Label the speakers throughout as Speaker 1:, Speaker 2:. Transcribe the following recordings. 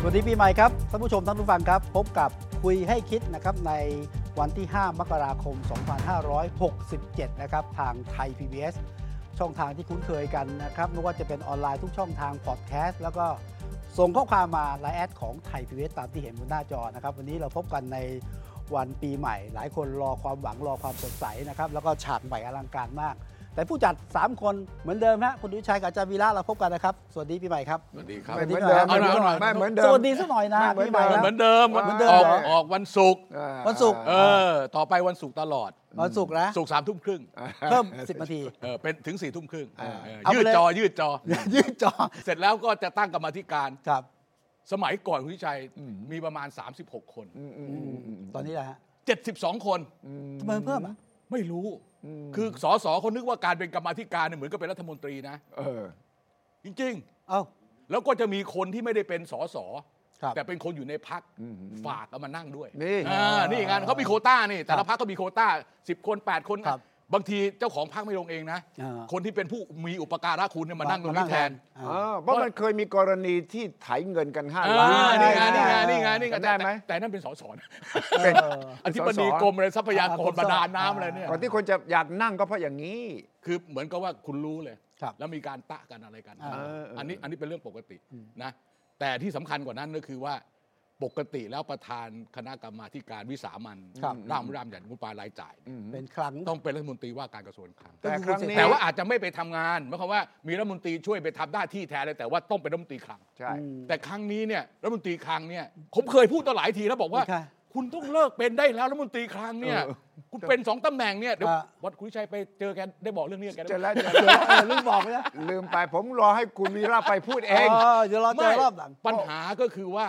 Speaker 1: สวัสดีปีใหม่ครับท่านผู้ชมท่านผู้ฟังครับ พบกับคุยให้คิดนะครับในวันที่ 5 มกราคม 2567 นะครับทางไทย PBS ช่องทางที่คุ้นเคยกันนะครับไม่ว่าจะเป็นออนไลน์ทุกช่องทางพอดแคสต์แล้วก็ส่งข้อความมาไลน์แอดของไทย PBS ตามที่เห็นบนหน้าจอนะครับ วันนี้เราพบกันในวันปีใหม่ หลายคนรอความหวังรอความสดใสนะครับแล้วก็ฉากใหม่อลังการมาก แต่ผู้จัด 3 คนเหมือนเดิมฮะคุณดุชัยกับอาจารย์วีระเราพบกันนะครับสวัสดีปีใหม่ครับ
Speaker 2: สวัสดีครับ
Speaker 1: ส
Speaker 3: ไม่
Speaker 1: วัส
Speaker 3: เห
Speaker 1: ดีค
Speaker 3: มือนเดิ
Speaker 1: รับ
Speaker 3: มไม่เหมือนเดิมไม่เห
Speaker 1: สวั
Speaker 3: มือนเดิม
Speaker 1: สดีสักหน่อยนะ
Speaker 3: ไม่
Speaker 1: ปี
Speaker 3: เหมือน
Speaker 1: ใหม่
Speaker 3: ดิ
Speaker 1: นะ
Speaker 2: เหมือนเดิม
Speaker 3: เหมือนเดิม
Speaker 2: ออก
Speaker 3: เหรอ
Speaker 2: ออกวันศุกร์
Speaker 3: อ่า
Speaker 1: วันศุกร์
Speaker 2: เออ ต่อไปวันศุกร์ตลอด
Speaker 1: วันศุกร์นะ
Speaker 2: ศุกร์สามทุ่มครึ่ง
Speaker 1: เพิ่ม 10นาที
Speaker 2: เออเป็นถึงสี่ทุ่มครึ่ง
Speaker 3: อ่า
Speaker 2: เออ
Speaker 1: เอายื
Speaker 2: ยืด
Speaker 1: ไปเลย
Speaker 2: จอยืดจอ
Speaker 1: ยืดจอ
Speaker 2: เสร็จแล้วก็จะตั้งกรรมาธิการ
Speaker 1: ครับ
Speaker 2: สมัยก่อนคุณวิชัยมีประมาณ 36 คน
Speaker 3: อืมอืมอืมอืม
Speaker 1: ตอนนี้แหละฮะ
Speaker 2: 72 คน
Speaker 1: ทำไมเพิ่มอ่ะ
Speaker 2: ไม่รู้ คือสสเขานึกว่าการเป็นกรรมาธิการเนี่ยเหมือนกับเป็นรัฐมนตรีนะ
Speaker 3: เออ
Speaker 2: จริง
Speaker 1: เอ้า
Speaker 2: ๆ แล้วก็จะมีคนที่ไม่ได้เป็นสส
Speaker 1: ครับ
Speaker 2: แต่เป็นคนอยู่ในพัก
Speaker 3: อืม
Speaker 2: ฝากเอามานั่งด้วย
Speaker 3: นี่
Speaker 2: อ่านี่งานเขามีโควต้านี่ แต่ละพักก็มีโควต้า 10 คน 8 คน
Speaker 1: ครับ
Speaker 2: บางทีเจ้าของพักไม่ลงเองนะ
Speaker 1: อ่า
Speaker 2: คนที่เป็นผู้มีอุปการะคุณเนี่ยมานั่งตรงนี้แทน
Speaker 1: อ่า
Speaker 3: อ๋อเพราะมันเคยมีกรณีที่ไถเงินกันห้า
Speaker 2: อ่า
Speaker 3: ล้าน
Speaker 2: นี่ไง
Speaker 1: ได้
Speaker 2: นี่ไง
Speaker 1: ได้
Speaker 2: นี่ไงนี่ไง
Speaker 3: ได้ไหม
Speaker 2: แต่แต่นั่นเป็นสสนะ
Speaker 3: เป็น
Speaker 1: เออ
Speaker 2: อธิบดี
Speaker 3: สส
Speaker 2: กรมอะไรทรัพยาก
Speaker 1: อ่าผ
Speaker 2: ร
Speaker 1: ม
Speaker 2: บาดาล
Speaker 1: อ่า
Speaker 2: น้ำอะไรเนี่ย
Speaker 3: ก่อนที่คนจะอยากนั่งก็เพราะอย่างนี้
Speaker 2: คือเหมือนกับว่าคุณรู้เลย
Speaker 1: ครับ
Speaker 2: แล้วมีการตะกันอะไรกัน
Speaker 1: อ่า
Speaker 2: เอออันนี้อันนี้เป็นเรื่องปกตินะแต่ที่สำคัญกว่านั้นก็คือว่าปกติแล้วประธานคณะกรรมาธิการวิสามัน
Speaker 1: ครับ
Speaker 2: ร่างร่างอย่างงบประมาณรายจ่าย
Speaker 1: เป็นครั้ง
Speaker 2: ต้องเป็นรัฐมนตรีว่าการกระทรวงคลัง
Speaker 3: แต่ครั้งนี้
Speaker 2: แต่ว่าอาจจะไม่ไปทำงานหมายความว่ามีรัฐมนตรีช่วยไปทำหน้าที่แทนเลยแต่ว่าต้องเป็นรัฐมนตรีคลัง
Speaker 3: ใช่
Speaker 2: แต่ครั้งนี้เนี่ยรัฐมนตรีคลังเนี่ยผมเคยพูดต่อหลายทีแล้วบอกว่า
Speaker 1: ค่ะ
Speaker 2: คุณต้องเลิกเป็นได้แล้วรัฐมนตรีคลังเนี่ย
Speaker 3: เออ
Speaker 2: คุณเป็นสองตำแหน่งเนี่ยเดี๋ยว
Speaker 1: อ่ะ
Speaker 2: วัดคุณวิชัยไปเจอแกได้บอกเรื่องนี้กับแก
Speaker 3: เจอ
Speaker 2: ได้ไหม
Speaker 3: แล้วเจอ
Speaker 1: เออ
Speaker 3: แล้ว
Speaker 1: เออลืมบอกไปแล้ว
Speaker 3: ลืมไปผมรอให้คุณวีระไปพูดเอง
Speaker 1: เออเดี๋ยวรอเจอรอบหลัง
Speaker 2: ปัญหาก็คือว่า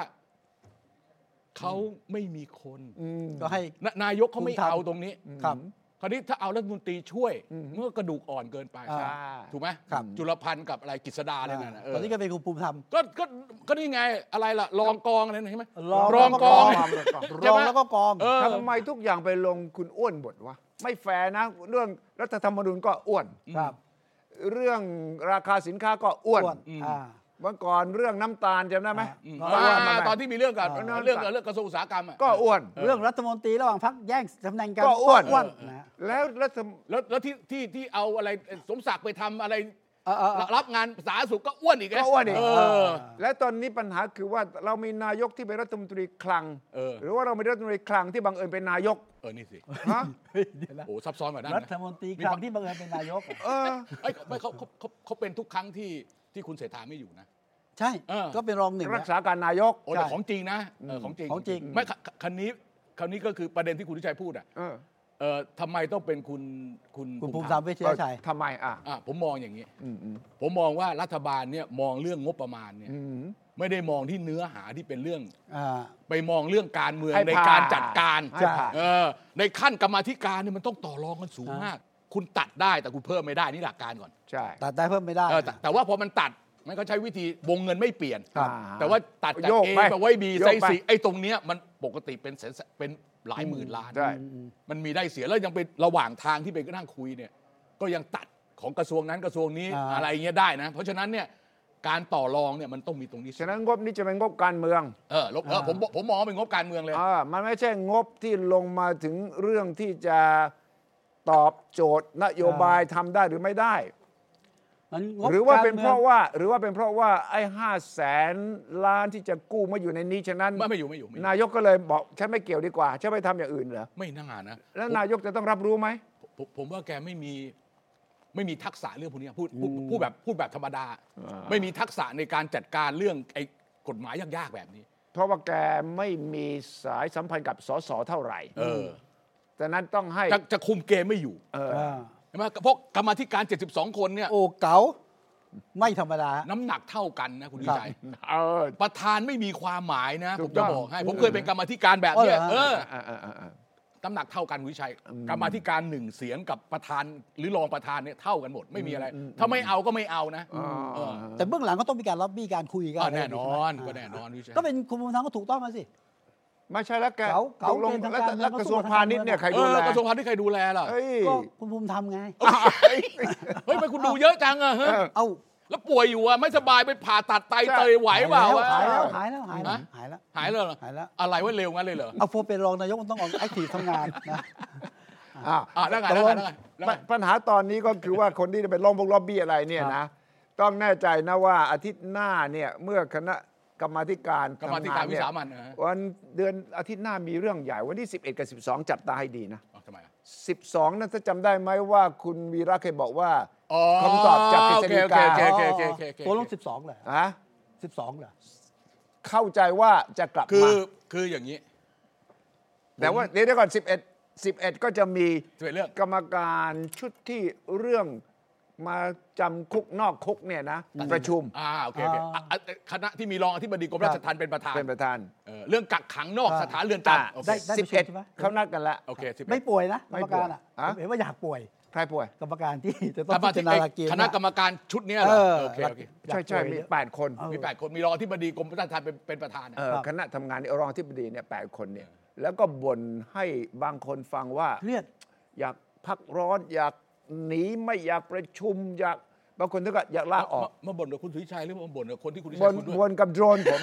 Speaker 2: เขาไม่มีคน
Speaker 1: ก็ให้
Speaker 2: นะนายกเขาไม่
Speaker 1: คุณทำ
Speaker 2: เอาตรงนี้
Speaker 1: ครับ
Speaker 2: คราวนี้ถ้าเอารัฐมนตรีช่วยมันก็กระดูกอ่อนเกินไป
Speaker 1: อ่า
Speaker 2: ถูกไหม
Speaker 1: ครับ
Speaker 2: จุลพันธ์กับอะไรกฤษดาอะไรนั่นนะเออ
Speaker 1: ตอนนี้ก็เป็นคุณภูมิธรรม
Speaker 2: ก็ก็ก็นี่ไงอะไรล่ะรองกองอะไรนะใช่ไหม
Speaker 1: รอง
Speaker 2: องกอง
Speaker 3: รองกอง
Speaker 1: ร
Speaker 2: ใช่
Speaker 1: อง
Speaker 2: ไหม
Speaker 1: แล้วก็กอง
Speaker 2: เออ
Speaker 3: ทำไมทุกอย่างไปลงคุณอ้วนบทวะ ไม่แฟร์นะ เรื่องรัฐธรรมนูญก็อ้วน
Speaker 1: ครับ
Speaker 3: เรื่องราคาสินค้าก็อ้วน
Speaker 1: อ้วนอ่า
Speaker 3: เมื่อก่อนเรื่องน้ำตาลจำได้ไหม
Speaker 1: อ่า
Speaker 2: อืม
Speaker 3: ก็อ้วนมา
Speaker 2: อ่า
Speaker 3: ใหม่
Speaker 2: ตอนที่มีเรื่องกับ
Speaker 1: อ่า
Speaker 2: เรื่องกับเรื่องกระทรวงอุตสาหกรรมอะ
Speaker 3: ก็อ้วน
Speaker 1: เรื่องรัฐมนตรีระหว่างพักแย่งตำแหน่งกัน
Speaker 3: ก็อ้วน
Speaker 1: นะฮะ
Speaker 3: แล้วรัฐม
Speaker 2: แล้วแล้วที่ที่ที่เอาอะไรสมศักดิ์ไปทำอะไร
Speaker 1: เออเออเออ
Speaker 2: รับงานสาธารณสุขก็อ้วนอีกะ
Speaker 3: ก็อ้วนอีก
Speaker 2: เอ
Speaker 3: และตอนนี้ปัญหาคือว่าเรามีนายกที่เป็นรัฐมนตรีคลัง
Speaker 2: เออ
Speaker 3: หรือว่าเรามีรัฐมนตรีคลังที่บังเอิญเป็นนายก
Speaker 2: เออนี่สิ
Speaker 3: ฮะ
Speaker 1: เฮ้ยเดี๋ยวนะ
Speaker 2: โอ้ซับซ้อนกว่านั้น
Speaker 1: รั
Speaker 2: นะ
Speaker 1: ฐมนตรีครั้งที่บังเอิญเป็นนายก
Speaker 3: เออ
Speaker 2: เอ้ยไม่เขาเขาเขาเขาเป็นทุกครั้งที่ที่คุณเศรษฐาไม่อยู่นะ
Speaker 1: ใช่
Speaker 2: เออ
Speaker 1: ก็เป็นรองหนึ่ง
Speaker 3: รัก
Speaker 1: นะ
Speaker 3: ษาการนายก
Speaker 2: โอ้แต่
Speaker 1: ใช่
Speaker 2: ของจริงนะเออของจริง
Speaker 1: ของจริง
Speaker 2: ไม่คคันนี้คันนี้ก็คือประเด็นที่คุณทิชัยพูดอ่ะ
Speaker 3: เออ
Speaker 2: เออทำไมต้องเป็นคุณคุณ
Speaker 1: คุณภูมิธรรมเวชยชัย
Speaker 3: ทำไมอ่ะ
Speaker 2: อ่ะผมมองอย่างนี้
Speaker 3: อืมอืม
Speaker 2: ผมมองว่ารัฐบาลเนี่ยมองเรื่องงบประมาณเนี่ย
Speaker 3: อืม
Speaker 2: ไม่ได้มองที่เนื้อหาที่เป็นเรื่อง
Speaker 1: อ่า
Speaker 2: ไปมองเรื่องการเมือง
Speaker 3: ให้
Speaker 2: ใน
Speaker 3: ผ่าน
Speaker 2: การจัดการ
Speaker 3: ให้ผ่าน
Speaker 2: เออในขั้นกรรมาธิการเนี่ยมันต้องต่อรองกันสูง
Speaker 1: อ่าม
Speaker 2: มาก คุณตัดได้แต่คุณเพิ่มไม่ได้นี่หลักการก่อน
Speaker 3: ใช่
Speaker 1: ตัดได้เพิ่มไม่ได้
Speaker 2: เออแต่แต่ว่าพอมันตัดมันก็ใช้วิธีวงเงินไม่เปลี่ยน
Speaker 1: ครับ
Speaker 3: อ่
Speaker 2: แต่ว่าตัดจาก
Speaker 3: โยก
Speaker 2: เอ
Speaker 3: ไป
Speaker 2: ไปไว้บี
Speaker 3: โยก
Speaker 2: ไซ
Speaker 3: ไป
Speaker 2: สีไอ้ตรงเนี้ยมันปกติเป็นแสนเป็นหลายหมื่นล้าน
Speaker 3: ใช่
Speaker 2: มันมีได้เสียแล้วยังเป็นระหว่างทางที่ไปนั่งคุยเนี่ยก็ยังตัดของกระทรวงนั้นกระทรวงนี้
Speaker 1: อ่า
Speaker 2: อะไรอย่างเงี้ยได้นะ เพราะฉะนั้นเนี่ยการต่อรองเนี่ยมันต้องมีตรงนี้
Speaker 3: ฉะนั้นงบนี้จะเป็นงบการเมือง
Speaker 2: เออลบเออผมผมผมมองว่าเป็นงบการเมืองเลย
Speaker 3: เออมันไม่ใช่งบที่ลงมาถึงเรื่องที่จะตอบโจทย์นโยบายทำได้หรือไม่ได้
Speaker 1: มันงบ
Speaker 3: หรือว่าเป็
Speaker 1: ก
Speaker 3: นเพ
Speaker 1: มื
Speaker 3: ราะ
Speaker 1: ง
Speaker 3: ว่าหรือว่าเป็นเพราะว่าไอ้ห้าแสนล้านที่จะกู้มาอยู่ในนี้ฉะนั้น
Speaker 2: ไม่ไม่อยู่ไม่อยู่ไม่อยู่
Speaker 3: นายกก็เลยบอกฉันไม่เกี่ยวดีกว่าฉันไปทำอย่างอื่นเหรอ
Speaker 2: ไม่น่านะ
Speaker 3: แล้ว
Speaker 2: ผม
Speaker 3: นายกจะต้องรับรู้ไหม
Speaker 2: ผมผมว่าแกไม่มีไม่มีทักษะเรื่องพวกเนี้ยพูดพูดพูดแบบพูดแบบธรรมดา
Speaker 3: อ่า
Speaker 2: ไม่มีทักษะในการจัดการเรื่องไอ้กฎหมายยากๆแบบนี้
Speaker 3: เพราะว่าแกไม่มีสายสัมพันธ์กับสสเท่าไหร่
Speaker 2: เออ
Speaker 3: ฉะนั้นต้องให้
Speaker 2: จะจะคุมเกมไม่อยู่
Speaker 3: เออ
Speaker 1: อ่า
Speaker 2: ใช่ไหมเพราะกรรมาธิการ 72 คนเนี่ย
Speaker 1: โอ้เก๋า ไม่ธรรมดาฮะ
Speaker 2: น้ำหนักเท่ากันนะคุณวิชัย
Speaker 3: เออ
Speaker 2: ประธานไม่มีความหมายนะ
Speaker 3: ถู
Speaker 2: ผ
Speaker 3: ก
Speaker 2: ม
Speaker 3: ต้
Speaker 2: จะ
Speaker 3: อง
Speaker 2: บอกให้
Speaker 3: อืม
Speaker 2: ผมเคยเป็นกรรมาธิการแบบเนี้ย
Speaker 1: อ๋อเหรอฮะ
Speaker 2: เออ
Speaker 3: อ่าอ่าอ่าอ่า
Speaker 2: น้ำหนักเท่ากันคุณวิชัย
Speaker 3: อืม
Speaker 2: กรรมาธิการหนึ่งเสียงกับประธานหรือรองประธานเนี่ยเท่ากันหมดไม่มีอะไร
Speaker 3: อืมอืม
Speaker 2: ถ้าไม่เอาก็ไม่เอานะ
Speaker 3: อ่า
Speaker 2: เออ
Speaker 1: แต่เบื้องหลังก็ต้องมีการรับบี้การคุยกั
Speaker 2: ก็
Speaker 1: นะไร
Speaker 2: แน่นอน
Speaker 1: ใช่ไหม
Speaker 2: ก็แน่นอนวิชัย
Speaker 1: ก็เป็นคุณบุญธรรมก็ถูกต้องแล้วสิ
Speaker 3: ไม่ใช่แล้วแก
Speaker 1: เขาเขา
Speaker 3: ตกลง
Speaker 1: เป็นทาง
Speaker 3: แล้ว
Speaker 1: การเมือง
Speaker 3: แล้วกระทรวง
Speaker 1: เขาสู่
Speaker 3: พาณิชย์เนี่ยใคร
Speaker 2: เอ
Speaker 3: ดู
Speaker 2: อ
Speaker 3: แล
Speaker 2: กระทรวงพาณิชย์ใครดูแลล่ะ
Speaker 3: เฮ้ย
Speaker 1: ก็คุณภูมิธรรมไง
Speaker 2: เฮ้ยทำไปคุณดูเยอะจังอะเฮ้ย
Speaker 3: เออ
Speaker 1: เอ้า
Speaker 2: แล้วป่วยอยู่อะไม่สบายไปผ่าตัดไตเตยไหวเปล่า
Speaker 1: แล้ว
Speaker 2: วะ
Speaker 1: หายแล้วหายแล้วหายแล้ว
Speaker 2: ฮะ
Speaker 1: หายแล้ว
Speaker 2: หายเลยเหรอ
Speaker 1: หายแล้ว
Speaker 2: อะไรว่าเร็วงั้นเลยเหรอ
Speaker 1: เอาโฟมเป็นรองนายกมันต้องออกแอคทีฟทำงานนะ
Speaker 3: อ่า
Speaker 2: อ่ะแล้วไง
Speaker 3: ต
Speaker 2: แล้ว
Speaker 3: กล
Speaker 2: ไง
Speaker 3: ง
Speaker 2: แล้วไงแล้ว
Speaker 3: ป
Speaker 2: ไง
Speaker 3: ปัญหาตอนนี้ก็คือว่าคนที่จะไปร้องพวกล็อบบี้อะไรเนี่ยนะ ต้องแน่ใจนะว่าอาทิตย์หน้าเนี่ยเมื่อคณะกรรมาธิการ
Speaker 2: กรรมาธิการ
Speaker 3: ทำงนเนี่
Speaker 2: วิ
Speaker 3: ย
Speaker 2: สามัญนะฮะ
Speaker 3: วันเดือนอาทิตย์หน้ามีเรื่องใหญ่ วันที่ 11 กับ 12 จับตาให้ดีนะ
Speaker 2: อ๋อทำไมอะ
Speaker 3: 12 นั้นถ้าจำได้ไหมว่าคุณวีระเคยบอกว่า
Speaker 2: อ๋อ
Speaker 3: คำตอบจากกฤษฎีกา
Speaker 2: โอเคโอเค โอเค
Speaker 1: ตัวลงสิบสองเหรอ
Speaker 3: ฮะ
Speaker 1: สิบสองเหรอ
Speaker 3: เข้าใจว่าจะกลับ
Speaker 2: คื
Speaker 3: มา
Speaker 2: อคืออย่างนี้
Speaker 3: แต่ว่าเดี๋ยวก่อน 11 11 ก็จะมี
Speaker 2: 11เรื่อง
Speaker 3: กรรมการชุดที่เรื่องมาจำคุกนอกคุกเนี่ยนะประชุม
Speaker 2: อ่าโอเคโอเค
Speaker 1: อ่า
Speaker 2: อ่ะอ่ะคณะที่มีรองอธิบดีกรมราชทัณฑ์เป็นประธาน
Speaker 3: เป็นประธาน
Speaker 2: เออเรื่องกักขังนอก
Speaker 1: อ่า
Speaker 2: สถานเรือน
Speaker 3: อ่ะ
Speaker 2: จำโอเค
Speaker 1: ได้ได้
Speaker 3: สิบ
Speaker 1: ประชุม
Speaker 3: เอ็ด
Speaker 1: ใช่ไหม
Speaker 3: เขานัดกันละ
Speaker 2: โอเคสิบเอ็
Speaker 1: ไม่
Speaker 2: ด
Speaker 1: ป่วยนะกร
Speaker 3: ไม่
Speaker 1: รม
Speaker 3: ป่
Speaker 1: กา
Speaker 3: วย
Speaker 1: รอ่ะผ
Speaker 3: ฮะ
Speaker 1: มเห็นว่าอยากป่วย
Speaker 3: ใครป่วย
Speaker 1: กรรมการที่ จะต้อง
Speaker 2: ถ้า
Speaker 1: พิจา
Speaker 2: มาที่
Speaker 1: รณาเกม
Speaker 2: คณะกรรมการชุดเนี้ยเหรอโอเคโอเค
Speaker 3: ใช่ใช่มี 8 คน
Speaker 2: มีแปดคนมีรองอธิบดีกรมราชทัณฑ์เป็นเป็นประธานอะ
Speaker 3: เอ่อคณะทำงานรองที่ปดีเนี่ยแปดคนเนี่ยแล้วก็บ่นให้บางคนฟังว่า
Speaker 1: เครียด
Speaker 3: อยากพักร้อนอยากหนีไม่อยากประชุม อยากบางคนถึงก็อยากลาออก
Speaker 2: มามาบ่นกับคุณสุวิชัยหรือมาบ่นกับคนที่คุณสุวิ
Speaker 3: บ
Speaker 2: ชัย
Speaker 3: น
Speaker 2: คุณด้วย
Speaker 3: วนกับโดรนผม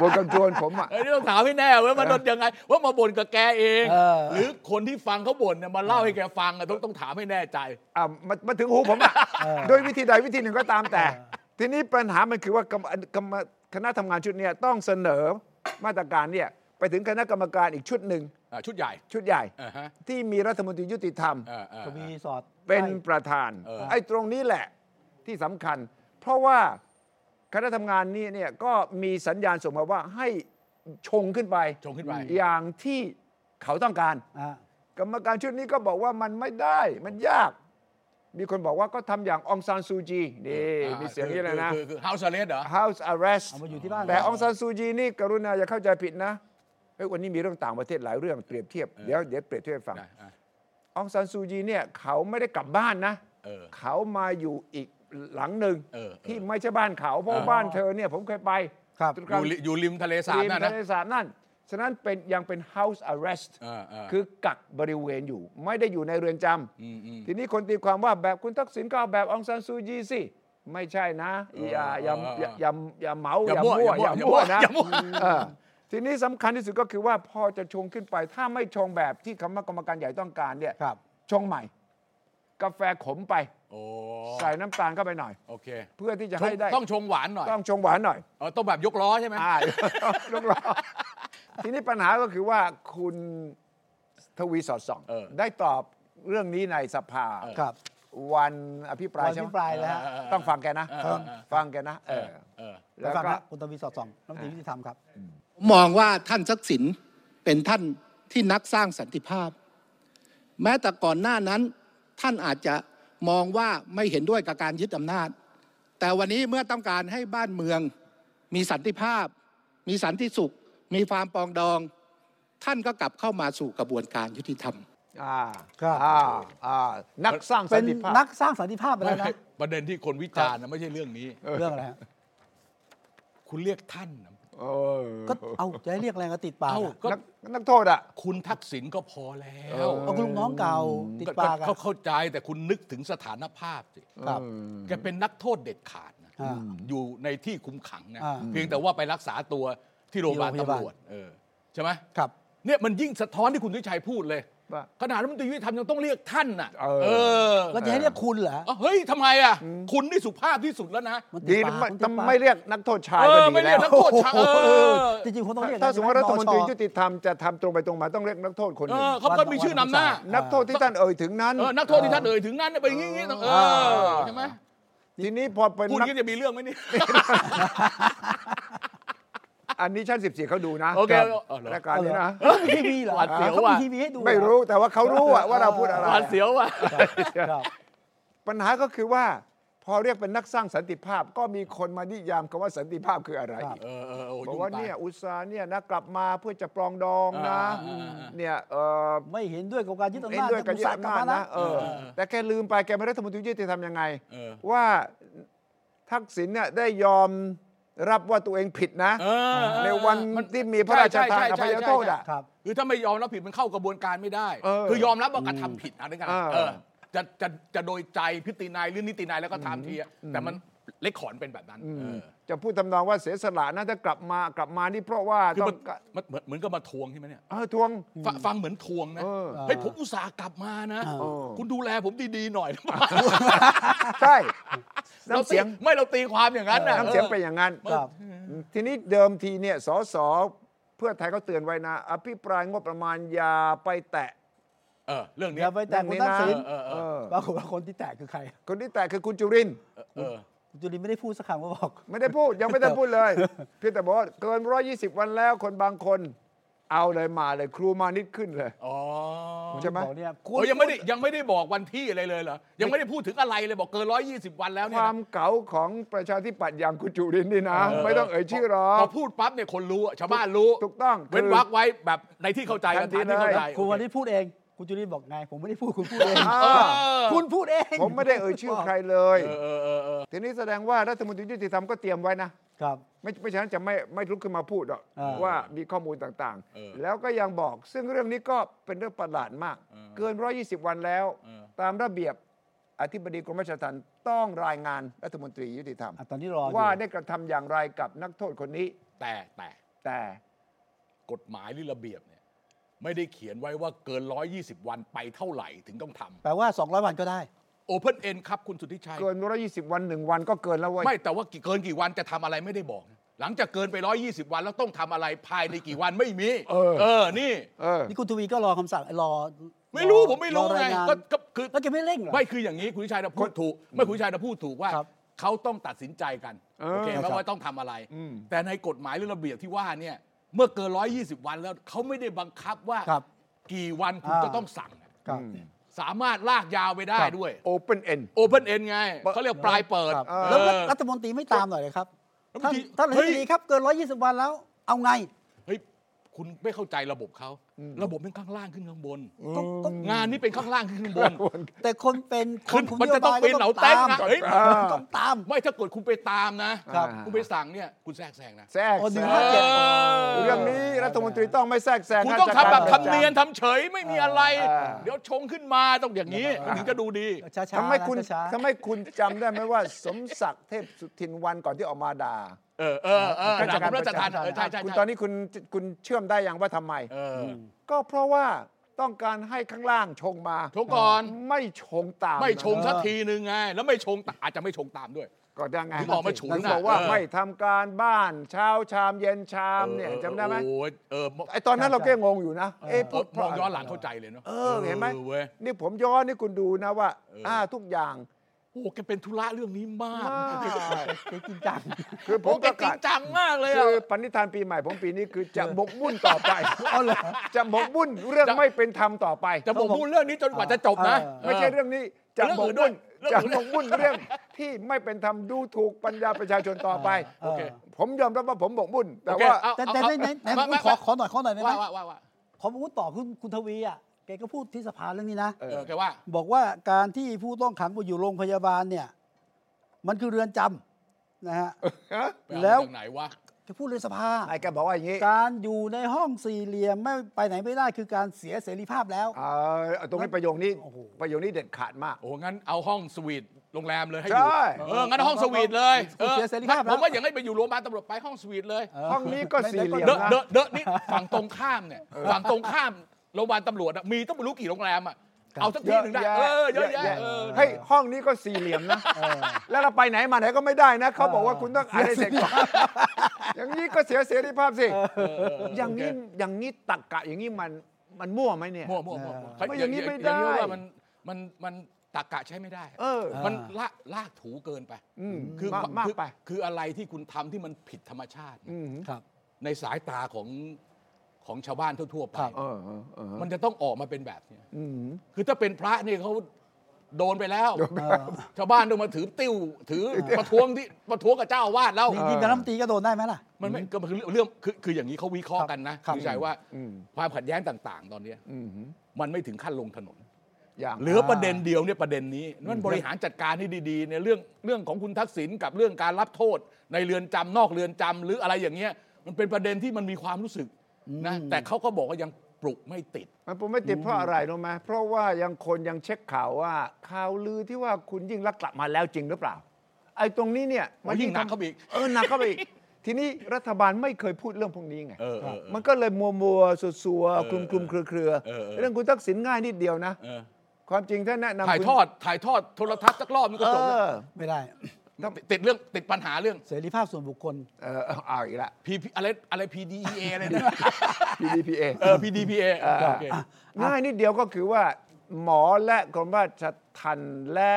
Speaker 3: บนกับโดรนผมอ่ะ
Speaker 2: เอ้ยนี่ต้องถามให้แน่เว้ยมาบ่นยังไง ว่ามาบ่นกับแกเอง
Speaker 1: เออ
Speaker 2: หรือคนที่ฟังเขาบ่นเนี่ยมาเล่าให้แกฟังอะต้องต้องถามให้แน่ใจ
Speaker 3: อ่ะมามาถึงหูผมอ่ะ
Speaker 1: เออ
Speaker 3: โดยวิธีใดวิธีหนึ่งก็ตามแต่ ทีนี้ปัญหามันคือว่ากรรมกรรมคณะทำงานชุดเนี้ยต้องเสนอมาตรการเนี่ยไปถึงคณะกรรมการอีกชุดหนึ่ง
Speaker 2: อ่าชุดใหญ่
Speaker 3: ชุดใหญ่
Speaker 2: อ่าฮะ
Speaker 3: ที่มีรัฐมนตรียุติธรรม
Speaker 2: อ่าอ่า
Speaker 1: ก็มี
Speaker 2: อ่า
Speaker 1: สอด
Speaker 3: เป็น
Speaker 1: ไล่
Speaker 3: ประธาน
Speaker 2: เออ
Speaker 3: ไอ้ตรงนี้แหละที่สำคัญ เพราะว่าคณะทำงานนี้เนี่ยก็มีสัญญาณส่งมาว่าให้ชงขึ้นไป
Speaker 2: ชงขึ้นไป
Speaker 3: อย่างที่เขาต้องการ
Speaker 1: อ่ะ
Speaker 3: กรรมการชุดนี้ก็บอกว่ามันไม่ได้มันยาก มีคนบอกว่าก็ทำอย่างองซานซูจีนี่
Speaker 2: อ่า
Speaker 3: มีเสียงนี้เลยนะ
Speaker 2: คือคือเฮาส์เลสเหรอ
Speaker 3: House arrest
Speaker 1: เอามาอยู่ที่บ้าน
Speaker 3: แต่อง
Speaker 1: ซา
Speaker 3: ซานซูจีนี่กรุณาอย่าเข้าใจผิดนะเฮ้ยวันนี้มีเรื่องต่างประเทศหลายเรื่องเปรียบเทียบ เดี๋ยวเดี๋ยวเปรียบเทียบให้ฟัง
Speaker 2: ได้อ่ะ
Speaker 3: องซานซูจีเนี่ยเขาไม่ได้กลับบ้านนะ
Speaker 2: เออ
Speaker 3: เขามาอยู่อีกหลังหนึ่ง
Speaker 2: เออเออ
Speaker 3: ที่ไม่ใช่บ้านเขาเพราะว่าบ้านเธอเนี่ยผมเคยไป
Speaker 1: ครับ
Speaker 2: อยู่ริอยู่ริมทะเลสาบ
Speaker 3: ริม
Speaker 2: นั่น
Speaker 3: ทะ
Speaker 2: นะ
Speaker 3: เลสาบนั่นฉะนั้นเป็นยังเป็น house arrest
Speaker 2: เออเออ
Speaker 3: คือกักบริเวณอยู่ ไม่ได้อยู่ในเรือนจำ
Speaker 2: มอืม
Speaker 3: ทีนี้คนตีความว่าแบบคุณทักษิณก็เอาแบบองซานซูจีสิ ไม่ใช่นะ อย่า
Speaker 2: เออ
Speaker 3: อย่าอย่าอย่าอย่าเหมาอ
Speaker 2: อา
Speaker 3: ย่ย่า
Speaker 2: มั่
Speaker 3: มั่
Speaker 2: ว
Speaker 3: วอย่
Speaker 2: อา
Speaker 3: ย่า
Speaker 2: มั่
Speaker 3: มั่
Speaker 2: ว
Speaker 3: วนะ
Speaker 2: อย่ามั่ว
Speaker 3: เออทีนี้สำคัญที่สุดก็คือว่าพอจะชงขึ้นไป ถ้าไม่ชงแบบที่คณะกรรมการใหญ่ต้องการเนี่ย
Speaker 1: ครับ
Speaker 3: ชงใหม่ กาแฟขมไป
Speaker 2: โอ้
Speaker 3: ใส่น้ำตาลเข้าไปหน่อย
Speaker 2: โอเค
Speaker 3: เพื่อที่จะ
Speaker 2: ชง
Speaker 3: ให้ได้
Speaker 2: ต้องชงหวานหน่อย
Speaker 3: ต้องชงหวานหน่อย
Speaker 2: เออต้องแบบยกล้อใช่ไหม
Speaker 3: อ่าลูกเราทีนี้ปัญหาก็คือว่าคุณทวีสอดส่องได้ตอบเรื่องนี้ในสภา
Speaker 1: ครับ
Speaker 3: วันอภิปรา
Speaker 1: วั
Speaker 3: ย
Speaker 1: น
Speaker 3: ใช่ไห
Speaker 1: ที่
Speaker 3: ม
Speaker 1: ปลายแล้วฮะ
Speaker 2: เอ
Speaker 3: ต้องฟังแกนะ
Speaker 2: เออเออเออ
Speaker 3: ฟังแกนะ เออ
Speaker 2: เออ
Speaker 3: แล้ว
Speaker 1: ฟัง
Speaker 3: ก็
Speaker 1: นะคุณตวีสอดส่องรัฐมนตรียุติธรรมครับ
Speaker 4: ผมมองว่าท่านทักษิณเป็นท่านที่นักสร้างสันติภาพ แม้แต่ก่อนหน้านั้นท่านอาจจะมองว่าไม่เห็นด้วยกับการยึดอำนาจ แต่วันนี้เมื่อต้องการให้บ้านเมือง มีสันติภาพ มีสันติสุข มีความปรองดอง ท่านก็กลับเข้ามาสู่กระบวนการยุติธรรม
Speaker 3: อ่า
Speaker 1: ครับ
Speaker 3: อ่าอ่านักสร้างสั
Speaker 1: เป็น น
Speaker 3: ติภาพ
Speaker 1: นักสร้างสันติภาพไป
Speaker 2: ไม่
Speaker 1: แล้วนะ
Speaker 2: ไม่ประเด็นที่คนวิจารณ์นะไม่ใช่เรื่องนี้
Speaker 1: เรื่องอะไรฮะ
Speaker 2: คุณเรียกท่านนะ
Speaker 3: เออ
Speaker 1: ก็เอาจะให้เรียกอะไรก็ติดปาก
Speaker 2: เอ้า
Speaker 1: อะ
Speaker 2: ก็
Speaker 3: นักนักโทษอ่ะ
Speaker 2: คุณทักษิณก็พอแล้ว
Speaker 1: เอาคุณลุงน้องเก่าติด
Speaker 2: ก็
Speaker 1: ปากอะ
Speaker 2: ก็เข้าใจแต่คุณนึกถึงสถานภาพสิ
Speaker 1: ครับ
Speaker 2: แกเป็นนักโทษเด็ดขาดนะ
Speaker 1: อ่า
Speaker 2: อยู่ในที่คุมขังนะ
Speaker 1: อ่า
Speaker 2: เพียงแต่ว่าไปรักษาตัวที่โรงพยาบาล
Speaker 1: ที่โรงพยาบาล
Speaker 2: ตำรวจเออใช่ไหม
Speaker 1: ครับ
Speaker 2: เนี่ยมันยิ่งสะท้อนที่คุณวิชัยพูดเลย
Speaker 3: ว่า
Speaker 2: ขนาดรัฐมนตรียุติธรรมยังต้องเรียกท่านน่ะ
Speaker 3: เออ
Speaker 2: อ
Speaker 1: แล้วจะให้เรียกคุณเหรอ
Speaker 2: เอาเฮ้ยทำไมอ่ะ คุณนี่สุภาพที่สุดแล้วนะ
Speaker 1: มันติ
Speaker 3: ดี
Speaker 1: ดปาก
Speaker 3: ไม่
Speaker 1: นติดปาก
Speaker 3: ไม่เรียกนักโทษชาย
Speaker 2: เอ
Speaker 3: ก็
Speaker 2: อ
Speaker 3: ดี
Speaker 2: ไม่เรี
Speaker 3: แล้
Speaker 2: ยกนั
Speaker 3: ว
Speaker 2: กโทษชายเอ
Speaker 1: เอ
Speaker 2: อ
Speaker 1: อจริงๆคุณต้องเรียก
Speaker 3: ถ้าสมมติว่ารัฐมนตรียุ
Speaker 1: ติ
Speaker 3: ติธรรมจะทำตรงไปตรงมาต้องเรียกนักโทษคนห
Speaker 2: เอ
Speaker 3: นึ่ง
Speaker 2: อเขาก็มีชื่อนำหน้า
Speaker 1: วัน
Speaker 3: นักโทษที่ท่านเอ่ยถึงนั้น
Speaker 2: เออนักโทษที่ท่านเอ่ยถึงนั้นเนี่ยไปอย่างงี้ๆต้องเอ
Speaker 3: เอ
Speaker 2: อ
Speaker 3: อ
Speaker 2: ใช่ไหม
Speaker 3: ทีนี้พอเป็น
Speaker 2: พูดอ
Speaker 3: นั
Speaker 2: ย่าก งงี้จะมีเรื่องไหมเนี่ย
Speaker 3: อันนี้ชั้น14เขาดูนะ
Speaker 2: โอเค
Speaker 3: ครับ
Speaker 2: เออเหรอ
Speaker 3: รายการนี้นะ
Speaker 1: เออมีทีวีเหรอ
Speaker 2: หวาดเสียว
Speaker 1: เขา
Speaker 2: ว่ะ
Speaker 1: มีทีวีให้ดูเหอ
Speaker 3: ไม่รู้แต่ว่าเขารู้อะว่าเราพูดอะไร
Speaker 2: หวานเสียวว่ะ
Speaker 1: ครับ
Speaker 3: ปัญหาก็คือว่า พอเรียกเป็นนักสร้างสันติภาพ ก็มีคนมานิยามคำว่าสันติภาพคืออะไร
Speaker 1: ครับ
Speaker 3: อีก
Speaker 2: เออเออเออโย
Speaker 3: บอก
Speaker 2: ยุ่ง
Speaker 3: ว่า
Speaker 2: ต
Speaker 3: เนี่ยอุตสาห์เนี่ยนะกลับมาเพื่อจะปลองดองนะ
Speaker 2: อ่าอ่าอ่า
Speaker 3: เนี่ยเออ
Speaker 1: ไม่เห็นด้วยกับการยึดอำนาจ
Speaker 3: เห็นด้วยกับยึดอำนาจนะเอ
Speaker 2: เอ
Speaker 3: อ
Speaker 2: อ
Speaker 3: แต่แกลืมไปแกเป็นรัฐมนตรียุติธรรมยังไง
Speaker 2: เออ
Speaker 3: ว่าทักษิณเนี่ยได้ยอมรับว่าตัวเองผิดนะ
Speaker 2: เออเออ
Speaker 3: ในวัน
Speaker 2: มั
Speaker 3: ที่มีพระราชทาน
Speaker 2: ใช่
Speaker 3: อ
Speaker 2: ใช่
Speaker 3: ภัย
Speaker 2: ใช่ใช่
Speaker 3: โทษอ่ะ
Speaker 1: ครับ
Speaker 2: คือถ้าไม่ยอมรับผิดมันเข้ากระบวนการไม่ได้
Speaker 3: เออ
Speaker 2: คือยอมรับว่ากระทำผิดอะไรกัน
Speaker 3: เออ
Speaker 2: เออจะจะจะโดยใจพิตินายหรือนิตินายแล้วก็ตามทีอะแต่มันเลขขอนเป็นแบบนั้นเออ
Speaker 3: จะพูดทำนองว่าเสียสละนะถ้ากลับมากลับมานี่เพราะว่า
Speaker 2: คือมั
Speaker 3: ต้อ
Speaker 2: น
Speaker 3: งกะ
Speaker 2: มันเหมือนเหมือนกับมาทวงใช่ไหมเนี่ย
Speaker 3: เออทวง
Speaker 2: ฟะฟังเหมือนทวงนะ
Speaker 3: เออ
Speaker 2: เฮ้ยผมอุตส่าห์กลับมานะ
Speaker 1: เอ
Speaker 3: อ
Speaker 2: คุณดูแลผมดีๆหน่อยนะ
Speaker 3: ใช่
Speaker 2: เราตี
Speaker 3: น้ำเสียง
Speaker 2: ไม่เราตีความอย่างนั้นนะ
Speaker 3: น้ำเสียงไปอย่างนั้น
Speaker 1: ครับ
Speaker 3: ทีนี้เดิมทีเนี่ยสสเพื่อไทยเขาเตือนไว้นะ อภิปรายงบประมาณอย่าไปแตะ
Speaker 2: เออเรื่อง
Speaker 1: อ
Speaker 2: นี้
Speaker 1: ย่าไปแตะคุณทักษิณ
Speaker 2: เออเออเออ
Speaker 3: เออ
Speaker 1: ปรากฏว่าคนที่แตะคือใคร
Speaker 3: คนที่แตะคือคุณจุรินทร์
Speaker 2: เออ
Speaker 1: คุณจุลินไม่ได้พูดสักคำก็บอก
Speaker 3: ไม่ได้พูด ยังไม่ได้พูดเลย เพียงแต่บอกว่าเกิน 120 วันแล้วคนบางคน เอาเลยมาเลยครูมานิดขึ้นเลย
Speaker 2: อ๋อ
Speaker 3: ใช่ไหม
Speaker 1: บอกเนี่ย
Speaker 2: โอ้ยยังไม่ได้ยังไม่ได้บอกวันที่อะไรเลยเหรอ ยังไม่ได้พูดถึงอะไรเลยบอกเกินร้อยยี่สิบวันแล้ว
Speaker 3: ค
Speaker 2: เนี่ยนะ
Speaker 3: วามเก๋าของประชาธิปัตย์อย่างคุณจุรินทร์นี่นะ ไม่ต้องเอ่ยชื่อหรอ
Speaker 2: พ
Speaker 3: ก
Speaker 2: อพูดปั๊บเนี่ยคนรู้อะชาวบ้านรู้
Speaker 3: ถูกต้อง
Speaker 2: เว้น
Speaker 3: คือ
Speaker 2: วักไว้แบบในที่เข้าใจ
Speaker 3: ทั
Speaker 2: กัน
Speaker 3: นที
Speaker 2: ที่เข้า
Speaker 3: เลย
Speaker 2: ใจ
Speaker 1: คุณวันนี้พูดเอง คุณจุลินบอกไง ผมไม่ได้พูดคุณพูดเอง
Speaker 3: อ่า
Speaker 1: คุณพูดเอง
Speaker 3: ผมไม่ได้เอ่ยชื่อใครเลย
Speaker 2: เออเออเออเออ
Speaker 3: ทีนี้แสดงว่ารัฐมนตรียุติธรรมก็เตรียมไว้นะ
Speaker 1: ครับ
Speaker 3: ไม่ไม่ฉะนั้นจะไม่ไม่ลุกขึ้นมาพูดหรอก
Speaker 1: อ่า
Speaker 3: ว่ามีข้อมูลต่างๆ แล้วก็ยังบอกซึ่งเรื่องนี้ก็เป็นเรื่องประหลาดมาก เกิน 120 วันแล้ว ตามระเบียบอธิบดีกรมราชทัณฑ์ต้องรายงานรัฐมนตรียุติธรรม
Speaker 1: อ่ะตอนนี้รออยู่
Speaker 3: ว่าได้กระทำอย่างไรกับนักโทษคนนี้
Speaker 2: แต่แต่
Speaker 3: แต่
Speaker 2: กฎหมายหรือระเบียบเนี่ยไม่ได้เขียนไว้ว่าเกินร้อยยี่สิบวันไปเท่าไหร่ถึงต้องท
Speaker 1: แปลว่า 200 วันก็ได้
Speaker 2: ำโอเพ่นเอ็นครับคุณสุทธิชัย
Speaker 3: เกิน 120 วันหนึ่งวันก็เกินแล้วเว้ย
Speaker 2: ไม่แต่ว่ากี่เกินกี่วันจะทำอะไรไม่ได้บอกนะหลังจากเกินไป 120 วันแล้วต้องทำอะไรภายในกี่วันไม่มี เออ นี่
Speaker 3: เออ
Speaker 1: นี่คุณทวีก็รอคำสั่งรอ
Speaker 2: ไม่รู้ผมไม่รู้ไง
Speaker 1: อายาน
Speaker 2: ก็ก็คือ
Speaker 1: แล้วแกไม่เร่งเหรอ
Speaker 2: ไม่คืออย่างนี้คุณวิชัยนะพูดถูก ไม่คุณวิชัยนะพูดถูกว่า
Speaker 1: ครับ
Speaker 2: เขาต้องตัดสินใจกัน
Speaker 3: เออ
Speaker 2: โอเคไห
Speaker 1: ค
Speaker 2: ม
Speaker 1: รับ
Speaker 2: ว่าต้องทำอะไร แต่ในกฎหมายหรือระเบียบที่ว่าเนี่ย เมื่อเกิน 120 วันแล้วเขาไม่ได้บังคับว่า
Speaker 1: ครับ
Speaker 2: กี่วันคุณ
Speaker 1: อ่า
Speaker 2: จะต้องสั่งนะ
Speaker 1: ครับ
Speaker 3: อืม
Speaker 2: สามารถลากยาวไปได้ด้วย
Speaker 3: open end
Speaker 2: โอเพ่นเอ็นไงเขาเรียกปลายเปิด
Speaker 1: ครับ
Speaker 2: เออ
Speaker 1: แล้วรัฐรัฐมนตรีไม่ตามหน่อยเลยครับ
Speaker 2: แล้วบา
Speaker 1: ท่าง น
Speaker 2: ที
Speaker 1: ท่านอ
Speaker 2: เฮ้
Speaker 1: ธิบ
Speaker 2: ย
Speaker 1: ดีครับ เกิน 120 วันแล้ว เอาไง
Speaker 2: เฮ้ยคุณไม่เข้าใจระบบเขาระบบเป็นข้างล่างขึ้นข้างบน
Speaker 1: ก็ก็
Speaker 2: งานนี้เป็นข้างล่างขึ้นข้างบน
Speaker 1: แต่คนเป็นค
Speaker 2: ขึ้
Speaker 1: น
Speaker 2: น
Speaker 1: คุม
Speaker 2: มัน
Speaker 1: โย
Speaker 2: จะต้อง
Speaker 1: บาย
Speaker 2: เป็นเหลาเต้นนะเฮ้ย
Speaker 1: ต้องตาม
Speaker 2: ไม่ถ้าเกิดคุณไปตามนะ
Speaker 1: ครับ
Speaker 3: อ่า
Speaker 2: คุณไปสั่งเนี่ย คุณแทรกแซงนะ
Speaker 3: แทรก
Speaker 1: โอ้หนึ่ง
Speaker 3: แซ
Speaker 1: ห้าเจ็ด
Speaker 3: ง
Speaker 2: เออ
Speaker 3: เรื่องนี้รัฐมนตรีต้องไม่แทรกแซง
Speaker 2: คุณ
Speaker 3: ข้า
Speaker 2: ต้อง
Speaker 3: ราชกา
Speaker 2: ทำ
Speaker 3: ร
Speaker 2: แบบ
Speaker 3: ประำ
Speaker 2: ทำเนียนทำเฉยไม่มีอะไร
Speaker 3: อ่า
Speaker 2: เดี๋ยวชงขึ้นมาต้องอย่างนี้มันถึงจะดูดี
Speaker 1: ช้าๆ
Speaker 3: ทำให้คุณ
Speaker 1: นะช้าๆ
Speaker 3: ทำให้คุณจำได้ไหมว่า สมศักดิ์เทพสุทินวันก่อนที่ออกมาด่า
Speaker 2: เออเออเออหลังคุณราชทานเออใช่ใช่
Speaker 3: คุณ
Speaker 2: ใช่
Speaker 3: ตอนนี้คุณคุณเชื่อมได้ยังว่าทำไม
Speaker 2: เออ
Speaker 3: ก็เพราะว่าต้องการให้ข้างล่างชงมา
Speaker 2: ชงก่อน
Speaker 3: ไม่ชงตาม
Speaker 2: ไม่ชงสักทีนึงไง แล้วไม่ชงตะอาจจะไม่ชงตามด้วย
Speaker 3: ก็ยังไง
Speaker 2: ถึงออกมาฉุน
Speaker 3: ถึง
Speaker 2: น่ะ
Speaker 3: บอกว่า
Speaker 2: เออ
Speaker 3: ไม่ทำการบ้านเช้าชามเย็นชามเนี่ยจำได้ไหม
Speaker 2: โอ้ยเออ
Speaker 3: ไอตอนนั้นเราก็ยังงงอยู่นะเอ๊ะ
Speaker 2: พ
Speaker 3: พูดเพ
Speaker 2: มอ
Speaker 3: ราะ
Speaker 2: งย้อนหลังเข้าใจเลยเนาะ
Speaker 3: เออเห็นไหม
Speaker 2: เว้ย
Speaker 3: นี่ผมย้อนนี่คุณดูนะว่า
Speaker 2: เอออ่
Speaker 3: อ่าทุกอย่าง
Speaker 2: โอ้แกเป็นธุระเรื่องนี้มาก
Speaker 3: มาก
Speaker 1: เจ๊จริงจัง
Speaker 3: คือผ
Speaker 2: โอ้
Speaker 3: ม
Speaker 2: แก
Speaker 3: ป
Speaker 2: จ
Speaker 3: ระ
Speaker 2: ริ
Speaker 3: กาศ
Speaker 2: งจังมากเลย
Speaker 3: คือ
Speaker 2: อะ
Speaker 3: ปณิธานปีใหม่ผมปีนี้คือจะหมกมุ่นต่อไป จะหมกมุ่นเรื่อง
Speaker 2: จะ
Speaker 3: ไม่เป็นธรรมต่อไป
Speaker 2: จะบอกพูดเรื่องนี้จนกว่าจะจบนะ
Speaker 3: ไม่ใช่เรื่องนี้จะหมกมุ่น
Speaker 2: เรื่อง
Speaker 3: จะ
Speaker 2: อื่นด้วย
Speaker 3: หมกมุ่นเรื่องที่ไม่เป็นธรรมดูถูกปัญญาประชาชนต่อไป
Speaker 1: โอเค
Speaker 3: ผมยอมรับว่าผมหมกมุ่น แต่
Speaker 2: โอเค
Speaker 3: ว่า
Speaker 2: เอา
Speaker 1: แต่
Speaker 2: เอา
Speaker 1: แต่
Speaker 2: เอา
Speaker 1: ในในใน
Speaker 2: มามา
Speaker 1: ขอ
Speaker 2: มา
Speaker 1: ขอหน่อยขอหน่อยได้ไหม
Speaker 2: ว่าว่าว่าว่า
Speaker 1: ขอพูดต่อคุณคุณทวีอ่ะแกก็พูดที่สภาเรื่องนี้นะ
Speaker 2: เออแกว่า
Speaker 1: บอกว่าการที่ผู้ต้องขังไปอยู่โรงพยาบาลเนี่ย มันคือเรือนจำนะฮะ
Speaker 3: ฮะ
Speaker 2: ไปเอา
Speaker 1: แล้ว
Speaker 2: มาจากไหนวะ
Speaker 1: แกพูดเลยสภา
Speaker 3: ไอ้แกบอกว่าอย่างนี้
Speaker 1: การอยู่ในห้องสี่เหลี่ยมไม่ไปไหนไม่ได้คือการเสียเสรีภาพแล้ว
Speaker 3: เอ่อตรงนี้ประโยคนี้
Speaker 1: โอ้โห
Speaker 3: ประโยคนี้เด็ดขาดมาก
Speaker 2: โอ้งั้นเอาห้องสวีทโรงแรมเลยให้อ
Speaker 3: ใช่
Speaker 2: ยู่เอองั้นห้องสวีทเลย
Speaker 1: คุณเสียเสรีภาพแล้ว
Speaker 2: ผมว่าอย่างนั้นไปอยู่โรงพยาบาลตำรวจไปห้องสวีทเลย
Speaker 1: เออ
Speaker 3: ห้องนี้ก็สี่เหลี่ยม
Speaker 2: เดอะ
Speaker 3: นะ
Speaker 2: เดอะเดอะนี่ฝั่งตรงข้ามเนี่ยฝั่งตรงข้ามโรงพยาบาลตำรวจอะมีต้องไม่รู้กี่โรงแรมอะเอาสักที่หนึ่งได้เออเยอะแยะเออ
Speaker 3: เฮ้ยห้องนี้ก็สี่เหลี่ยมนะ แล้วเราไปไหนมาไหนก็ไม่ได้นะ เขาบอกว่าคุณต้องอ่านให้เสร็จก่อนอย่างนี้ก็เสียเสรีภาพสิ อย่างนี้
Speaker 2: โอเค
Speaker 3: อย่างนี้ตักกะอย่างนี้มันมันมั่วไหมเนี่ย
Speaker 2: มั่วมั่วมั่ว
Speaker 3: เออไม่อย่างนี้ไม่
Speaker 2: อ
Speaker 3: ได้
Speaker 2: ย่างนี้ว่ามันมันมันตากะใช้ไม่ได้
Speaker 3: เออ
Speaker 2: มันลากลากถูเกินไป
Speaker 3: อืม
Speaker 2: คือ
Speaker 3: มากมาก
Speaker 2: คือ
Speaker 3: ไป
Speaker 2: คืออะไรที่คุณทำที่มันผิดธรรมชาติ
Speaker 3: อืม
Speaker 1: ครับ
Speaker 2: ในสายตาของของชาวบ้านทั่วๆไป
Speaker 1: ครับ
Speaker 3: เออเออเออ
Speaker 2: มันจะต้องออกมาเป็นแบบเนี้ย
Speaker 3: อืม
Speaker 2: คือถ้าเป็นพระเนี่ยเขา โดนไปแล้ว
Speaker 1: เออ
Speaker 2: ชาวบ้านต้องมาถือติ้ว ถื อประท้วงที่ประท้วงกับเจ้าอาวาดแล้ว
Speaker 1: นี่นี่เป็นรัฐมนตรีก็โดนได้ไหมล่ะ
Speaker 2: มันไม่ก็คือเรื่องคือคืออย่างนี้เขาวิเคราะห์กันนะครับ วิจัยว่า
Speaker 3: อืม
Speaker 2: ความขัดแย้งต่างๆ ตอนเนี้ย
Speaker 3: อืม
Speaker 2: มันไม่ถึงขั้นลงถนน
Speaker 3: อย่าง
Speaker 2: เหลือประเด็นเดียวเนี่ยประเด็นนี้นั่นบริหารจัดการให้ดีๆในเรื่องเรื่องของคุณทักษิณกับเรื่องการรับโทษ ในเรือนจำนอกเรือนจำหรืออะไรอย่างเงี้ยมันเป็นประเด็นที่มันมีความรู้สึกนะแต่เขาก็บอกว่ายังปลุกไม่ติด
Speaker 3: มันผมไม่ติดเพราะอะไรรู้ไหมเพราะว่ายังคนยังเช็คข่าวว่าข่าวลือที่ว่าคุณยิ่งรักษณ์กลับมาแล้วจริงหรือเปล่า ไอ้ตรงนี้เนี่ย
Speaker 2: โอ้ยิ่งหนักเข้าไปอีก
Speaker 3: เออหนักเข้าไปอีก ทีนี้รัฐบาลไม่เคยพูดเรื่องพวกนี้ไง
Speaker 2: เออเออเออ
Speaker 3: มันก็เลยมัวมัวๆสัวๆคลุมคลุมๆเครือเครือๆ
Speaker 2: เออเออ
Speaker 3: เรื่องคุณทักษิณง่ายนิดเดียวนะ
Speaker 2: เออ
Speaker 3: ความจริงถ้าแนะนำ
Speaker 2: ถ่าย
Speaker 3: คุณ
Speaker 2: ทอดถ่ายทอดโทรทัศน์สักรอบมัน
Speaker 3: เอ
Speaker 2: ก็จบแล้ว
Speaker 3: อ
Speaker 1: ไม่ได้
Speaker 2: ติดติดเรื่องติดปัญหาเรื่อง
Speaker 1: เสรีภาพส่วนบุคคล
Speaker 3: เออเอาเอาอีกละ
Speaker 2: พีอะไรอะไร PDEA อะไรเนี่ย
Speaker 3: PDPA
Speaker 2: เออ PDPA เออโอเค
Speaker 3: ง่ายนิดเดียวก็คือว่า หมอและกรมราชทัณฑ์และ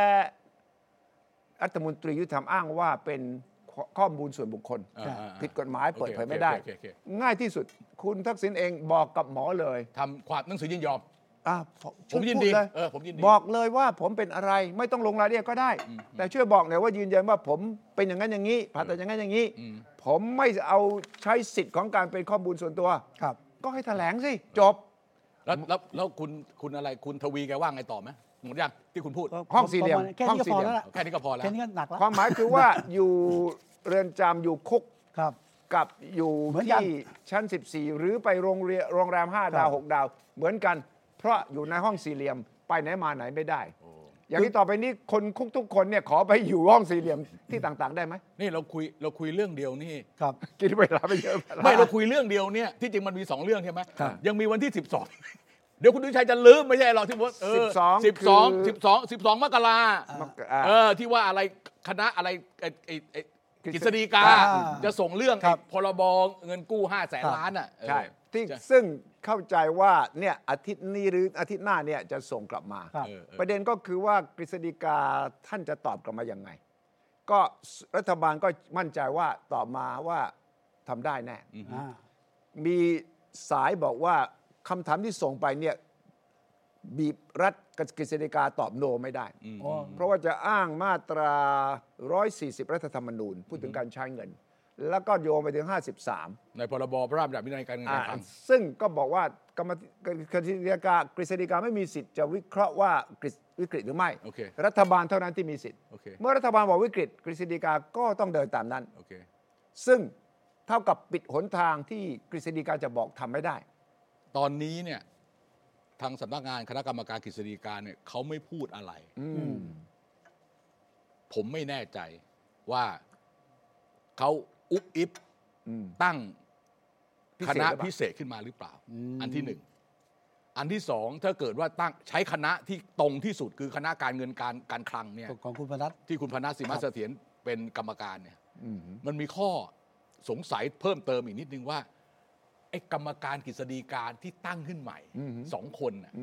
Speaker 3: รัฐมนตรียุติธรรมอ้างว่าเป็นข้อข้อมูลส่วนบุคคล
Speaker 2: อ่าอ่า
Speaker 3: ผิดกฎหมาย
Speaker 2: โอเค
Speaker 3: เปิดเผยไม่ได้
Speaker 2: โอเคโอเคโอเค
Speaker 3: ง่ายที่สุดคุณทักษิณเองบอกกับหมอเลย
Speaker 2: ทำความหนังสือยินยอม
Speaker 3: อ่ะ
Speaker 2: ผมยิน
Speaker 3: พู
Speaker 2: ดี
Speaker 3: เลย
Speaker 2: เออผมยินดี
Speaker 3: บอกเลยว่าผมเป็นอะไรไม่ต้องลงรายละเอียดก็ได้ แต่ช่วยบอกหน่อยว่ายืนยันว่าผมเป็นอย่างนั้นอย่างนี้ผ่าตัดอย่างนั้นอย่างนี้ ผมไม่เอาใช้สิทธิ์ของการเป็นข้อมูลส่วนตัว
Speaker 1: ครับ
Speaker 3: ก็ให้แถลงสิจบ
Speaker 2: แล้วแล้วแล้วคุณคุณอะไรคุณทวีแกว่าไงต่อไหมหมดยังที่คุณพูด
Speaker 3: ห้องสี่เหลี่ยม
Speaker 1: แค่
Speaker 3: ห้อง
Speaker 1: นี้ก็
Speaker 3: สี่
Speaker 1: พอ
Speaker 3: เหลี่ยม
Speaker 1: แล้วล่ะ
Speaker 2: แค่นี้ก็พอแล้ว
Speaker 1: แค่นี้ก็หนักแล้ว
Speaker 3: ความหมายคือว่า อยู่เรือนจำอยู่คุก
Speaker 1: ครับ
Speaker 3: กับอยู่
Speaker 1: เหมือนกัน
Speaker 3: ที่ชั้น 14 หรือไปโรงเรียนโรงแรม 5 ดาว
Speaker 1: ครับ
Speaker 3: 6 ดาว เหมือนกัน เพราะอยู่ในห้องสี่เหลี่ยม ไปไหนมาไหนไม่ได้ อย่างนี้ต่อไปนี้คนคุกทุกคนเนี่ยขอไปอยู่ห้องสี่เหลี่ยมที่ต่างๆ ได้ไหม
Speaker 2: นี่เราคุยเราคุยเรื่องเดียวนี่
Speaker 1: ครับ
Speaker 3: กินเวลาไปเยอะ
Speaker 2: ไม่เราคุยเรื่องเดียวเนี่ยที่จริงมันมี 2 เรื่องใช่ไหม
Speaker 1: ครับ
Speaker 2: ยัง มีวันที่ 12 เดี๋ยวคุณดุชัยจะลืมไม่ใช่หรอกที่ว่าเออสิบสองสิบสองสิบสองมกรา
Speaker 3: มักอ่า
Speaker 2: เออที่ว่าอะไรคณะอะไรไอ้ไอ้ไอ้
Speaker 3: ก
Speaker 2: ก
Speaker 3: ฤษฎี
Speaker 2: ฤษฎีกา
Speaker 1: อ่า
Speaker 2: จะส่งเรื่อง
Speaker 1: ครับ
Speaker 2: ไอ้พรบเงินกู้ห้าแสนล้านอ่ะเออ
Speaker 3: ใช่ที่
Speaker 2: จะ
Speaker 3: ซึ่งเข้าใจว่าเนี่ยอาทิตย์นี้หรืออาทิตย์หน้าเนี่ยจะส่งกลับมา
Speaker 1: ครับ
Speaker 2: เออเออ
Speaker 3: ประเด็นก็คือว่ากฤษฎีกาท่านจะตอบกลับมายังไง ก็รัฐบาลก็มั่นใจว่าตอบมาว่าทำได้แน่
Speaker 1: อ่า
Speaker 3: มีสายบอกว่าคำถามที่ส่งไปเนี่ยบีบรัฐกับกฤษฎีกาตอบโนไม่ได้
Speaker 1: อ๋อ
Speaker 3: เพราะว่าจะอ้างมาตรา 140 รัฐธรรมนูญ พูดถึงการใช้เงิน แล้วก็โยงไปถึง 53
Speaker 2: ในพรบพระราชบัญญัติวินัยการเงินการคลัง
Speaker 3: อ่าซึ่งก็บอกว่ากรรมธิกฤษฎีกากฤษฎีกาไม่มีสิทธิ์จะวิเคราะห์ว่ากฤษวิกฤตหรือไม่
Speaker 2: โอเค
Speaker 3: รัฐบาลเท่านั้นที่มีสิทธิ์
Speaker 2: โอเค
Speaker 3: เมื่อรัฐบาลบอกวิกฤตกฤษฎีกาก็ต้องเดินตามนั้น
Speaker 2: โอเค
Speaker 3: ซึ่งเท่ากับปิดหนทางที่กฤษฎีกาจะบอกทำไม่ได้
Speaker 2: ตอนนี้เนี่ยทางสำนักงานคณะกรรมการกฤษฎีกาเนี่ยเขาไม่พูดอะไร ผมไม่แน่ใจว่าเขาอุบอิบตั้ง
Speaker 3: พิ
Speaker 2: ค
Speaker 3: เศษหรื
Speaker 2: ณะ
Speaker 3: อเปล่า
Speaker 2: พิเศษขึ้นมาหรือเปล่า อันที่หนึ่ง อันที่สองถ้าเกิดว่าตั้งใช้คณะที่ตรงที่สุดคือคณะการเงินการการคลังเนี่ย
Speaker 1: ของคุณพนัท
Speaker 2: ที่คุณพนัสสิมาเสถียรเป็นกรรมการเนี่ยมันมีข้อสงสัยเพิ่มเติมอีกนิดนึงว่าไอ้กรรมการกฤษฎีการที่ตั้งขึ้นใหม่สองคนน่ะ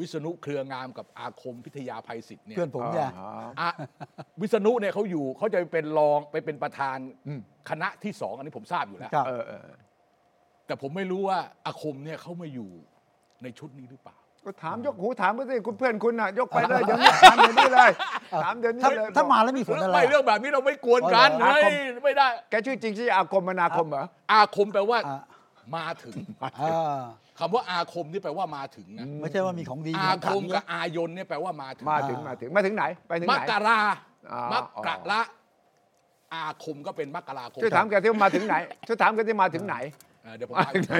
Speaker 2: วิษณุเครืองามกับอาคมพิทยาภัยศิษย์เนี่ย
Speaker 1: เพื่อนผมเนี่ย
Speaker 3: อ่า
Speaker 2: อ่ะวิษณุเนี่ยเขาอยู่เขาจะไปเป็นรองไปเป็นประธาน
Speaker 3: อืม
Speaker 2: คณะที่สองอันนี้ผมทราบอยู่แล้ว
Speaker 1: ครับ
Speaker 3: เออเออ
Speaker 2: แต่ผมไม่รู้ว่าอาคมเนี่ยเขามาอยู่ในชุดนี้หรือเปล่า
Speaker 3: ก็ถามยกหูถามก็สิคุณเพื่อนคุณน่ะยกไปเลยเดี๋ยวนี้ถามเดี๋ยวนี้เลยถามเดี๋ยวนี้
Speaker 1: ถ้า
Speaker 3: เลย
Speaker 1: ถ้ามาแล้วมีผลอะไร
Speaker 2: ไม่เรื่
Speaker 1: อ่ะ
Speaker 2: องแบบนี้เราไม่กวนกัน
Speaker 1: อ๋อเหรอ
Speaker 2: เฮ้ยไม่ได้
Speaker 3: แกชื่อจริงชื่ออาคมมนาคมเหรอ
Speaker 2: อาคมแปลว่า
Speaker 1: อ่ะ
Speaker 2: มาถึง
Speaker 1: อ่า
Speaker 2: คำว่าอาคมนี่แปลว่ามาถึงนะ
Speaker 1: ไม่ใช่ว่ามีของดี
Speaker 2: อา
Speaker 1: ของ
Speaker 2: ค
Speaker 1: ขลัง
Speaker 2: มกับอายนเนี่ยแปลว่ามาถึง
Speaker 3: มาถึงมาถึงมาถึงไหนไปถึง
Speaker 2: ม
Speaker 3: ไหน
Speaker 2: กรา
Speaker 3: อ๋อ
Speaker 2: มกระอาคมก็เป็นมกราคม
Speaker 3: ช่วยถามแกที่ว่ามาถึงไหนช่วยถามแกที่มาถึงไหน
Speaker 2: เออเดี๋ยวผม
Speaker 3: มา
Speaker 2: ถาม
Speaker 3: ถึงไหน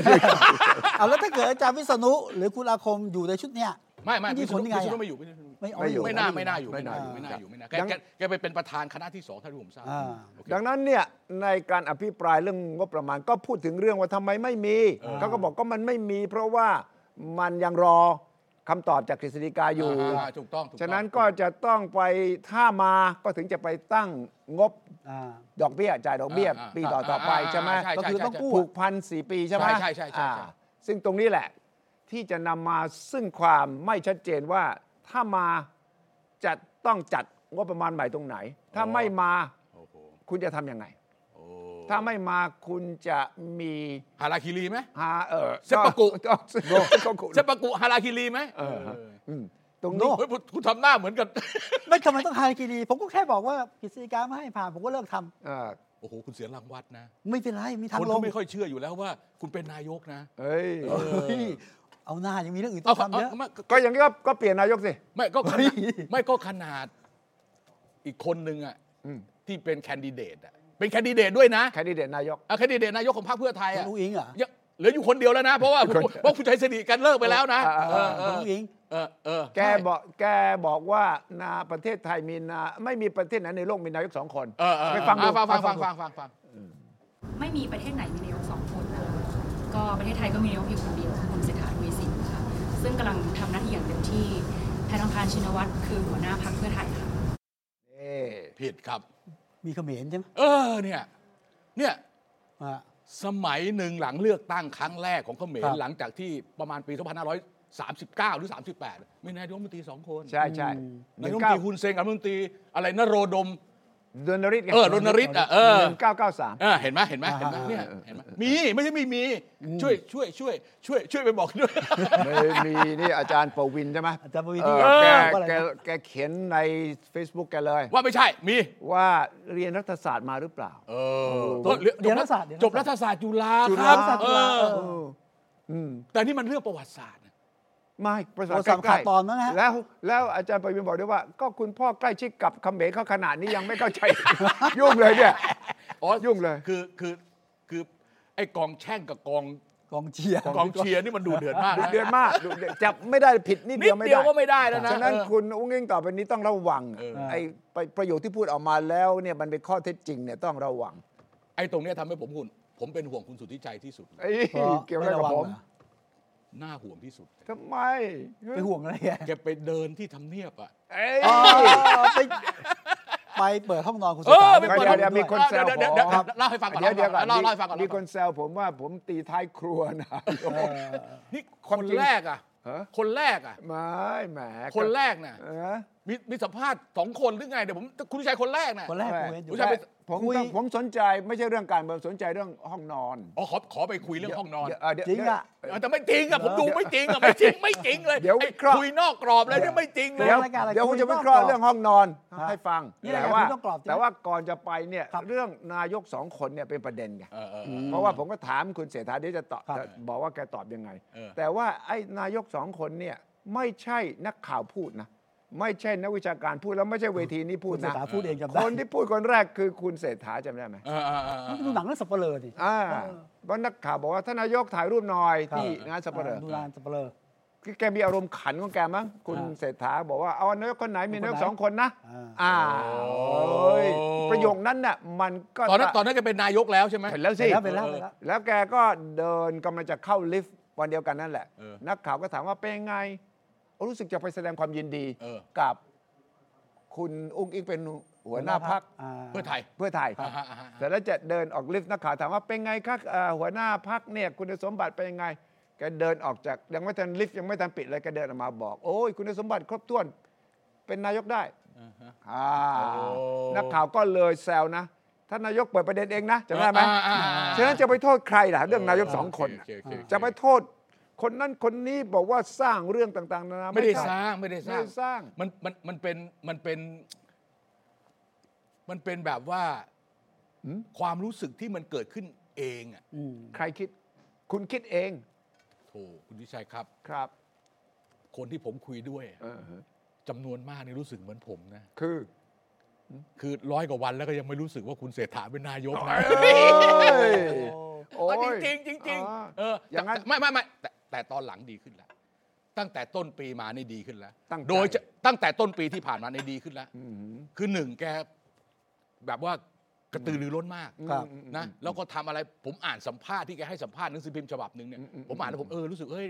Speaker 1: เอาแล้วถ้าเกิดอาจารย์วิษณุหรือคุณอาคมอยู่ในชุดเนี้ย
Speaker 2: ไม่ไม่
Speaker 1: นี่
Speaker 2: พิ
Speaker 1: ผ
Speaker 2: สุ
Speaker 1: ล
Speaker 2: ท
Speaker 1: ยังไงอะ
Speaker 2: ธิ์ไม่อยู่พิษณุ
Speaker 1: ไม่เอา
Speaker 3: ไม่อยู่
Speaker 2: ไม่น่าไม่น่าอยู่ไม่น่าอยู่
Speaker 1: ไม่
Speaker 2: ไม่
Speaker 1: น่า
Speaker 2: น่าอยู่ไม่น่าแกแกแกไปเป็นประธานคณะที่สองถ้าที่ผมทราบ
Speaker 1: อ่า
Speaker 2: โอเค
Speaker 3: ดังนั้นเนี่ยในการอภิปรายเรื่องงบประมาณก็พูดถึงเรื่องว่าทำไมไม่มีเขาก็บอกก็มันไม่มี เพราะว่ามันยังรอคำตอบจากกฤษฎีกาอยู่
Speaker 2: าถูกต้องถูกต้อง
Speaker 3: ฉะนั้นก็จะต้องไปถ้ามาก็ถึงจะไปตั้งงบ
Speaker 1: อ่า
Speaker 3: ดอกเบี้ยจ่ายดอกเบี้ย
Speaker 2: าา
Speaker 3: ปีต่อต่อๆไปใช่ไหม
Speaker 2: ใช่
Speaker 1: ก็คือ
Speaker 2: ใช่
Speaker 1: ต้องกู้
Speaker 2: ใช่
Speaker 3: ผูกพันสี่ปีใช่ไหม
Speaker 2: ใช่ใช่ใช่ใช่
Speaker 3: อ่า
Speaker 2: ใช่
Speaker 3: ซึ่งตรงนี้แหละ ที่จะนำมาซึ่งความไม่ชัดเจนว่าถ้ามาจะต้องจัดงบประมาณใหม่ตรงไหน ถ้าไม่มา
Speaker 2: โอ้โห
Speaker 3: คุณจะทำยังไง
Speaker 2: โอ้
Speaker 3: ถ้าไม่มาคุณจะมี
Speaker 2: ฮาราคิรีไหม
Speaker 3: ฮาเออ
Speaker 2: เซปปะกุ
Speaker 3: ต้องเซปปะกุ
Speaker 2: เซปปะกุฮาราคิรีไหม
Speaker 3: เออ
Speaker 2: เออ
Speaker 3: อืม ตรงนี้
Speaker 1: โน่
Speaker 2: เฮ้ยคุณทำหน้าเหมือนกัน
Speaker 1: ไม่ทำไมต้องหายกีดี ผมก็แค่บอกว่ากฤษฎีกาไม่ให้ผ่านผมก็เลิกทำ
Speaker 3: อ่า
Speaker 2: โอ้โห คุณเสียรางวัลนะ
Speaker 1: ไม่เป็นไรมีทาง
Speaker 2: คน
Speaker 1: ล
Speaker 2: ก็
Speaker 1: ง
Speaker 2: ไม่ค่อยเชื่ออยู่แล้วว่าคุณเป็นนายกนะ
Speaker 3: เฮ้ย
Speaker 1: เฮ้ยเอาหน้ายังมีเรื่องอื่นต้องทำเยอะ
Speaker 2: ไม่ก็
Speaker 3: ก็อย่างนี้ก็ก็เปลี่ยนนายกสิ
Speaker 2: ไม่ก็ข
Speaker 1: เฮ้
Speaker 2: นาด
Speaker 1: ย
Speaker 2: ไม่ก็ขนาดอีกคนนึงอ่ะ
Speaker 3: อืม
Speaker 2: ที่เป็นแคนดิเดตอะเป็นแคนดิเดตด้วยนะ
Speaker 3: แคนดิเดตนายก
Speaker 2: อ่ะแคนดิเดตนายกของพรรคเพื่อไทย
Speaker 1: คุณ
Speaker 2: อ่ะ
Speaker 1: อุ้งอิงเหรอ
Speaker 2: ยังเหลืออยู่คนเดียวแล้วนะ เพราะว่า
Speaker 3: คนเดียว
Speaker 2: เพราะคุณชัยสิริกันเลิกไปแล้วนะ
Speaker 3: อ่า
Speaker 2: เอ
Speaker 3: อ่า
Speaker 2: อเอ
Speaker 1: คุณ
Speaker 2: อ
Speaker 1: อุ้งอิง
Speaker 2: เออเออ
Speaker 3: แกบอกแกบอกว่านาประเทศไทยมีนาไม่มีประเทศไหนในโลกมีนายกสองคน
Speaker 2: เออเออ
Speaker 3: ไปฟังดู
Speaker 2: อ่ะฟังฟังฟังฟังฟังฟัง
Speaker 5: ไม่มีประเทศไหนมีนายกสองคนนะคะก็ประเทศไทยก็มีนายกเพียงคนเดียวคือคุณเศรษฐาทวีสินค่ะ ซึ่งกำลังทำหน้าที่อย่างเต็มที่แพทองทานชินวัตรคือหัวหน้าพรรคเพื่อไทยค่ะ
Speaker 3: เอ้ย
Speaker 2: ผิดครับ
Speaker 1: มีเขมรใช่ไหม
Speaker 2: เออเนี่ยเนี่ย
Speaker 1: อ่า
Speaker 2: สมัยหนึ่งหลังเลือกตั้งครั้งแรกของเขม
Speaker 1: ค
Speaker 2: ร
Speaker 1: รับ
Speaker 2: หลังจากที่ประมาณปี 2539 หรือ 38 มีนายกรัฐมนตรีสองคน
Speaker 3: ใช่ใช่ห
Speaker 2: นาย
Speaker 3: นึ่
Speaker 2: กรัฐมน
Speaker 3: งเก้า
Speaker 2: ตรีฮุนเซนกับรัฐมนตรีอะไรนโรดม
Speaker 3: ดนริศไง
Speaker 2: เออรณฤทธิ์อะเออ
Speaker 3: หนึ่งเก้าเก้าสาม
Speaker 2: เออเห็นไหมเห็นไหมเห็นไหม
Speaker 1: อ่า
Speaker 2: เนี่ยเห็นไหมมีไม่ใช่ไม่มี ช่วยช่วยช่วยช่วยช่วยไปบอกด้วย
Speaker 3: ไม่มีนี่อาจารย์ปวินใช่ไหม
Speaker 1: อาจารย์ปวีณ
Speaker 3: เออ
Speaker 1: ที่
Speaker 3: แก
Speaker 1: บอกว่าอะไร
Speaker 3: แก
Speaker 1: นะ
Speaker 3: แกเขียนใน Facebook แกเลย
Speaker 2: ว่าไม่ใช่มี
Speaker 3: ว่าเรียนรัฐศาสตร์มาหรือเปล่า
Speaker 2: เออ
Speaker 3: เออ
Speaker 2: ก็
Speaker 1: เดี๋ยวรัฐศาสตร์เดี๋ยว
Speaker 2: จ
Speaker 1: รัฐศาสตร์
Speaker 2: บรัฐศาสตร์จุฬา
Speaker 1: จุ
Speaker 2: ค
Speaker 1: ฬา
Speaker 2: รับ
Speaker 1: ศาสตร์
Speaker 2: เอ
Speaker 1: จุฬา
Speaker 2: อ
Speaker 1: เออ
Speaker 3: เอออืม
Speaker 2: แต่นี่มันเรื่องประวัติศาสตร์นะ
Speaker 3: ไม่ประสา
Speaker 1: โทรศัพ
Speaker 3: ท
Speaker 1: ท์
Speaker 3: ใกล้
Speaker 1: ขาดตอนแล้วนะฮะ
Speaker 3: แล้วแล้วอาจารย์ปวินบอกด้วยว่า ก็คุณพ่อใกล้ชิดกับเขมรเขาขนาดนี้ยังไม่เข้าใจ ยุ่งเลยเนี่ย
Speaker 2: อ๋อ
Speaker 3: ยุ่งเลย
Speaker 2: คือคือคือไอ้กองแช่งกับกอง
Speaker 1: กองเชียร์
Speaker 2: กองเชียร์นี่มันดูเดือดมาก
Speaker 3: ดุ
Speaker 2: นะ
Speaker 3: เดือดมากดุเดือดจับไม่ได้ผิดนิด
Speaker 2: นิ
Speaker 3: เดี
Speaker 2: ด
Speaker 3: ยวไม่
Speaker 2: เดียว
Speaker 3: ได้
Speaker 2: ก็ไม่ได้แล้วนะ
Speaker 3: ฉะนั้น
Speaker 2: เออ
Speaker 3: คุณอุ้งอิงต่อไปนี้ต้องระวัง
Speaker 2: เออ
Speaker 3: ไอ้ประประโยคที่พูดออกมาแล้วเนี่ยมันเป็นข้อเท็จจริงเนี่ยต้องระวัง
Speaker 2: ไอ้ตรงเนี้ยทำให้ผมหุ่น ผมเป็นห่วงคุณสุทธิชัยที่สุดเลย
Speaker 3: เอ้ย
Speaker 1: เพราะ
Speaker 3: เกี่ยวอะไรกับ
Speaker 1: ไม่ระวัง
Speaker 3: ผม
Speaker 1: เหรอ
Speaker 2: น่าห่วงที่สุดเลย
Speaker 3: ทำไม
Speaker 1: ไปห่วงอะไรอ่ะ
Speaker 2: แกไปเดินที่ทำเนียบอ่ะ
Speaker 3: เอ้ย
Speaker 1: อ๋อไปไปเปิดห้องนอนคุณสุ
Speaker 2: เออ
Speaker 1: ขา
Speaker 2: ไป
Speaker 1: ด้
Speaker 3: เปิ
Speaker 1: ว
Speaker 3: ด
Speaker 1: ย
Speaker 3: ห้องนอน มีคนแซว
Speaker 2: เดี๋ยเดี๋ย
Speaker 3: ผ
Speaker 2: เดี๋ยเดี๋
Speaker 3: ม
Speaker 2: ยเล่าให้ฟังก่อน
Speaker 3: เดี๋ยวเดี๋ยวก่อน
Speaker 2: เล่าเล่าให้ฟังก่อน
Speaker 3: มีคนแซวผมว่าผมตีท้ายครัวนะ
Speaker 1: เออ
Speaker 2: นี่คนแรกอ่ะ
Speaker 3: ฮะ
Speaker 2: คนแรกอ่ะ
Speaker 3: ไม่แหม
Speaker 2: คนแรกน่ะ
Speaker 3: เออ
Speaker 2: มีมีสัมภาษณ์สองคนหรือไงเดี๋ยวผมคุณชัยคนแรกน่ะ
Speaker 1: คนแรกผมเห็นอยู่
Speaker 2: ผู้ชายเป็น
Speaker 3: ผม
Speaker 1: คุย
Speaker 3: ต้องผมสนใจไม่ใช่เรื่องการเมืองสนใจเรื่องห้องนอน
Speaker 2: อ๋อขอขอไปคุยเรื่องห้องนอน
Speaker 3: เดี๋ยวเอ่อเดี๋ยว
Speaker 1: จริงอ่ะ
Speaker 3: เดี๋ยว
Speaker 2: เออแต่ไม่จริงอ่ะผมดูไม่จริงอ่ะไม่จริงไม่จริงเลย
Speaker 3: เดี๋ยว
Speaker 2: ไอ้
Speaker 3: วิเคราะห์
Speaker 2: คุยนอกกรอบเลยเนี่ยไม่จริงเลย
Speaker 3: เดี๋ยว
Speaker 1: รายการอะไร
Speaker 3: เดี๋ยว
Speaker 1: คุ
Speaker 3: ผม
Speaker 1: ย
Speaker 3: จะวิเคราะห์
Speaker 1: นอกกรอบ
Speaker 3: เรื่องห้องนอนให้ฟัง
Speaker 1: นี่ราย
Speaker 3: แต่
Speaker 1: การคุ
Speaker 3: ว่า
Speaker 1: ยนอกกรอบใช่ไหม
Speaker 3: แต่ว่าก่อนจะไปเนี่ย
Speaker 1: ครับ
Speaker 3: เรื่องนายกสองคนเนี่ยเป็นประเด็นไง
Speaker 2: เออเออ
Speaker 3: เพราะว่าผมก็ถามคุณเสถาเดี๋ยวจะตอบ
Speaker 1: ครับ
Speaker 3: จะบอกว่าแกตอบยังไง
Speaker 2: เออ
Speaker 3: แต่ว่าไอ้นายกสองคนเนี่ยไม่ใช่นักข่าวพูดนะ ไม่ใช่นักวิชาการพูดแล้วไม่ใช่เวทีนี้พู
Speaker 1: คุ
Speaker 3: ด
Speaker 1: ณเศรษ
Speaker 3: นะ
Speaker 1: ฐาพูดเองจำ
Speaker 3: ค
Speaker 1: ได้
Speaker 3: นที่พูดคนแรกคือคุณเศรษฐาจำได้ไหม
Speaker 2: เออเออเออเออ
Speaker 1: ดูหนังเรื่องสับเปลือดิ
Speaker 3: อ่า
Speaker 1: เออ
Speaker 3: เพราะนักข่าวบอกว่าท่านนายกถ่ายรูปหน่อย
Speaker 1: ครับ
Speaker 3: ที่งานสัปเหร่อ
Speaker 1: ดูหนังสับเปลือ
Speaker 3: คือแกมีอารมณ์ขันของแกมั้งคุณ
Speaker 1: อ่า
Speaker 3: เศรษฐาบอกว่าเอานายกคนไหนมีนายก
Speaker 1: คนไหน
Speaker 3: สองคนนะ
Speaker 1: อ่า
Speaker 3: อ่าโอ้ยประโยคนั้นน่ะมันก็
Speaker 2: ตอนนั้นตอนนั้นแกเป็นนายกแล้วใช่ไหม
Speaker 3: เห็นแล้ว
Speaker 1: เสร็
Speaker 3: สิ
Speaker 1: จแล้วเป็นแล้วเป็นแล้ว
Speaker 3: แล้วแกก็เดินกำลังจะเข้าลิฟต์วันเดียวกันนั่นแหละ
Speaker 2: เออ
Speaker 3: นักข่าวก็ถามว่าเป็นไงรู้สึกจะไปแสดงความยินดี
Speaker 2: เออ
Speaker 3: กับ คุณอุ้งอิงเป็นหัวหน้าพัก
Speaker 1: อ่า
Speaker 2: เพื่อไทย
Speaker 3: เพื่อไทย
Speaker 2: อ่าฮะอ่าฮะ
Speaker 3: แต่แล้วจะเดินออกลิฟต์นักข่าวถามว่าเป็นไงครับเอ่อหัวหน้าพักเนี่ยคุณสมบัติเป็นยังไง แกเดินออกจากยังไม่ทันลิฟต์ยังไม่ทันปิดเลยแกเดินออกมาบอก โอ้ยคุณสมบัติครบถ้วนเป็นนายกได้อ่า
Speaker 2: โอ้
Speaker 3: นักข่าวก็เลยแซวนะท่านนายกเปิดประเด็นเองนะจำได้ไหม
Speaker 2: อ่าอ่าอ่า
Speaker 3: ฉะนั้นจะไปโทษใครล่ะเรื่องนายกสองคน
Speaker 2: โเโอเคโอเค
Speaker 3: จะไปโทษ คนนั้นคนนี้บอกว่าสร้างเรื่องต่างๆนานา
Speaker 2: ไม่ได้
Speaker 3: ใช่
Speaker 2: สร้างไม่ได้สร้าง
Speaker 3: ไม่ได้สร้าง
Speaker 2: มันมันมันเป็นมันเป็น มันเป็นแบบว่าความรู้สึกที่มันเกิดขึ้นเองอ่ะ
Speaker 1: อืม
Speaker 3: ใครคิด คุณคิดเอง
Speaker 2: โถคุณวิชัยครับ
Speaker 3: ครับ
Speaker 2: คนที่ผมคุยด้วยอะ
Speaker 3: เออฮะ
Speaker 2: จำนวนมากนี่รู้สึกเหมือนผมนะ
Speaker 3: คือ
Speaker 2: คือร้อยกว่าวันแล้วก็ยังไม่รู้สึกว่าคุณเศรษฐาเป็นนายกนะ
Speaker 3: โอ้ย
Speaker 2: จริงจริงๆจริงๆ
Speaker 3: อ๋อ
Speaker 2: เออ
Speaker 3: อ
Speaker 2: อย่าง
Speaker 3: นั้น
Speaker 2: แต่แต่ไม่ไม่ไม่แต่แต่ตอนหลังดีขึ้นแล้ว ตั้งแต่ต้นปีมานี่ดีขึ้นแล้ว
Speaker 3: ตั้งใจ
Speaker 2: โดยจะตั้งแต่ต้นปีที่ผ่านมานี่ดีขึ้นแล้ว
Speaker 3: อืม
Speaker 2: คือหนึ่งแกแบบว่ากระตือรือร้นมาก
Speaker 1: ครับ
Speaker 2: นะแล้วก็ทำอะไรผมอ่านสัมภาษณ์ที่แกให้สัมภาษณ์หนังสือพิมพ์ฉบับหนึ่งเนี่ย
Speaker 3: อืมอืม
Speaker 2: ผมอ่านแล้วผมเออรู้สึกเฮ้ย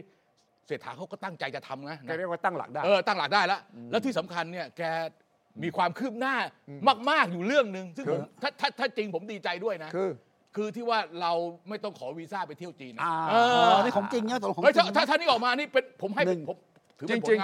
Speaker 2: เศรษฐาเขาก็ตั้งใจจะทำนะ
Speaker 3: แกเรียกว่าตั้งหลักได้
Speaker 2: เออตั้งหลักได้แล้วแล้วที่สำคัญเนี่ยแกมีความคืบหน้ามาก ๆอยู่เรื่องหนึ่งซึ่ง
Speaker 3: คือ
Speaker 2: ผมถ้าถ้าถ้าจริงผมดีใจด้วยนะ
Speaker 3: คือ
Speaker 2: คือที่ว่าเราไม่ต้องขอวีซ่าไปเที่ยวจีนนะ
Speaker 3: อ่า
Speaker 2: เอ
Speaker 1: อ๋
Speaker 2: อ
Speaker 1: อนี่ของจริงเนี่ยตกลงของ
Speaker 2: เฮ้ย
Speaker 1: จริ
Speaker 2: ถ้าง ถ้าถ้านี่ออกมานี่เป็นผมให้เป็น
Speaker 1: หนึ่ง
Speaker 2: ผมถือเป็นผ
Speaker 3: จริ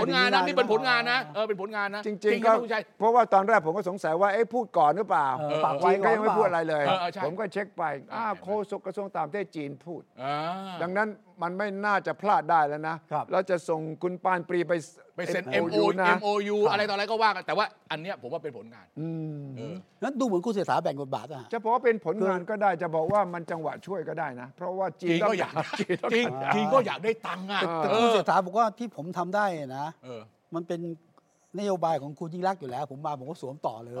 Speaker 2: ล
Speaker 3: ง
Speaker 2: งา
Speaker 3: ๆ
Speaker 2: น
Speaker 3: จริงๆ
Speaker 2: นะนี่เป็น
Speaker 1: จริงๆ
Speaker 2: ผลงานนะนี่เป็นผลงานนะ
Speaker 1: อ่า
Speaker 2: เออเป็นผลงานนะ
Speaker 3: จริง
Speaker 2: ค
Speaker 3: ๆก็
Speaker 2: รับคุณชัย
Speaker 3: เพราะว่าตอนแรกผมก็สงสัยว่าเอ๊ะพูดก่อนหรือเปล่า
Speaker 1: เออปากไว้
Speaker 3: จีนก็ยังไม่
Speaker 1: ก่อนหรือเปล่า
Speaker 3: พูดอะไรเลย
Speaker 2: เออเออใช่
Speaker 3: ผมก็เช็คไปอ้าว
Speaker 2: เออ
Speaker 3: โฆษกกระทรวงต่างประเทศจีนพูด
Speaker 2: อ่า
Speaker 3: ดังนั้น มันไม่น่าจะพลาดได้แล้วนะครับ แล้วจะส่งคุณปานปรีไป
Speaker 2: ไปเซ็น
Speaker 3: MOU
Speaker 2: MOU
Speaker 3: นะ
Speaker 2: MOU อะไรต่ออะไรก็ว่ากัน แต่ว่าอันเนี้ยผมว่าเป็นผลงาน
Speaker 3: อืม
Speaker 2: เออ
Speaker 1: นั้นดูเหมือนคุณเสถาแบ่งบทบาทอะฮะ
Speaker 3: จะบอกว่าเป็นผลงานก็ได้จะบอกว่ามันจังหวะช่วยก็ได้นะ เพราะว่าจีน
Speaker 2: จีนก็อยาก
Speaker 3: จีนต้อง
Speaker 2: จริง
Speaker 3: การ
Speaker 2: จีนก็อยากได้ตังค์อ่ะ
Speaker 3: แต่
Speaker 2: เอ
Speaker 1: คุณ
Speaker 2: อ
Speaker 1: เศรษฐาบอกว่าที่ผมทำได้นะ
Speaker 2: เออ
Speaker 1: มันเป็นนโยบายของคุณยิ่งรักษณ์อยู่แล้ว ผมมาผมก็สวมต่อเลย
Speaker 2: เอ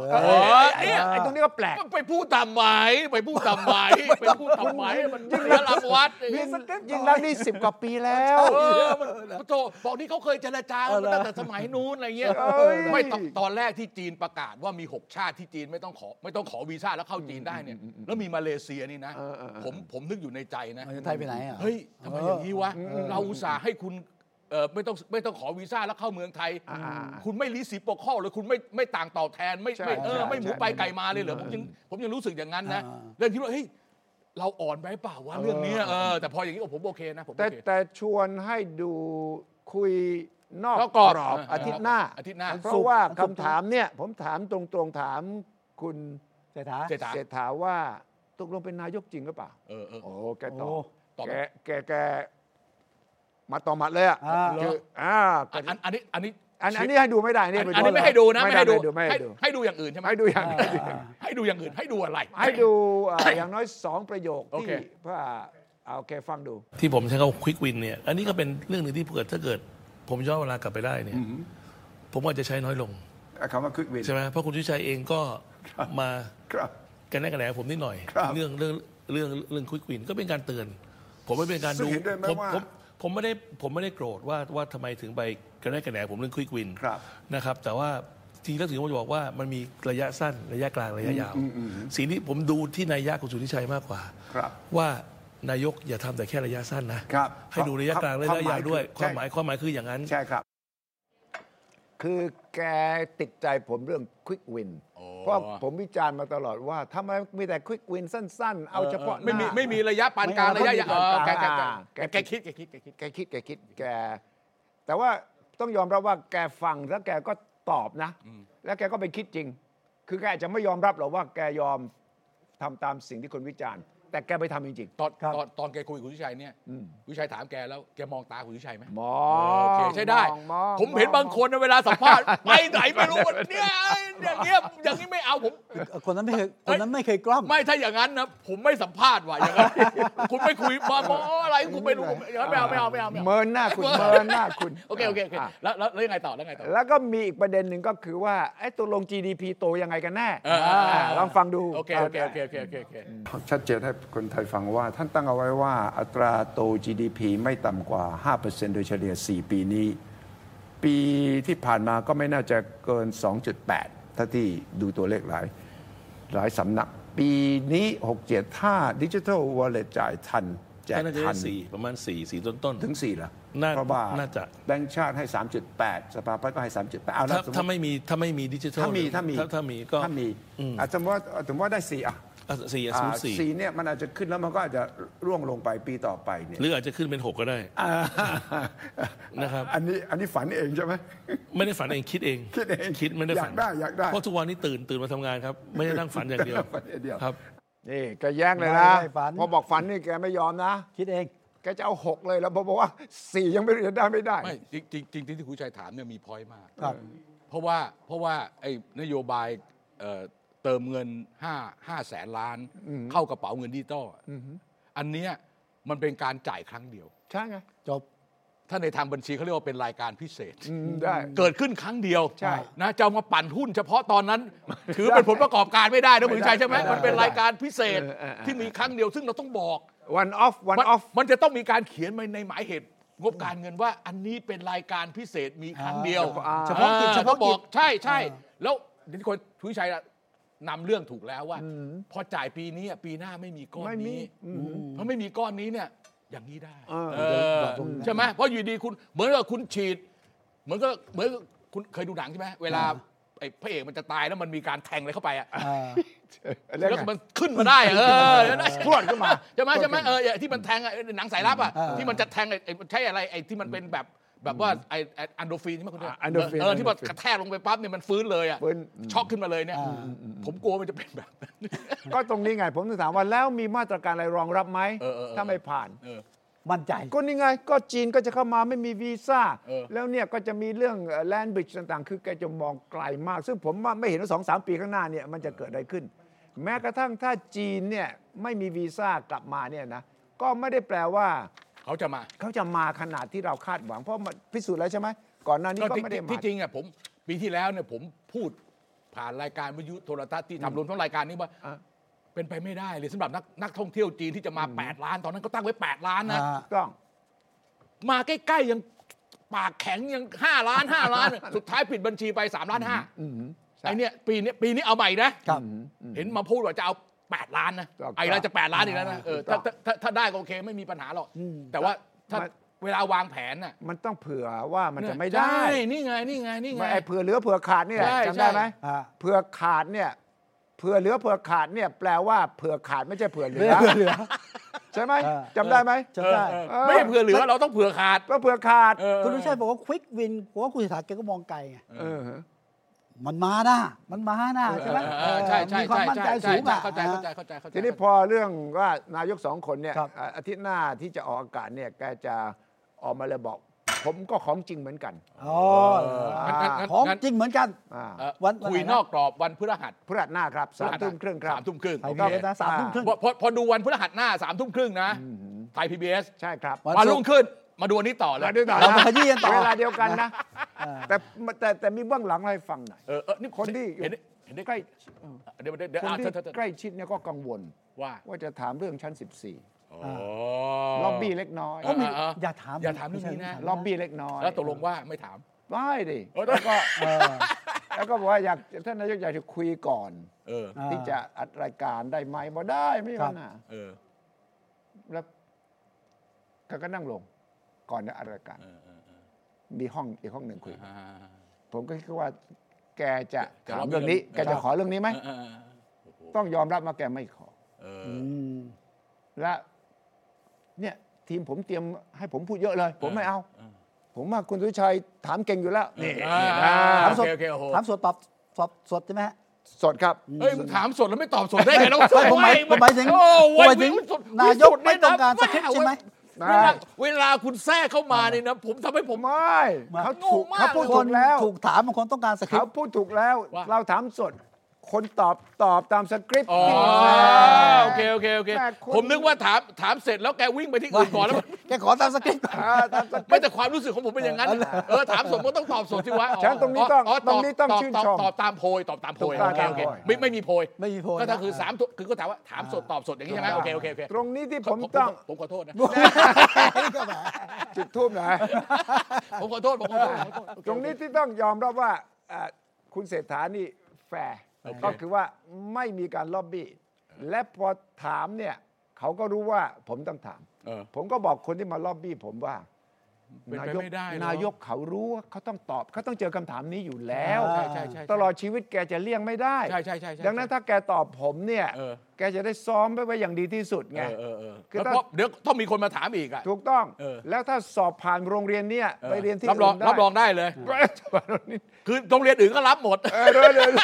Speaker 2: อ
Speaker 3: เนี่ยไอ้ตรงนี้ก็แปลก
Speaker 2: ไปพูดตามไหมไปพูดตามไหมไปพูดตามไหมมันยิ่งรักวัดเอ
Speaker 3: ยิ่
Speaker 2: ง
Speaker 3: งยิ่งรักษณ์นี่สิบกว่าปีแล้ว
Speaker 2: เออมันมันโตบอกนี่เขาเคยเจรจากันมาตั้งแต่สมัยนู้นอะไรเงี้ย
Speaker 3: เอ้ย
Speaker 2: ไม่ตอนตอนแรกที่จีนประกาศว่ามี 6 ชาติที่จีนไม่ต้องขอไม่ต้องขอวีซ่าแล้วเข้าจีนได้เนี่ยแล้วมีมาเลเซียนี่นะ
Speaker 3: เออเออเออ
Speaker 2: ผมผมนึกอยู่ในใจนะ
Speaker 1: เอาจะไทยไปไหนอ่ะ
Speaker 2: เฮ้ยทำไมอย่างนี้วะ
Speaker 3: เออ
Speaker 2: เราอุตส่าห์ให้คุณเอ่อไม่ต้องไม่ต้องขอวีซ่าแล้วเข้าเมืองไทย
Speaker 3: อ่า
Speaker 2: คุณไม่รีสิโปรข้อเลยคุณไม่ไม่ต่างตอบแทนไม่
Speaker 3: ใช่
Speaker 2: ไม่เออ
Speaker 3: ใช่
Speaker 2: ไม่หมู
Speaker 3: ใช่
Speaker 2: ไปไก่มาเลยเหรอผมยังผมยังรู้สึกอย่างนั้นนะ
Speaker 1: อ่า
Speaker 2: เรื่องที่ว่าเฮ้ยเราอ่อนไปเปล่าวะเรื่องเนี้ย
Speaker 3: เอ
Speaker 2: เอ
Speaker 3: อ
Speaker 2: อแต่พออย่างนี้โอ้ผมโอเคนะผม
Speaker 3: แต่
Speaker 2: โอเค
Speaker 3: แต่ชวนให้ดูคุยนอก
Speaker 2: แล้ว
Speaker 3: ก
Speaker 2: ก็
Speaker 3: รอบอาทิตย์หน้า
Speaker 2: อาทิตย์หน้า
Speaker 3: เพราะว่าคำถามเนี่ย ผมถามตรงๆถามคุณ
Speaker 1: เศรษฐา
Speaker 2: เศรษฐา
Speaker 3: เศรษฐาว่าตกลงเป็นนายกจริงหรือเปล่า
Speaker 2: เออเออ
Speaker 3: โอ้แกตอบ
Speaker 1: โอ้
Speaker 2: ตอบ
Speaker 3: แก
Speaker 2: แบบ
Speaker 3: แกแกมาต่อหมัดเลยอ่ะ
Speaker 1: อ่า
Speaker 3: คืออ่า
Speaker 2: อันอันอันนี้อันนี้
Speaker 3: อันอันนี้ให้ดูไม่ได้เนี่ย
Speaker 2: อันนี้ไม่ให้ดูนะไม่ให้ดู
Speaker 3: ไม่ให้
Speaker 2: ให้
Speaker 3: ดู
Speaker 2: ให้ดูอย่างอื่นใช่ไหม
Speaker 3: ให้ดูอย่าง
Speaker 1: อ่า
Speaker 3: ให้
Speaker 2: ให้
Speaker 3: ดู
Speaker 2: ดูอย่างอื่นให้ดูอะไร
Speaker 3: ให้ดูอ่าอย่างน้อยสองประโยค
Speaker 2: โอ
Speaker 3: ที่
Speaker 2: เค
Speaker 3: เพื่อเอาแกฟังดู
Speaker 6: ที่ผมใช้คำควิกวินเนี่ย อันนี้ก็เป็นเรื่องหนึ่งที่เกิดถ้าเกิด ผมย้อนเวลากลับไปได้เนี่ย ผมอาจจะใช้น้อยลง
Speaker 7: คำว่าควิกวิน
Speaker 6: ใช่ไหมเพราะคุณชุชัยเองก็มา
Speaker 7: ครับ
Speaker 6: กันแน่กันแหนผมนิดหน่อย
Speaker 7: ครับ
Speaker 6: เรื่องเรื่องเรื่องเรื่องควิกวินก็เป็นการเตือน ผมไม่เป็นการ
Speaker 7: ซึ่
Speaker 6: ดู
Speaker 7: งเห็นด้วยไหม
Speaker 6: ผม
Speaker 7: ว่า
Speaker 6: ผมผมไม่ได้ผมไม่ได้โกรธว่าว่าทำไมถึงไปกันแน่กันแหนผมเรื่องควิกวิน
Speaker 7: ครับ
Speaker 6: นะครับ แต่ว่าจริงๆแล้วถึงผมจะบอกว่ามันมีระยะสั้นระยะกลางระยะยาวสิ่งที่ผมดูที่นายยะของสุทธิชัยมากกว่า
Speaker 7: ครับ
Speaker 6: ว่านายกอย่าทำแต่แค่ระยะสั้นนะครับ ให้ดูระยะกลางและระยะยาวด้วย
Speaker 7: ค
Speaker 6: คาว
Speaker 7: วาม
Speaker 6: ห
Speaker 7: ม
Speaker 6: มาม
Speaker 7: หายย
Speaker 6: ความหมายคืออย่างนั้น
Speaker 7: ใช่ครับ
Speaker 3: คือแกติดใจผมเรื่องควิกวิน
Speaker 2: โอ้
Speaker 3: เพราะผมวิจารณ์มาตลอดว่าทำไมมีแต่ควิกวินสั้น ๆ เอาเฉพาะห
Speaker 2: ไม่
Speaker 3: น้า
Speaker 2: มีไม่มีระยะปานกลางระยะยาวเออแกแกแก
Speaker 3: แก
Speaker 2: แกคิดแกคิดแกคิด
Speaker 3: แกคิดแกคิดแก แต่ว่าต้องยอมรับว่าแกฟังแล้วแกก็ตอบนะ แล้วแกก็ไปคิดจริง คือแกอาจจะไม่ยอมรับหรอกว่าแกยอมทำตามสิ่งที่คนวิจารณ์ แต่แกไปทำจริง
Speaker 2: ตอน
Speaker 1: ครับ
Speaker 2: ตอนตอนแกคุยกับคุณวิชัยเนี่ยคุณวิชัยถามแกแล้วแกมองตาคุณวิชัยไหม
Speaker 3: มอง
Speaker 2: เโอเคใช่ได้
Speaker 3: มองมอง
Speaker 2: ผมเห็น
Speaker 3: มอง
Speaker 2: บางคนในะเวลาสัมภาษณ์ ไปไหนไม่รู้ว่าเนี่ยไอ้อย่างเงี้ยอย่างนี้ไม่เอาผม
Speaker 1: เอ่อคนนั้นไม่เคยคนนั้นไม่เคยกล้อม
Speaker 2: ไม่ถ้าอย่างนั้นนะผมไม่สัมภาษณ์ว่ะอย่างนั้น คุณไม่คุยมามองอะไรคุณไม่รู้ผมอย่างนั้นไม่เอาไม่เอาไม่เอาไม่
Speaker 3: ๆ
Speaker 2: เอา
Speaker 3: เมินหน้าคุณเมินหน้า คุณ
Speaker 2: โอเคโอเคโอเค
Speaker 3: อ่ะ
Speaker 2: แล้วแล้วแล้วยังไงต่อแล้วยังไงต่อ
Speaker 3: แล้วก็มีอีกประเด็นหนึ่งก็คือว่าไอ้ตกลง GDP โตยังไงกันแน่
Speaker 2: เออเออเออ
Speaker 3: อ่ะลองฟังดู
Speaker 2: โอเคโอเคโอเคโอเคโอเคโอเค
Speaker 7: ชัดเจนให้คนไทยฟังว่า ท่านตั้งเอาไว้ว่าอัตราโต GDP ไม่ต่ำกว่า 5%โดยเฉลี่ย 4 ปีนี้ ปีที่ผ่านมาก็ไม่น่าจะเกิน 2.8 ถ้าที่ดูตัวเลขหลาย หลายสำนัก ปีนี้ 67 ถ้าดิจิทัลวอลเล็ตจ่ายทัน แจก
Speaker 6: น่าจะ
Speaker 7: ทั
Speaker 6: ได้
Speaker 7: น
Speaker 6: สี่ประมาณสี่สี่ต้นต้น
Speaker 7: ถึง 4 เหรอ
Speaker 6: น่า
Speaker 7: เพราะว่า
Speaker 6: น่าจะ
Speaker 7: แบงก์ชาติให้ 3.8 สภาพัฒน์ก็ให้ 3.8เอาละ
Speaker 6: ถ้า
Speaker 7: สมมติ
Speaker 6: ถ้าไม่มีถ้าไม่มีดิจิทัล
Speaker 7: ถ้ามี
Speaker 6: เนี่ย
Speaker 7: ถ้ามี
Speaker 6: ถ้ามีก็
Speaker 7: ถ้ามี
Speaker 6: อืม
Speaker 7: อาจจะว่าถึงว่าได้สี่อ่ะ
Speaker 6: อ่ะสี่อ่ะสมมติสี่
Speaker 7: อ่าสี่เนี่ยมันอาจจะขึ้นแล้วมันก็อาจจะร่วงลงไปปีต่อไปเนี่ย
Speaker 6: หรืออาจจะขึ้นเป็นหกก็ได้
Speaker 7: อ่า
Speaker 6: นะครับ
Speaker 7: อันนี้อันนี้ฝันเองใช่ไหม
Speaker 6: ไม่ได้ฝันเองคิดเอง
Speaker 7: คิดเอง
Speaker 6: คิดไม่ได้ฝัน
Speaker 7: อยากได้อยากได้
Speaker 6: เพราะทุกวันนี้ตื่นตื่นมาทำงานครับ ไม่ได้นั่งฝันอย่างเดียว
Speaker 7: ฝันอย่างเดียว
Speaker 6: ครับ
Speaker 3: นี่แกแย้งเลย
Speaker 1: ไม่
Speaker 3: นะ
Speaker 1: ได้ฝัน
Speaker 3: พอบอกฝันนี่แกไม่ยอมนะ
Speaker 1: คิดเอง
Speaker 3: แกจะเอาหกเลยแล้วพอบอกว่าสี่ยังไม่รู้จะได้ไม่ได้
Speaker 2: ไม่จริงจริงจริงจริงที่คุณวิชัยถามเนี่ยมีพอยต์มาก
Speaker 1: ครับ
Speaker 2: เพราะว่าเพราะว่าไอ้นโยบายเอ่อเติมเงิน5 5แสนล้าน เข้ากระเป๋าเงินดิจิตอลอะอันเนี้ยมันเป็นการจ่ายครั้งเดียว
Speaker 3: ใช่ไง
Speaker 1: จบ
Speaker 2: ถ้าในทางบัญชีเขาเรียกว่าเป็นรายการพิเศษ
Speaker 3: อืมได้
Speaker 2: เกิดขึ้นครั้งเดียว
Speaker 3: ใช่
Speaker 2: นะจะเอามาปั่นหุ้นเฉพาะตอน นั้น ถือเป็นผลประกอบการไม่ได้นะคุณชัยใช่ไหม
Speaker 3: ไม่ได้
Speaker 2: มันเป็นรายการพิเศษ
Speaker 3: เออเออเออ
Speaker 2: ที่มีครั้งเดียวซึ่งเราต้องบอก
Speaker 3: one off one
Speaker 2: มัน
Speaker 3: off
Speaker 2: มันจะต้องมีการเขียนไว้ในหมายเหตุงบการเงินว่าอันนี้เป็นรายการพิเศษมีครั้งเดียว
Speaker 3: อ่า
Speaker 1: เฉพาะกิจ
Speaker 2: อ่
Speaker 1: เฉพาะกิจ
Speaker 2: ต้องบอกใช่ใช่แล้วเดี๋ยวนี้คนทุยชัยน่ะนำเรื่องถูกแล้วว่า พอจ่ายปีนี้อ่ะปีหน้าไม่มีก้อน
Speaker 3: ไม่มี
Speaker 2: นี้
Speaker 3: อืม
Speaker 2: เพราะไม่มีก้อนนี้เนี่ยอย่างนี้ได้
Speaker 3: เออ
Speaker 2: เออใช่ไหมเพราะอยู่ดีคุณเหมือนกับคุณฉีด เหมือนก็เหมือนกับคุณเคยดูหนังใช่ไหมเวลาไอ้พระเอกมันจะตายแล้วมันมีการแทงอะไรเข้าไปอ่ะ
Speaker 1: อ่า
Speaker 3: แล้ว
Speaker 2: แล้ว
Speaker 3: ไง
Speaker 2: มันขึ้นมาได้อะเออ
Speaker 3: พรวดขึ้นมา
Speaker 2: ใช่ไหมใช่ไหมเออที่มันแทงอะหนังสายลับอ่ะ
Speaker 1: เออ
Speaker 2: ที่มันจะแทงไอ้ไอ้ใช่อะไรไอ้ที่มันเป็นแบบแบบว่าไอ้ไอ้อันโดรฟินใช่ไหมคุณเจ้า
Speaker 3: อ่ะอันโดรฟิน
Speaker 2: เออที่มัน
Speaker 3: อันโดรฟิน
Speaker 2: กระแทกลงไปปั๊บเนี่ยมันฟื้นเลยอ่ะ
Speaker 3: ฟื้น
Speaker 2: ช็อกขึ้นมาเลยเนี่ยผมกลัวมันจะเป็นแบบนั้น
Speaker 3: ก็ตรงนี้ไง ผมถึงถามว่าแล้วมีมาตรการอะไรรองรับไหม
Speaker 2: เออเออเออ
Speaker 3: ถ้าไม่ผ่าน
Speaker 2: เออ
Speaker 1: มั่นใจ
Speaker 3: ก็นี่ไงก็จีนก็จะเข้ามาไม่มีวีซ่า
Speaker 2: เออ
Speaker 3: แล้วเนี่ยก็จะมีเรื่องแลนด์บริดจ์ต่างๆ คือแกจะมองไกลมาก ซึ่งผมว่าไม่เห็นว่าสองสามปีข้างหน้าเนี่ยมันจะเกิดอะไรขึ้น แม้กระทั่งถ้าจีนเนี่ยไม่มีวีซ่ากลับมาเนี่ยนะก็ไม่ได้แปลว่า
Speaker 2: เขาจะมา
Speaker 3: เขาจะมาขนาดที่เราคาดหวัง เพราะมันพิสูจน์แล้วใช่ไหมก่อนหน้านี้
Speaker 2: ก็
Speaker 3: ก็
Speaker 2: ที่
Speaker 3: ไม่ได้มา
Speaker 2: ที่จริงอ่ะผมปีที่แล้วเนี่ยผมพูดผ่านรายการวิทยุโทรทัศน์ที่ทำรวมทั้งรายการนี้ว่า
Speaker 3: อ่ะ
Speaker 2: เป็นไปไม่ได้เลยสำหรับนักนักท่องเที่ยวจีนที่จะมา 8 ล้าน ตอนนั้นก็ตั้งไว้ 8 ล้านนะ
Speaker 1: อ่า
Speaker 3: ถูกต้อง
Speaker 2: มาใกล้ๆยังปากแข็งยัง 5 ล้าน 5 ล้าน สุดท้ายปิดบัญชีไป 3 ล้านห้าไอเนี่ยปีเนี้ยปีนี้เอาใหม่นะครับ เห็นมาพูดว่าจะเอา 8 ล้านนะ
Speaker 3: ถูกต้อง
Speaker 2: ไอ้เราจะ 8 ล้านอีกแล้วนะเออ
Speaker 3: ถู
Speaker 2: ถ้าก
Speaker 3: ต้อง
Speaker 2: ถ้าถ้าถ้าได้ก็โอเคไม่มีปัญหาหรอกแต่ว่าถ้า
Speaker 3: มัน
Speaker 2: เวลาวางแผนน่ะ
Speaker 3: มันต้องเผื่อว่ามันจะไม่
Speaker 2: ใช
Speaker 3: ได้
Speaker 2: ่นี่ไงนี่ไงนี่ไง
Speaker 3: มันไอ้เผื่อเหลือเผื่อขาดนี่แหละ
Speaker 2: ใช่
Speaker 3: จำได้ไหม
Speaker 2: ใช่
Speaker 1: อ่า
Speaker 3: เผื่อขาดเนี่ยเผื่อเหลือเผื่อขาดเนี่ยแปลว่าเผื่อขาดไม่ใช่เผื่อเหลือ
Speaker 1: เหลือ
Speaker 3: ใช่ไหม
Speaker 1: เออ
Speaker 3: จำได้ไหม
Speaker 1: จะ
Speaker 2: เออ
Speaker 1: ได้
Speaker 2: เออ
Speaker 3: เออ
Speaker 2: ไม่เผื่อเหลือเราต้องเผื่อขาด
Speaker 3: ก็เผื่อขาด
Speaker 2: เออ
Speaker 1: คุณลุงชัยบอกว่าควิกวินผมว่าคุณเศรษฐาแกก็มองไกลไง
Speaker 3: เออ
Speaker 1: มันมาหน้ามันมาหน้าใช่ไหม
Speaker 2: เออใช่ใช่
Speaker 1: มีความ
Speaker 2: ใช่
Speaker 1: มั่นใจ
Speaker 2: ใช่
Speaker 1: สูงอ่ะ
Speaker 2: เข้าใจเข้าใจเข้าใจเข้าใจ
Speaker 3: ทีนี้พอเรื่องว่านายกสองคนเนี่ย
Speaker 1: ครับ
Speaker 3: อ่าอาทิตย์หน้าที่จะออกอากาศเนี่ยแกจะออกมาเลยบอก ผมก็ของจริงเหมือนกัน
Speaker 1: อ๋อเหรอ
Speaker 2: งั้นงั้นงั้น
Speaker 1: ของ
Speaker 2: งั้น
Speaker 1: จริงเหมือนกัน
Speaker 3: อ่า
Speaker 2: เอ่อ
Speaker 1: วันวันไหนนะ
Speaker 2: คุยนอกกรอบวันพฤหัส
Speaker 3: พฤหัสหน้าครับสามทุ่มครึ่งครับ
Speaker 2: สามทุ่มครึ่ง
Speaker 1: ไทย
Speaker 2: โอ
Speaker 1: พีเอ
Speaker 2: เค
Speaker 1: สนะสามทุ่มค รึ่ง
Speaker 2: พอพอพอดูวันพฤหัสหน้าสามทุ่มครึ่งนะ ไทยพีบีเอส
Speaker 3: ใช่ครับ
Speaker 2: วันรุ่งขึ้นมาดูวันนี้ต่อเลย
Speaker 3: มาดูต่อ
Speaker 1: เรา
Speaker 3: นะ
Speaker 1: มาขยี้กันต่อ
Speaker 3: เวลาเดียวกันนะ
Speaker 1: เออ
Speaker 3: แต่แต่แต่มีเบื้องหลังอะไรฟังหน่อย
Speaker 2: เออเออนี่
Speaker 3: คนที่
Speaker 2: เห็นได้เห็นได้
Speaker 3: ใกล้
Speaker 2: เดี๋ยวเดี๋ยวเดี๋ยว
Speaker 3: คน
Speaker 2: อ่ะ
Speaker 3: ที่
Speaker 2: เธอเธอเธอ
Speaker 3: ใกล้ชิดเนี่ยก็กังวล
Speaker 2: ว่า
Speaker 3: ว่าจะถามเรื่องชั้น
Speaker 2: โอ้
Speaker 3: 14 ล็อบบี้เล็กน้อย
Speaker 2: เออ
Speaker 1: อย่าถาม
Speaker 2: อย่าถามเรื่องนี้นะ
Speaker 3: ล็อบบี้เล็กน้อย
Speaker 2: แล้วตกลงว่าไม่ถาม
Speaker 3: ไม่ดิ
Speaker 2: เออ
Speaker 3: แล้วก็
Speaker 1: เออ
Speaker 3: แล้วก็บอกว่าอยากท่านนายกอยากจะคุยก่อน
Speaker 2: เออ
Speaker 1: อ่า
Speaker 3: ที่จะอัดรายการได้ไหมบอกได้ไม่มี
Speaker 1: ครับ
Speaker 3: ปัญหา
Speaker 2: เออ
Speaker 3: แล้วก็ก็นั่งลง ก่อนจะอัดรายการ
Speaker 2: เออเออเออ
Speaker 3: มีห้องอีกห้องหนึ่งคุย
Speaker 2: อ่า
Speaker 3: ผมก็คิดว่า แกจะ
Speaker 2: จะ
Speaker 3: ถา
Speaker 2: ล็อ
Speaker 3: ม
Speaker 2: บบี้
Speaker 3: เรื่องนี้
Speaker 2: เรื่อง
Speaker 3: แกจะขอเรื่องนี้ไหม
Speaker 2: เออเออเออโอ้โห
Speaker 3: ต้องยอมรับว่าแกไม่ขอ
Speaker 2: เอ
Speaker 1: อื
Speaker 2: อ
Speaker 1: ม
Speaker 3: และเนี่ยทีมผมเตรียมให้ผมพูดเยอะเลย ผมไม่เอา
Speaker 2: เออ
Speaker 3: ผมว่าคุณสุชัยถามเก่งอยู่แล้วนี่
Speaker 2: อ่า
Speaker 3: นี่
Speaker 2: อ่า
Speaker 3: นะ
Speaker 1: ถามสด
Speaker 2: โอเคโอเคโอ้โห
Speaker 1: ถามสดตอบสอบสดใช่ไหมฮะ
Speaker 3: สดครับ
Speaker 2: เอ้ยมึงถามสดแล้วไม่ตอบสดได้ไงน้องสด
Speaker 1: ผมหมายผมหมายถึง
Speaker 2: โอ้
Speaker 1: ผมหมายถึง
Speaker 2: วิสุทธิ์
Speaker 1: นายกไม่ต้องการสคริปต์ใช่ไหม
Speaker 2: เวลาเวลาคุณแทรกเข้ามาเนี่ยนะ ผมทำให้ผม
Speaker 3: ไม่เขา
Speaker 2: โง่
Speaker 3: ถูก
Speaker 2: มาก
Speaker 3: เขาพูด
Speaker 1: ค
Speaker 3: ถู
Speaker 1: น
Speaker 3: กแล้ว
Speaker 1: ถูกถามบางคนต้องการสคริ
Speaker 3: เขา
Speaker 1: ปต์
Speaker 3: พูดถูกแล้ว
Speaker 2: ว่า
Speaker 3: เราถามสด คนตอบตอบตามสคริปต์
Speaker 2: อ๋อ
Speaker 3: ที่
Speaker 2: โอเคโอเคโอเค
Speaker 3: แม่คุณ
Speaker 2: ผมนึกว่าถามถามเสร็จแล้วแกวิ่งไปที่อื่นก่อนแล้ว
Speaker 1: แกขอตามสคริปต์ก่อน
Speaker 3: อ่าตามสคริปต์
Speaker 2: ไม่แต่ความรู้สึกของผมเป็นอย่างนั้น เออถามสดมันต้องตอบสดสิวะ
Speaker 3: ฉันตรงนี้ต้องตรงนี้ต้อง
Speaker 2: บ
Speaker 3: ชื่น
Speaker 2: บ
Speaker 3: ชม
Speaker 2: ตอบตามโพยตอบตามโพย
Speaker 3: ถูกต้
Speaker 2: โอ
Speaker 3: อง
Speaker 2: เคโอเค
Speaker 3: ตามโพย
Speaker 2: ไม่ไม่มีโพย
Speaker 1: ไม่มีโพย
Speaker 2: ก็ถ้าคือ
Speaker 1: นะ
Speaker 2: สามตัวคือก็ถามว่าถามสดตอบสดอย่างนี้ใช่ไหมโอเคโอเคโอเค
Speaker 3: ตรงนี้ที่ผมต้อง
Speaker 2: ผมขอโทษนะ
Speaker 1: ก็แบบ
Speaker 3: จุดทูบหน่อย
Speaker 2: ผมขอโทษผมขอโทษผมขอโทษ
Speaker 3: ตรงนี้ที่ต้องยอมรับว่าอ่าคุณเศรษฐานี่แฟร์
Speaker 2: โอเค
Speaker 3: ก็คือว่าไม่มีการล็อบบี้และพอถามเนี่ยเขาก็รู้ว่าผมต้องถาม
Speaker 2: เออ
Speaker 3: ผมก็บอกคนที่มาล็อบบี้ผมว่า
Speaker 2: เป็นไป
Speaker 3: ยก
Speaker 2: ไม่ได้หรอก
Speaker 3: นายกเขารู้ว่าเขาต้องตอบเขาต้องเจอคำถามนี้อยู่แล้ว
Speaker 2: ใช่ใช่ใช่
Speaker 3: ตลอดชีวิตแกจะเลี่ยงไม่ได้
Speaker 2: ใช่ใช่ใช่ใช่
Speaker 3: ดังนั้นถ้าแกตอบผมเนี่ย
Speaker 2: เออ
Speaker 3: แกจะได้ซ้อมไว้ไว้อย่างดีที่สุดไง
Speaker 2: เออเออ
Speaker 3: คื
Speaker 2: เอ
Speaker 3: อ
Speaker 2: อ
Speaker 3: ถ้า
Speaker 2: แล้วเพราะเดี๋ยวต้องมีคนมาถามอีกอ่ะ
Speaker 3: ถูกต้อง
Speaker 2: เออ
Speaker 3: แล้วถ้าสอบผ่านโรงเรียนเนี่ย
Speaker 2: เออ
Speaker 3: ไปเรียนที่
Speaker 2: รับรอง
Speaker 3: นได้
Speaker 2: รับรองได้เลย
Speaker 3: เออ
Speaker 2: คือโรงเรียนอื่นก็รับหมด
Speaker 3: เออเดี๋ยวเดี๋ยว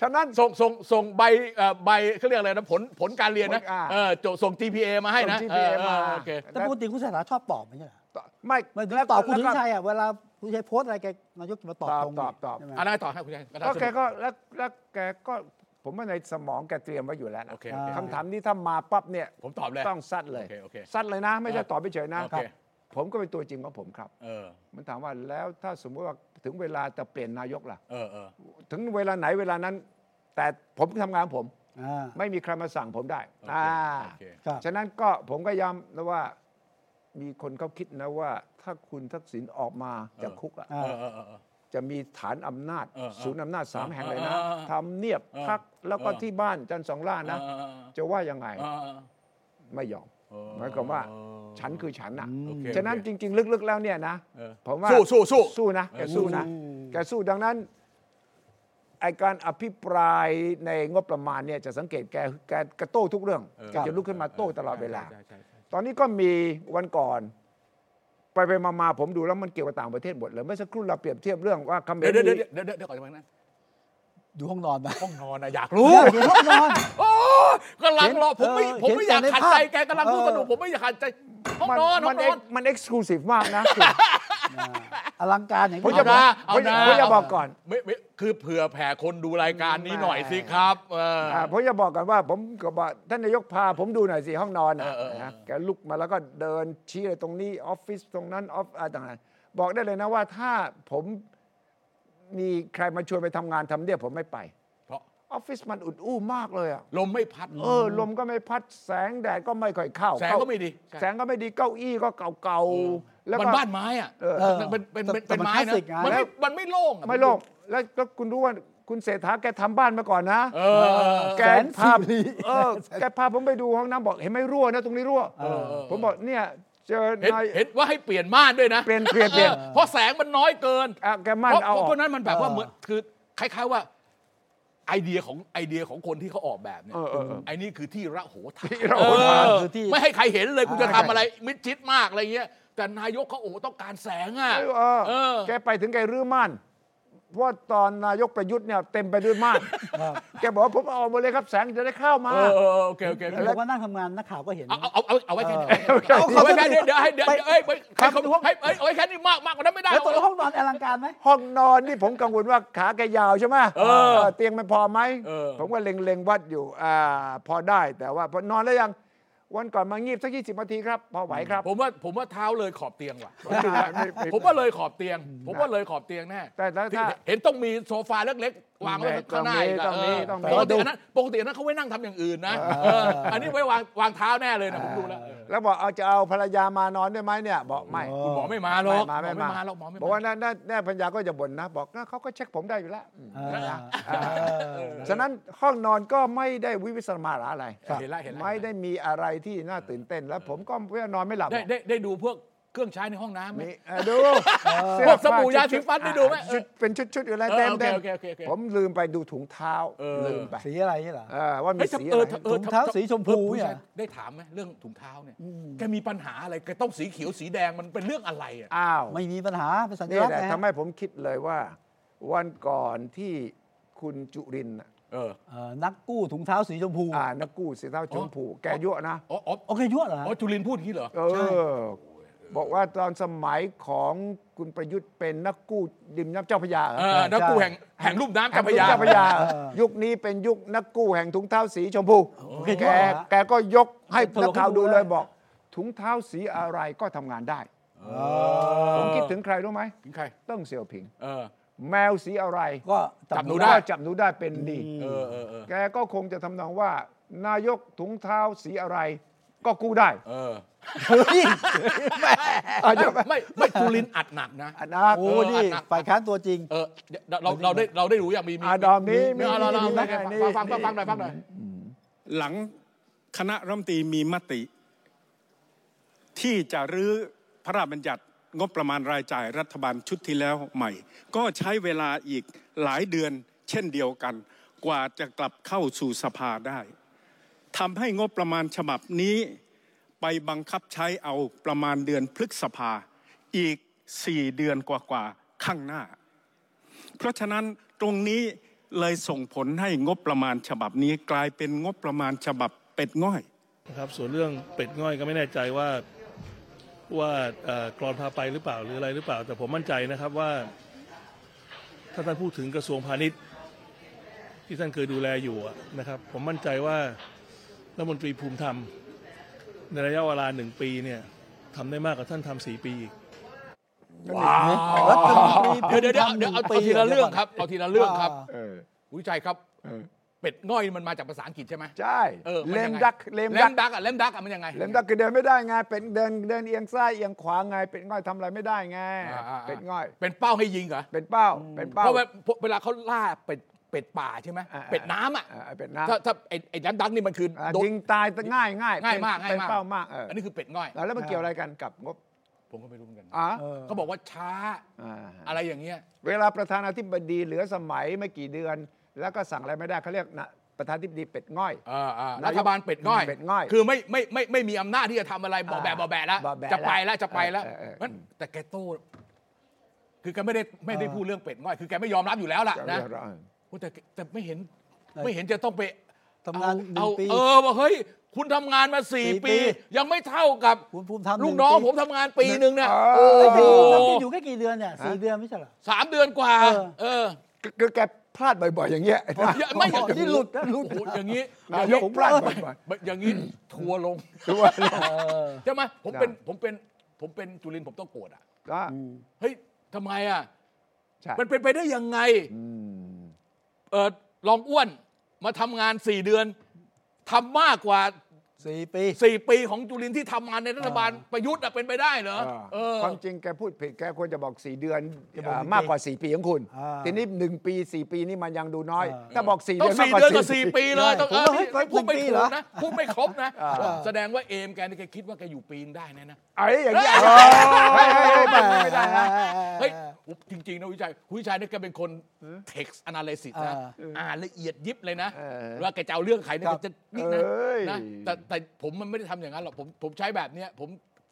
Speaker 3: ฉะนั้น
Speaker 2: ส่งส่งส่งใบเอ่อใบเขาเรียกอะไรนะผลผลการเรียนนะ
Speaker 3: ผลอ่า
Speaker 2: เออโจส่ง GPA มาให้นะ
Speaker 3: ส่ง GPA
Speaker 2: เออเออ
Speaker 3: มา
Speaker 2: โอเค
Speaker 1: แต่ปกติคุณเศรษฐาชอบตอบไม่ใช่เหรอ
Speaker 3: ไม่
Speaker 1: หมายถึง
Speaker 3: แล้ว
Speaker 1: ตอบคุณลุง
Speaker 3: แล้วก็
Speaker 1: ชัยอ่ะเวลาคุณลุงชัยโพสต์อะไรแกนายกจะมาตอบ
Speaker 3: ตอบ
Speaker 1: ตรง
Speaker 3: ตอบตอบ
Speaker 1: ใช่ไหม
Speaker 2: อันนั้นต่อให้คุณยายระดับ
Speaker 3: ก็
Speaker 2: สรุ
Speaker 3: แก
Speaker 2: ป
Speaker 3: ก็แล้วแล้วแกก็ผมว่าในสมองแกเตรียมไว้อยู่แล้วนะ
Speaker 2: โอเคโอเค
Speaker 3: คำถามนี้ถ้ามาปั๊บเนี่ย
Speaker 2: ผมตอบเลย
Speaker 3: ต้องซัดเลย
Speaker 2: โอเคโอเค
Speaker 3: ซัดเลยนะ ไม่ใช่ตอบไปเฉยๆนะ
Speaker 2: โอเค
Speaker 3: ผมก็เป็นตัวจริงของผมครับ
Speaker 2: เออ
Speaker 3: มันถามว่าแล้วถ้าสมมติว่าถึงเวลาจะเปลี่ยนนายกล่ะ
Speaker 2: เออเออ
Speaker 3: ถึงเวลาไหนเวลานั้น แต่ผมทำงานผม
Speaker 1: อ่า
Speaker 3: ไม่มีใครมาสั่งผมได้
Speaker 2: โอเค
Speaker 3: อ่า
Speaker 2: โอเค
Speaker 1: ครับ
Speaker 3: ฉะนั้นก็ผมก็ย้ำนะว่ามีคนเขาคิดนะว่า ถ้าคุณทักษิณออกมาจากคุกอะ
Speaker 1: อ่า
Speaker 2: เออเออเออเออ
Speaker 3: จะมีฐานอำนาจ
Speaker 2: เออเออ
Speaker 3: ศูนย์อำนาจสาม
Speaker 2: เออ
Speaker 3: แห่งเลยนะ
Speaker 2: เออเออ
Speaker 3: ทำเนียบ
Speaker 2: เออ
Speaker 3: พักแล้วก็
Speaker 2: เออ
Speaker 3: ที่บ้านจันทร์สองล่านะ
Speaker 2: เออเออ
Speaker 3: จะว่ายังไง
Speaker 2: เออเออ
Speaker 3: ไม่ยอม
Speaker 2: เออ
Speaker 3: หมายความว่า ฉันคือฉันน่ะ
Speaker 2: โอเค
Speaker 3: ฉะนั้น
Speaker 2: โอเค
Speaker 3: จริง ๆ ลึก ๆ แล้วเนี่ยนะ
Speaker 2: เออ
Speaker 3: ผมว่า
Speaker 2: สู้สู้สู้
Speaker 3: สู้นะแกสู้นะ
Speaker 1: อืม
Speaker 3: แกสู้ดังนั้นไอการอภิปรายในงบประมาณเนี่ยจะสังเกตแกแกกระโต้ทุกเรื่อง
Speaker 2: เออ
Speaker 3: แกจะลุกขึ้นมาโต้ตลอดเวลา
Speaker 2: ใช่ใช่ใช่
Speaker 3: ตอนนี้ก็มีวันก่อน ไปไปมามาผมดูแล้วมันเกี่ยวกับต่างประเทศหมดเลยเมื่อสักครู่เราเปรียบเทียบเรื่องว่าคำ
Speaker 2: เดี๋ยวเดี๋ยวเดี๋ยวเดี๋ยวเดี๋ยวก่อนจะไปนั่น
Speaker 1: อยู่ห้องนอนไหม
Speaker 2: ห้องนอนนะอยากรู้
Speaker 1: อยู่ห้องนอน
Speaker 2: โอ้ กำลังรอผมไม่
Speaker 1: เห็น
Speaker 2: ผมไม่อยาก
Speaker 1: เห็นแต่ใน
Speaker 2: ขัดใจ
Speaker 1: ภาพ
Speaker 2: แกกำลังพูด
Speaker 1: เออ
Speaker 2: สนุกผมไม่อยากขัดใจห้องนอนห้
Speaker 3: มั
Speaker 2: อง
Speaker 3: เ
Speaker 2: นอน
Speaker 3: มันเอ็กซ์คลูซีฟมาก นะ
Speaker 1: อลังการอย่าง
Speaker 3: ผม
Speaker 1: นี้
Speaker 3: จะบ
Speaker 2: เอา
Speaker 3: อก
Speaker 2: นะเอานะ
Speaker 3: ผมจะบอกก่อน
Speaker 2: ไม่ไม่คือเผื่อแผ่คนดูรายการนี้หน่อยสิครับเออ
Speaker 3: อ่าผมจะบอกกันว่าผมก็บอกท่านนายกพาผมดูหน่อยสิห้องนอนน่ะ
Speaker 2: เออเออเออ
Speaker 3: นะแกลุกมาแล้วก็เดินชี้อะไรตรงนี้ออฟฟิศตรงนั้นออฟอะไรต่างๆบอกได้เลยนะว่าถ้าผมมีใครมาชวนไปทำงานทำเนี่ยผมไม่ไป
Speaker 2: เพราะ
Speaker 3: ออฟฟิศมันอุดอู้มากเลยอ่ะ
Speaker 2: ลมไม่พัด
Speaker 3: เออลมก็ไม่พัดแสงแดดก็ไม่ค่อยเข้า
Speaker 2: แสงก็ไม่ดี
Speaker 3: แสงก็ไม่ดีเก้าอี้ก็เก่าๆแล้ว
Speaker 2: มัน
Speaker 3: ก็
Speaker 2: บ้านไม้อะ
Speaker 3: เออ
Speaker 2: เป็นเป็นเป็น
Speaker 1: แต่
Speaker 2: เป็นไม้
Speaker 1: คลาส
Speaker 2: นะ
Speaker 1: สิกไง
Speaker 2: มันไม่มันไม่โล่งอะ
Speaker 3: ไม่โล่งแล้วแล้วคุณรู้ว่าคุณเศรษฐาแกทำบ้านมาก่อนนะ
Speaker 2: เออ
Speaker 3: แก
Speaker 1: แสน
Speaker 3: พา
Speaker 1: สิริ
Speaker 3: เออแกพาผมไปดูห้องน้ำบอกเห็นไหมรั่วนะตรงนี้รั่ว
Speaker 2: เออ
Speaker 3: ผมบอกเนี่ยเจอ
Speaker 2: เห็น
Speaker 3: นาย
Speaker 2: เห็นว่าให้เปลี่ยนม่านด้วยนะ
Speaker 3: เปลี่ยนเปลี่ยนเปลี่ยน
Speaker 2: ออเพราะแสงมันน้อยเกิน
Speaker 3: อ่ะแก
Speaker 2: เพ
Speaker 3: มั่น
Speaker 2: ราะ
Speaker 3: เอาออก
Speaker 2: เพราะฉะนั้นมันแบบว่าเหมือนคือคล้ายๆว่า ไอเดียของไอเดียของคนที่เขาออกแบบเนี่ย
Speaker 3: เออเออเออ
Speaker 2: ไอ้นี่คือที่ระโหฐาน
Speaker 3: ที่ระโหฐาน
Speaker 2: เออ
Speaker 1: คือที่
Speaker 2: ไม่ให้ใครเห็นเลยคุณจะทำอะไรมิดชิดมากอะไรเงี้ย แต่นายกเขาโอ้โหต้องการแสงอ่ะ
Speaker 3: เออ
Speaker 2: เออ
Speaker 3: แกไปถึงแกรื้อม่านเพราะว่าตอนนายกประยุทธ์เนี่ยเต็มไปด้วยม่านแกบอกว่าผมเอาออกหมาเลยครับแสงจะได้เข้ามา
Speaker 2: เออเออโอเคโอเคโอเค
Speaker 1: แล้วว่านั่งทำงานนักข่าวก็เห็น
Speaker 2: เอาเอาเอาเอาไว้แค่นี้
Speaker 3: เออ
Speaker 2: เอาไว้แค่นี้เดี๋ยวให้เดี๋ยว
Speaker 1: ไป
Speaker 2: เดี๋ยวเอ้ยไปให้เขา
Speaker 1: ไปดูห้อง
Speaker 2: ให้เอ้ยเอาไว้แค่นี้มากมากกว่านั้นไม่ได้
Speaker 1: แล้วตกลงห้องนอนอลังการไหม
Speaker 3: ห้องนอนนี่ผมกังวลว่าขาแกยาวใช่ไหม
Speaker 2: เออ
Speaker 3: เออเตียงมันพอไหม
Speaker 2: เออ
Speaker 3: ผมก็เล็งๆวัดอยู่อ่าพอได้แต่ว่าพอนอนแล้วยังวันก่อนมางีบสักยี่สิบนาทีครับพอไหวครับ
Speaker 2: ผมว่าผมว่าเท้าเลยขอบเตียงว่ะ
Speaker 3: ผ
Speaker 2: ผม
Speaker 3: ม
Speaker 2: ว่า
Speaker 3: ว่า
Speaker 2: เลยขอบเตียง ผมว่าเลยขอบเตียงแน่
Speaker 3: แต่แล้วถ้า
Speaker 2: เห็นต้องมีโซฟาเล็กๆวางไว้ข้างหน้าอีกะ
Speaker 3: ต้องมี
Speaker 2: เ
Speaker 3: ต้องมี
Speaker 2: ปกติอันนั้นปกติอันนั้นเขาไว้นั่งทำอย่างอื่นนะเอออันนี้ไว้วางวางเท้าแน่เลยนะผมดูแล้ว
Speaker 3: แล้วบอกเอาจะเอาภรรยามานอนด้วยไหมเนี่ย บอกไม่
Speaker 2: คุณหมอไม่มาหรอก
Speaker 3: มา
Speaker 2: หมอ
Speaker 3: ไม่
Speaker 2: ไม่
Speaker 3: มา
Speaker 2: มาหรอกหมอไม่
Speaker 3: บอก
Speaker 2: มา
Speaker 3: ว่าแน่แน่แน่พัญญาก็จะบ่นนะ บอกน่ะเขาก็เช็คผมได้อยู่แล้วฉะนั้นห้องนอนก็ไม่ได้วิวิสมาระอะไร
Speaker 2: เห็นแล้วเห็นแล้ว
Speaker 3: ไม่ได้มีอะไรที่น่าตื่นเต้นแล้วผมก็เพื่อนอนไม่หลับ
Speaker 2: ได้ได้ได้ดูพวกเครื่องใช้ในห้องน้ำไหม
Speaker 3: มีเออดูเ
Speaker 2: พวกสบู่
Speaker 3: ผ้
Speaker 2: ยาสีฟันได้ดูไหม
Speaker 3: ชุดเป็นชุดๆอะไร
Speaker 2: เออ
Speaker 3: เต็ม
Speaker 2: โอเคโอ
Speaker 3: เต็ม
Speaker 2: เคโอเคโอเค
Speaker 3: ผมลืมไปดูถุงเท้า
Speaker 2: เออ
Speaker 3: ลืมไป
Speaker 1: สีอะไรนี่เหรอ
Speaker 3: เออว่ามี
Speaker 2: เฮ้ย
Speaker 3: สี
Speaker 2: เอ
Speaker 3: อะ
Speaker 2: อ
Speaker 3: ไร
Speaker 2: เออ
Speaker 1: ถุงเท้าสีชมพู
Speaker 2: เออผู้
Speaker 1: เนี่ย
Speaker 2: ชายได้ถามไหมเรื่องถุงเท้าเนี่ยแกมีปัญหาอะไรแกต้องสีเขียวสีแดงมันเป็นเรื่องอะไรอ่ะ
Speaker 3: อ้าว
Speaker 1: ไม่มีปัญหาเป็นสัญ
Speaker 3: นี่
Speaker 1: ลักษ
Speaker 3: แห
Speaker 1: ณ์
Speaker 3: ละ
Speaker 1: นะฮะ
Speaker 3: ทำให้ผมคิดเลยว่า วันก่อนที่คุณจุรินทร์น่ะ
Speaker 2: เออ
Speaker 1: เอ่อนักกู้ถุงเท้าสีชมพู
Speaker 3: อ่านักกู้สีเท้าชมพู แกยั่วนะ
Speaker 2: อ๋ออ๋อ
Speaker 1: โอเคยั่วเหรอฮะ
Speaker 2: อ๋อจุลินพูดอย่างนี้เหรอ
Speaker 3: เออ บอกว่าตอนสมัยของคุณประยุทธ์เป็นนักกู้ดิมน้ำเจ้าพระยาเหรอ
Speaker 2: เออนักกู้แห่งแห่งลุ่มน้ำเจ้าพระยา
Speaker 3: เจ้าพระยา ยุคนี้เป็นยุคนักกู้แห่งถุงเท้าสีชมพูแกแกก็ยกให้นักข่าวดูเลยบอก ถุงเท้าสีอะไรก็ทำงานได้ ผมคิดถึงใครรู้ไหม
Speaker 2: ถึงใคร
Speaker 3: เต้องเสี่ยวผิง
Speaker 2: เออ
Speaker 3: แมวสีอะไร
Speaker 1: ก็
Speaker 2: จับหนู
Speaker 1: ได้
Speaker 2: ได้
Speaker 3: ก็จับหนูได้เป็นดี
Speaker 2: เออเออเออ
Speaker 3: แกก็คงจะทำนองว่า นายกถุงเท้าสีอะไร ก็กู้ได้
Speaker 2: เออ
Speaker 3: อาจจะ
Speaker 2: ไม่ไม่จุลินอัดหนักนะ
Speaker 3: อันนั้น
Speaker 1: โอ้นี่ฝ่ายค้านตัวจริง
Speaker 2: เออเราเราได้เราได้รู้อย่างมีมี
Speaker 3: อาดอมนี้
Speaker 2: มีเราเราฟังฟังฟังหน่อยฟังหน่อย
Speaker 4: หลังคณะรัฐมนตรีมีมติ ที่จะรื้อพระราชบัญญัติงบประมาณรายจ่ายรัฐบาลชุดที่แล้วใหม่ ก็ใช้เวลาอีกหลายเดือนเช่นเดียวกัน กว่าจะกลับเข้าสู่สภาได้ทำให้งบประมาณฉบับนี้ ไปบังคับใช้เอาประมาณเดือนพฤษภา อีกสี่เดือนกว่าๆข้างหน้า เพราะฉะนั้นตรงนี้เลยส่งผลให้งบประมาณฉบับนี้กลายเป็นงบประมาณฉบับเป็ดง่อย
Speaker 6: นะครับส่วนเรื่องเป็ดง่อยก็ไม่แน่ใจว่าว่าเอ่อกรอนพาไปหรือเปล่าหรืออะไรหรือเปล่า แต่ผมมั่นใจนะครับว่า ถ้าท่านพูดถึงกระทรวงพาณิชย์ ที่ท่านเคยดูแลอยู่อะนะครับ ผมมั่นใจว่ารัฐมนตรีภูมิธรรม ในระยะเวลาหนึ่งปีเนี่ยทำได้มากกว่าท่านทำสี่ปีอีก
Speaker 2: ว้าวเดี๋ยวเดี๋ยวเดี๋ยวเอาเอาทีละเรื่องครับเอาทีละเรื่องครับ
Speaker 3: เออ
Speaker 2: วิจัยครับเป็ดง่อยมันมาจากภาษาอังกฤษใช่ไหม
Speaker 3: ใช่
Speaker 2: เออ
Speaker 3: เลมดักเล
Speaker 2: เลม
Speaker 3: มดั
Speaker 2: ดั
Speaker 3: ก
Speaker 2: กอะเลมดักอะมันยังไง
Speaker 3: เลมดักคือเดินไม่ได้ไงเป็นเดินเดินเอียงซ้ายเอียงขวาไง เป็นง่อยทำอะไรไม่ได้ไง
Speaker 2: อ่าอ่าอ่า
Speaker 3: เป็นง่อย
Speaker 2: เป็นเป้าให้ยิงเหรอ
Speaker 3: เป็นเป้าเป็นเป้า
Speaker 2: เพราะเวลาเขาล่าเป็ดเป็ดป่าใช่ไหม
Speaker 3: อ่าอ่า
Speaker 2: เป็ดน้ำอ่ะ
Speaker 3: อ่าเป็ดน้ำ
Speaker 2: ถ้าถ้าไอ้ไอ้น้ำดักนี่มันคือ
Speaker 3: อ่า
Speaker 2: โดน
Speaker 3: ยิงตายง่ายง่าย
Speaker 2: ง่ายมากง่าย
Speaker 3: เป็น
Speaker 2: มาก
Speaker 3: เป้ามากเออ
Speaker 2: อันนี้คือเป็ดง่อย
Speaker 3: แล้วแล้วมันเกี่ยวอะไรกันกับงบ
Speaker 2: ผมก็ไม่รู้เหมือนกัน
Speaker 3: อ๋อ
Speaker 2: เขาบอกว่าช้า
Speaker 3: อ่า
Speaker 2: อะไรอย่างเงี้ย
Speaker 3: เวลาประธานาธิบดีเหลือสมัยไม่กี่เดือน แล้วก็สั่งอะไรไม่ได้เขาเรียกนะประธานาธิบดีเป็ดง่อย
Speaker 2: อ่าอ่านรั
Speaker 3: ายก
Speaker 2: ฐบาลเป็ดง่อย
Speaker 3: เป็ดง่อย
Speaker 2: คือไม่ไม่ไม่ไม่มีอำนาจที่จะทำอะไรบอกแบะ
Speaker 3: อ่า
Speaker 2: บอกแบะแล้ว
Speaker 3: บอกแบะ
Speaker 2: จะไป
Speaker 3: แล้
Speaker 2: แล้ว วจะไปแล้ว
Speaker 3: เออเออเออ
Speaker 2: มันแต่แกโต้คือแกไม่ได้ไม่ได้พูดเรื่องเป็ดง่อย คือแกไม่ยอมรับอยู่แล้วล่ะนะ
Speaker 3: แกไม่ยอมรับ
Speaker 2: โอ้แต่แต่ไม่เห็นไม่เห็นจะต้องไป
Speaker 1: ทำงานหนึ่
Speaker 2: เอา
Speaker 1: งปี
Speaker 2: เออว่าเฮ้ย คุณทำงานมาสี่
Speaker 1: สี่ปี
Speaker 2: ปี ยังไม่เท่ากับ
Speaker 1: คุณภูมิทำห
Speaker 2: ลู
Speaker 1: นึ่
Speaker 2: ก
Speaker 1: ปี
Speaker 2: น้องผมทำงานปีหนึ่งเนี่ย
Speaker 3: เออ
Speaker 2: โอ้
Speaker 1: เอ้ย
Speaker 2: โห
Speaker 1: แต่คุณภูมิทำอยู่แค่กี่เดือนเนี่ยสี่เดือนไม่ใช่เหรอ
Speaker 2: สามเดือนกว่า
Speaker 1: เออ
Speaker 2: เออ
Speaker 3: ก็ก็แกพลาดบ่อยๆ อย่าง เงี้ย
Speaker 2: อย่าไม่
Speaker 1: อ๋อนี่หลุดนะหลุด
Speaker 2: โอ้โอย่างนี้
Speaker 3: นายกผมพลาดบ่อย
Speaker 2: ไม่อย่างนี้ทัวร์ลง
Speaker 3: ๆ คือว่า
Speaker 2: ใช่ไหมผมเป็นผมเป็นผมเป็นจุลินทร์ผมต้องโกรธอ่ะ
Speaker 3: ก็
Speaker 2: เฮ้ยทำไมอ่ะ
Speaker 3: ใช่
Speaker 2: มันเป็นไปได้ยังไงเออลองอ้วนมาทำงานสี่เดือนทำมากกว่า
Speaker 1: สี่ปี
Speaker 2: สี่ปีของจุลินที่ทำงานในรัฐบาลประยุทธ์อะเป็นไปได้เหรอเออ
Speaker 3: ความจริงแกพูดผิดแกควรจะบอก 4 เดือน
Speaker 1: แกบอก
Speaker 3: อ่า
Speaker 1: สี่ปี
Speaker 3: มากกว่า 4 ปีของคุณ
Speaker 1: อ่า
Speaker 3: ทีนี้ 1 ปี 4 ปีนี่มันยังดูน้อย
Speaker 1: อ่า
Speaker 3: ถ้าบอก 4
Speaker 2: ต้อ
Speaker 3: เดือง น
Speaker 2: สี่
Speaker 3: มาก
Speaker 2: เดือน
Speaker 3: ก
Speaker 2: กั
Speaker 3: ว่า
Speaker 2: บ
Speaker 3: สี่
Speaker 2: สี่
Speaker 3: ปี
Speaker 2: ปีเลย
Speaker 1: ใช่
Speaker 2: ต้องเอ
Speaker 1: ผมว่าเฮ้ย
Speaker 2: อพูดไม่
Speaker 1: เป็นปี
Speaker 2: ถู
Speaker 1: เหร
Speaker 2: ก
Speaker 1: อ
Speaker 2: นะพูดไม่ครบนะ
Speaker 3: อ่า
Speaker 2: เออแสดงว่าเอมแกนี่แกคิดว่าแกอยู่ปีนได้แน่นะ
Speaker 3: ไอ้อย่างเงี้ย
Speaker 2: เออ
Speaker 3: เฮ้ยเฮ้ยเฮ้ยมันไม่ได้นะ
Speaker 2: เฮ้ยอุ๊ยจริง ๆ นะวิชัยคุณวิชัยเนี่ยแกเป็นคน text analysis นะ
Speaker 1: เอออ่
Speaker 2: อ่านละเอียดยิบเลยนะ
Speaker 3: เออ
Speaker 2: ว่าแกจะเอาเรื่องใครเนี่ย
Speaker 1: ครั
Speaker 2: แก
Speaker 1: บ
Speaker 2: จะนี่นะ
Speaker 3: เอ้ย
Speaker 2: นะแต่แต่ผมมันไม่ได้ทำอย่างนั้นหรอกผมผมใช้แบบเนี้ยผม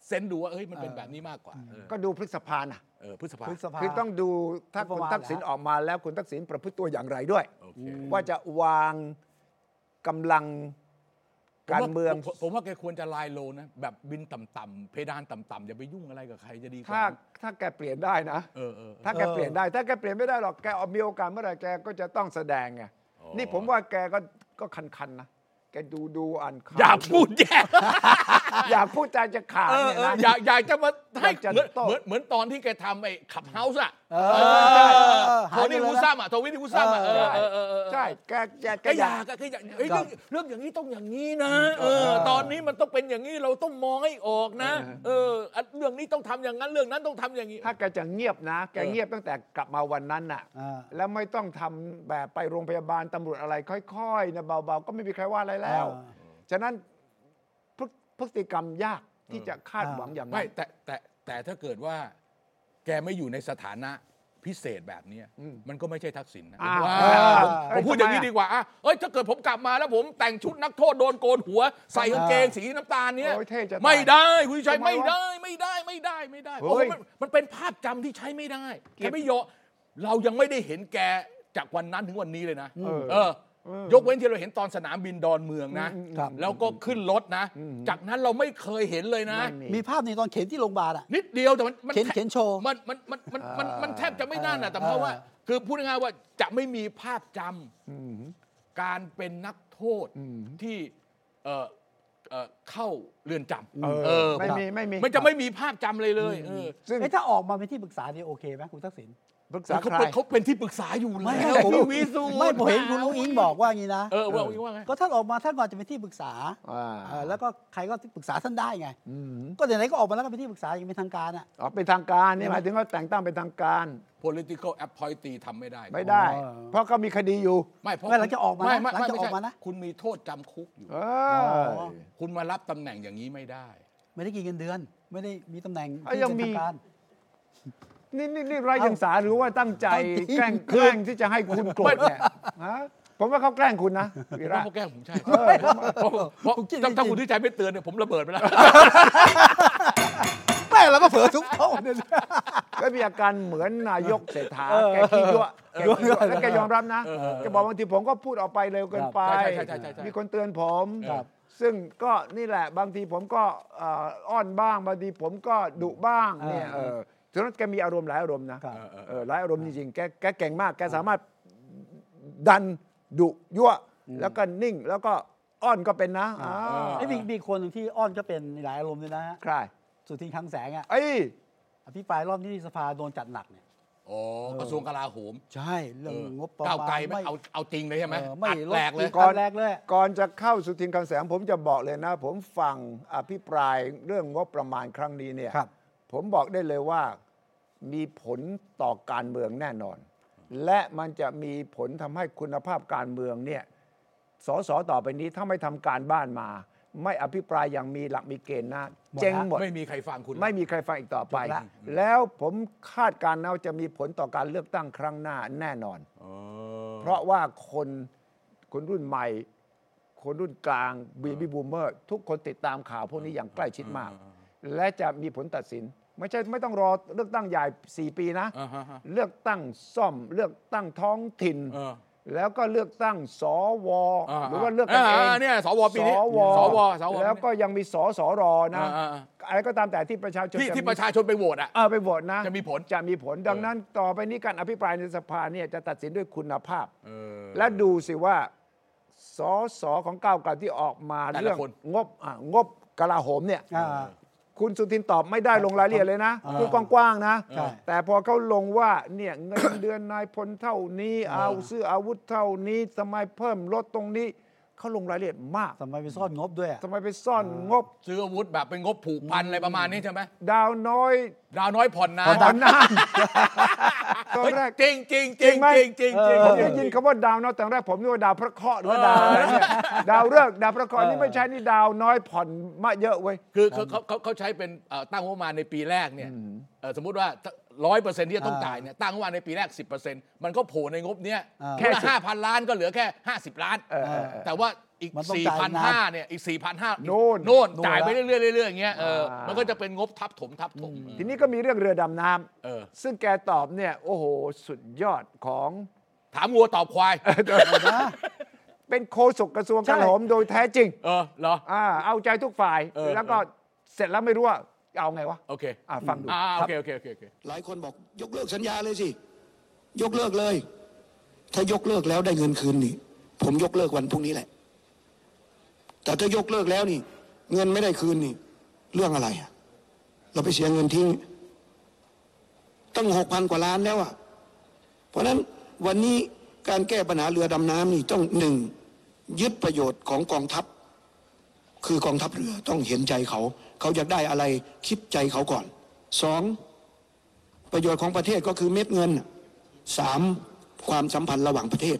Speaker 2: เซนดูว่าเอ้ยมันเป็นแบบนี้มากกว่าเออ
Speaker 3: ก็ดูพฤษภาน่ะ
Speaker 2: เออพฤษภา
Speaker 1: พฤษภา
Speaker 3: คือต้องดูถ้า
Speaker 1: ประ
Speaker 3: คุณ
Speaker 1: มาณ
Speaker 3: ทักษิณ
Speaker 1: เหรอ
Speaker 3: ออกมาแล้วคุณทักษิณประพฤติตัวอย่างไรด้วย
Speaker 2: โอเค
Speaker 3: ว่าจะวางกำลังการเมือง
Speaker 2: ผมว่าผมผมว่าแกควรจะไลายโลนะ แบบบินต่ำๆเพดานต่ำๆอย่าไปยุ่งอะไรกับใครจะดีกว่า
Speaker 3: ถ้าถ้าแกเปลี่ยนได้นะ
Speaker 2: เออเออเออ
Speaker 3: ถ้าแกเปลี่ยนได้ ถ้าแกเปลี่ยนไม่ได้หรอกแกเอามีโอกาสเมื่อไหร่แกก็จะต้องแสดงไง
Speaker 2: อ๋อ
Speaker 3: นี่ผมว่าแกก็ก็คันๆนะแกดูดูอ่านข่าว
Speaker 2: อย่าพูดแย่
Speaker 3: อยากพูดใจจะขาด
Speaker 2: เออ
Speaker 3: เนี่ย
Speaker 2: เออ
Speaker 3: นะ
Speaker 2: อยากอยากจะมาให้
Speaker 3: อยาก
Speaker 2: เห
Speaker 3: จะ
Speaker 2: มือน
Speaker 3: โต้
Speaker 2: เหมือนเหมือนตอนที่แกทำไอ้ขับเฮาส์อะ
Speaker 1: เออใช่เออ
Speaker 2: โทนี่
Speaker 1: หายไปเลยนะ
Speaker 2: วูซัมอะโทนี่วูซัมอะเออเออเออเออ
Speaker 3: ใช่แกแกแก
Speaker 2: ก็อ
Speaker 3: อาย
Speaker 2: ยาก กอะก็อยากเอ้ย
Speaker 1: ครับ
Speaker 2: เรื่องเรื่องอย่างนี้ต้องอย่างนี้นะเออตอนนี้มันต้องเป็นอย่างนี้เราต้องมองให้ออกนะ เอออ่ะเรื่องนี้ต้องทำอย่างนั้นเรื่องนั้นต้องทำอย่างนี้
Speaker 3: ถ้าแกจะเงียบนะ แก
Speaker 2: เออ
Speaker 3: เงียบตั้งแต่กลับมาวันนั้นน่ะ
Speaker 1: อ่า
Speaker 3: แล้วไม่ต้องทำแบบไปโรงพยาบาลตำรวจอะไรค่อยๆนะเบาๆ ก็ไม่มีใครว่าอะไรแล้ว
Speaker 1: อ่
Speaker 3: ฉะนั้นพฤพฤติกรรมยากที่จะคาดหวังอย่าง
Speaker 2: ไม่
Speaker 3: นั้น
Speaker 2: แต่แต่แต่ถ้าเกิดว่า แกไม่อยู่ในสถานะพิเศษแบบเนี้ยมันก็ไม่ใช่ทักษิณนะ
Speaker 3: อ้าว
Speaker 2: ว้า
Speaker 3: เออ
Speaker 2: ผม
Speaker 3: เอ้
Speaker 2: ผม
Speaker 3: ย
Speaker 2: พูดอ
Speaker 3: ทำไม
Speaker 2: ย่างนี้
Speaker 3: อะ
Speaker 2: ดีกว่าอ่ะเอ้ยถ้าเกิดผมกลับมาแล้วผมแต่งชุดนักโทษโดนโกนหัว ใส่กางเกงสีน้ำตาลเนี้ย
Speaker 3: โอ้ยเท่จะตาย
Speaker 2: ไม่ได้คุณชัย
Speaker 3: ทำไม
Speaker 2: ไม่
Speaker 3: วะ
Speaker 2: ได้ไม่ได้ไม่ได้ไม่ได้
Speaker 3: เฮ้
Speaker 2: โอ้
Speaker 3: ย
Speaker 2: ยมันมันเป็นภาพจำที่ใช้ไม่ได้
Speaker 3: เกลี
Speaker 2: แก
Speaker 3: ยด
Speaker 2: ไม่ยอมเรายังไม่ได้เห็นแกจากวันนั้นถึงวันนี้เลยนะ
Speaker 3: เออ
Speaker 2: เออ ยกเว้นที่เราเห็นตอนสนามบินดอนเมืองนะ
Speaker 1: ครับ
Speaker 2: แล้วก็ขึ้นรถนะ จากนั้นเราไม่เคยเห็นเลยนะ
Speaker 3: ไม่มี
Speaker 1: มีภาพในตอนเข็นที่โรงพยาบาลอ่ะ
Speaker 2: นิดเดียวแต่มันมั
Speaker 1: เข็น
Speaker 2: แทบ
Speaker 1: เข็นโชว์
Speaker 2: มันมันมันมันมันมันแทบจะไม่น่านน่ะ
Speaker 1: เออ
Speaker 2: แต่เพราะว่า
Speaker 1: เออ
Speaker 2: คือพูดง่ายๆว่าจะไม่มีภาพจำการเป็นนักโทษที่เอ่อเอ่อเข้าเรือนจำ
Speaker 3: เออ
Speaker 2: เออ
Speaker 3: ไม่มีไม่มี
Speaker 2: มันจะไม่มีภาพจำเลยเลยเออ
Speaker 3: ซึ่ง
Speaker 1: ไอ้ยถ้าออกมาเป็นที่ปรึกษาเนี่ยโอเคไหมคุณทักษิณ
Speaker 3: ปรึกษา
Speaker 2: เขา
Speaker 3: ใคร
Speaker 2: เป็นเขาเป็นที่ปรึกษาอยู่
Speaker 1: ไม่
Speaker 2: แล้ว
Speaker 1: ผม
Speaker 2: พี่วิสูตร
Speaker 1: ไม่ผมเห็นคุณลุงอิงบอกว่าอย่างนี้นะ
Speaker 2: เออว่าว่าไง
Speaker 1: ก็ท่านออกมาท่านก็อาจจะเป็นที่ปรึกษา
Speaker 3: อ่า
Speaker 1: เออแล้วก็ใครก็ปรึกษาท่านได้ไงก็ไหนๆก็ออกมาแล้วก็เป็นที่ปรึกษาอย่างเป็นทางการอ่ะ
Speaker 3: อ๋อเป็นทางการนี่หมายถึงว่าแต่งตั้งเป็นทางการ
Speaker 2: โพลิ t i c a l appointee ทำไม่ได้
Speaker 3: ไม่ได้
Speaker 1: อ๋อ
Speaker 3: เพราะเขามีคดีอยู่
Speaker 2: ไม่เพราะ
Speaker 1: ไม่หลังจากออกมานะ
Speaker 2: ไม่ไม่
Speaker 1: หลังจาก
Speaker 2: ไม่ใช่
Speaker 1: ออกมานะ
Speaker 2: คุณมีโทษจำคุกอยู่
Speaker 3: เออ
Speaker 1: อ๋อ
Speaker 2: คุณมารับตำแหน่งอย่างนี้ไม่ได้
Speaker 1: ไม่ได้กินเงินเดือน ไม่ได้มีตำแหน่ง
Speaker 3: ะ
Speaker 1: ที่
Speaker 3: ยัง
Speaker 1: เป็น
Speaker 3: มี
Speaker 1: ทางการ
Speaker 3: นี่นี่นี่ไรเดียังสาหรือว่าตั้งใจ
Speaker 1: เอาจริง
Speaker 3: แกล้งแกล้งที่จะให้คุณโกรธเนี่ยฮะผมว่าเขาแกล้งคุณนะวี
Speaker 2: เพ
Speaker 3: ระ
Speaker 2: ราะเขาแกล้งผมใช่ เพราะเพราะ
Speaker 1: ผมคิด
Speaker 2: ถ้าถ้า
Speaker 1: จริงๆ
Speaker 2: คุณที่ใจไม่เตือนเนี่ยผมระเบิดไปแล้ว
Speaker 1: แม่เราก็เผลอทุกโต๊ะ เนี่ย
Speaker 3: ก็มีอาการเหมือนนายกเศรษฐา
Speaker 1: เออ
Speaker 3: แกขี้ยั่วแกขี้ยั่ว
Speaker 1: เออ
Speaker 3: แล้วแกยอมรับนะ
Speaker 2: เออเออ
Speaker 3: แกบอกบางทีผมก็พูดออกไปเร็วเกินไป
Speaker 2: ใช่ใช่ใช่ใช่ใช่
Speaker 3: มีคนเตือนผม
Speaker 1: ครับ
Speaker 3: ซึ่งก็นี่แหละบางทีผมก็เอ่ออ้อนบ้างบางทีผมก็ดุบ้างเนี่ยเออฉะนั้นแกมีอารมณ์หลายอารมณ์นะครับ
Speaker 2: เออเออ
Speaker 3: เออหลายอารมณ์จริงๆแกแกเก่งมาก แกสามารถดันดุยั่ว แล้วก็นิ่งแล้วก็อ้อนก็เป็นนะอ่า
Speaker 1: ไอ้มีมีคนหนึ่งที่อ้อนก็เป็นหลายอารมณ์เลยนะฮะ
Speaker 3: ใคร
Speaker 1: สุทินคลังแสงอ่ะ
Speaker 3: ไอ้
Speaker 1: อภิปรายรอบนี้ที่สภาโดนจัดหนักเนี่ย
Speaker 2: อ๋อกระทรวงกลาโหม
Speaker 1: ใช่เรื่องงบประมาณ
Speaker 2: ก้าวไกลไม่เอาเอาจริงเลยใช่ไหม
Speaker 1: เออไม่
Speaker 2: อัด
Speaker 1: ลด
Speaker 2: แหลกเลย
Speaker 1: อีกอนแรกเลย
Speaker 3: ก่อนจะเข้าสุทินคลังแสงผมจะบอกเลยนะ ผมฟังอภิปรายเรื่องงบประมาณครั้งนี้เนี่ย
Speaker 1: ครับ
Speaker 3: ผมบอกได้เลยว่ามีผลต่อการเมืองแน่นอน และมันจะมีผลทำให้คุณภาพการเมืองเนี่ยสสต่อไปนี้ถ้าไม่ทำการบ้านมา ไม่อภิปรายอย่างมีหลักมีเกณฑ์นะเจ๊งหมด
Speaker 2: ไม่มีใครฟังคุณ
Speaker 3: ไม่มีใครฟังอีกต่อไป
Speaker 1: จบละ
Speaker 3: แล้วผมคาดการณ์นะว่าจะมีผลต่อการเลือกตั้งครั้งหน้าแน่นอน เพราะว่าคนคนรุ่นใหม่ คนรุ่นกลางบีบีบูมเมอร์ทุกคนติดตามข่าวพวกนี้อย่างใกล้ชิดมาก และจะมีผลตัดสิน ไม่ใช่ไม่ต้องรอเลือกตั้งใหญ่ 4 ปีนะ
Speaker 2: อ่าฮะฮะ
Speaker 3: เลือกตั้งซ่อมเลือกตั้งท้องถิ่น
Speaker 2: เออ
Speaker 3: แล้วก็เลือกตั้งสว
Speaker 2: า
Speaker 3: หรือว่าเลือกกันเอง
Speaker 2: าเนี่ยสวปีนี้
Speaker 3: สว
Speaker 2: สวสว
Speaker 3: แล้วก็ยังมีสสรนะ
Speaker 2: อ่า
Speaker 3: อะไรก็ตามแต่ที่ประชาชน
Speaker 2: ที่
Speaker 3: จ
Speaker 2: ที่
Speaker 3: มี
Speaker 2: ประชาชนไปโหวตอ่ะ
Speaker 3: เออไปโหวตนะ
Speaker 2: จะมีผล
Speaker 3: จะมีผลดัง
Speaker 2: เออ
Speaker 3: นั้นต่อไปนี้การอภิปรายในสภาเนี่ยจะตัดสินด้วยคุณภาพ
Speaker 2: เออ
Speaker 3: และดูสิว่าสสของก้าวไกลที่ออกมา
Speaker 2: แต่ละ
Speaker 3: เรื่อง
Speaker 2: คน
Speaker 3: งบอ่ะงบกลาโหมเนี่ย
Speaker 1: อ่า
Speaker 3: คุณสุทินตอบไม่ได้ลงรายละเอียดเลยนะ
Speaker 1: อ่า
Speaker 3: พูดกว้างๆนะ
Speaker 1: ใช่
Speaker 3: แต่พอเขาลงว่าเนี่ย เงิน เดือนนายพลเท่านี้เอาซื้ออาวุธเท่านี้ทำไมเพิ่มลดตรงนี้เขาลงรายละเอียดมาก
Speaker 1: ทำไมไปซ่อนงบด้วยอะ
Speaker 3: ทำไมไปซ่อนงบ
Speaker 2: ซื้ออาวุธแบบเป็นงบผูกพันอะไรประมาณนี้ใช่ไหม
Speaker 3: ดาวน้อย
Speaker 2: ดาวน้อยผ่อนนาน
Speaker 1: ผ่อนนาน
Speaker 3: นานตอน
Speaker 2: เฮ้ย
Speaker 3: แรก
Speaker 2: จริงจริงจริงจริงจริงจริง
Speaker 3: ผม
Speaker 2: จ
Speaker 3: ได้ยิ
Speaker 2: ริ
Speaker 3: น
Speaker 2: ง
Speaker 3: คำว่าดาวน้อยตอนแรกผมนึกว่าดาวพระเคราะห์หรือว่าดาวอะไรเนี่ยดาวเลิกษ์ดาวพระเคราะห์นี่ไม่ใช่นี่ดาวน้อยผ่อนมาเยอะเว้ย
Speaker 2: คือเขาเขาเขาเขาใช้เป็นเอ่อตั้งงบประมาณในปีแรกเนี่ยเอ่อสมมุติว่าร้อยเปอร์เซ็นต์ที่จะต้อง
Speaker 1: อ่า
Speaker 2: จ่ายเนี่ยตั้งงบประมาณในปีแรกสิบเปอร์เซ็นต์มันก็โผล่ในงบเนี้ย
Speaker 1: อ่า
Speaker 2: แค่ห้าพันล้านก็เหลือแค่ห้าสิบล้าน
Speaker 3: เออเออเออ
Speaker 2: แต่ว่าอีก
Speaker 1: มันต้อง
Speaker 2: สี่
Speaker 1: จ่าย
Speaker 2: พัน
Speaker 1: นาน
Speaker 2: ห้าเนี่ยอีกสี่พันห้า
Speaker 3: โน่น
Speaker 2: โน่น
Speaker 1: โน่น
Speaker 2: จ่ายไป
Speaker 1: ละ
Speaker 2: เรื่อยๆเรื่อยๆอย่างเงี้ยเอออา
Speaker 3: มั
Speaker 2: มันก็จะเป็นงบทับถมทับถม
Speaker 3: ทีนี้ก็มีเรื่องเรือดำน้
Speaker 2: เออ
Speaker 3: ำซึ่งแกตอบเนี่ยโอ้โห สุดยอดของ
Speaker 2: ถามวัวตอบควาย
Speaker 3: เป็นโฆษกกระทรวง
Speaker 1: ใช่
Speaker 3: กลาโหมโดยแท้จริง
Speaker 2: เออเหรอ
Speaker 3: อ่าเอาใจทุกฝ่าย
Speaker 2: เออ
Speaker 3: แล้วก็เสร็จแล้วไม่รู้ว่าเอาไงวะ
Speaker 2: โอเค
Speaker 3: อ่าฟังดู
Speaker 2: อ่าโอเคโอเคโอเคโอเค
Speaker 4: หลายคนบอกยกเลิกสัญญาเลยสิ ยกเลิกเลย ถ้ายกเลิกแล้วได้เงินคืนนี่ ผมยกเลิกวันพรุ่งนี้แหละ แต่ถ้ายกเลิกแล้วนี่ เงินไม่ได้คืนนี่ เรื่องอะไรอะเราไปเสียเงินทิ้งตั้งหกพันกว่าล้านแล้วอะเพราะฉะนั้นวันนี้การแก้ปัญหาเรือดำน้ำนี่ต้องหนึ่งยึดประโยชน์ของกองทัพ คือกองทัพเรือต้องเห็นใจเขา เขาอยากได้อะไรคิดใจเขาก่อนสอง ประโยชน์ของประเทศก็คือเม็ดเงินสามความสัมพันธ์ระหว่างประเทศ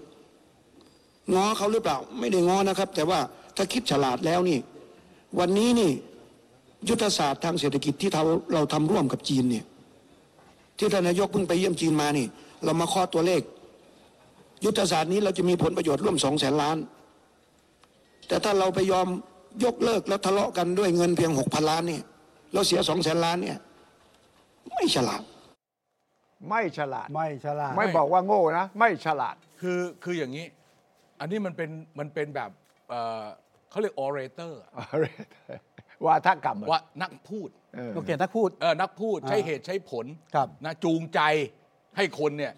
Speaker 4: ง้อเขาหรือเปล่าไม่ได้ง้อนะครับ แต่ว่าถ้าคิดฉลาดแล้วนี่ วันนี้นี่ ยุทธศาสตร์ทางเศรษฐกิจที่เราเราทำร่วมกับจีนเนี่ย ที่ท่านนายกเพิ่งไปเยี่ยมจีนมานี่ เรามาข้อตัวเลข ยุทธศาสตร์นี้เราจะมีผลประโยชน์ร่วมสองแสนล้าน แต่ถ้าเราไปยอมยกเลิกแล้วทะเลาะกันด้วยเงินเพียงหกพันล้านเนี่ยเราเสียสองแสนล้านเนี่ย ไม่ฉลาด
Speaker 3: ไม่ฉลาด
Speaker 1: ไม่ฉลาด
Speaker 3: ไม่บอกว่าโง่นะ ไม่ฉลาด
Speaker 2: คือคืออย่างนี้ อันนี้มันเป็นมันเป็นแบบเอ่อเขาเรียกออเรเตอร์
Speaker 3: วาทกรรมเหรอ
Speaker 2: ว่านักพูด
Speaker 3: เออ
Speaker 1: โอเคนักพูด
Speaker 2: เอ่อนักพูดใช้
Speaker 1: อ่า
Speaker 2: เหตุใช้ผล
Speaker 1: ครับ
Speaker 2: นะจูงใจให้คนเนี่ย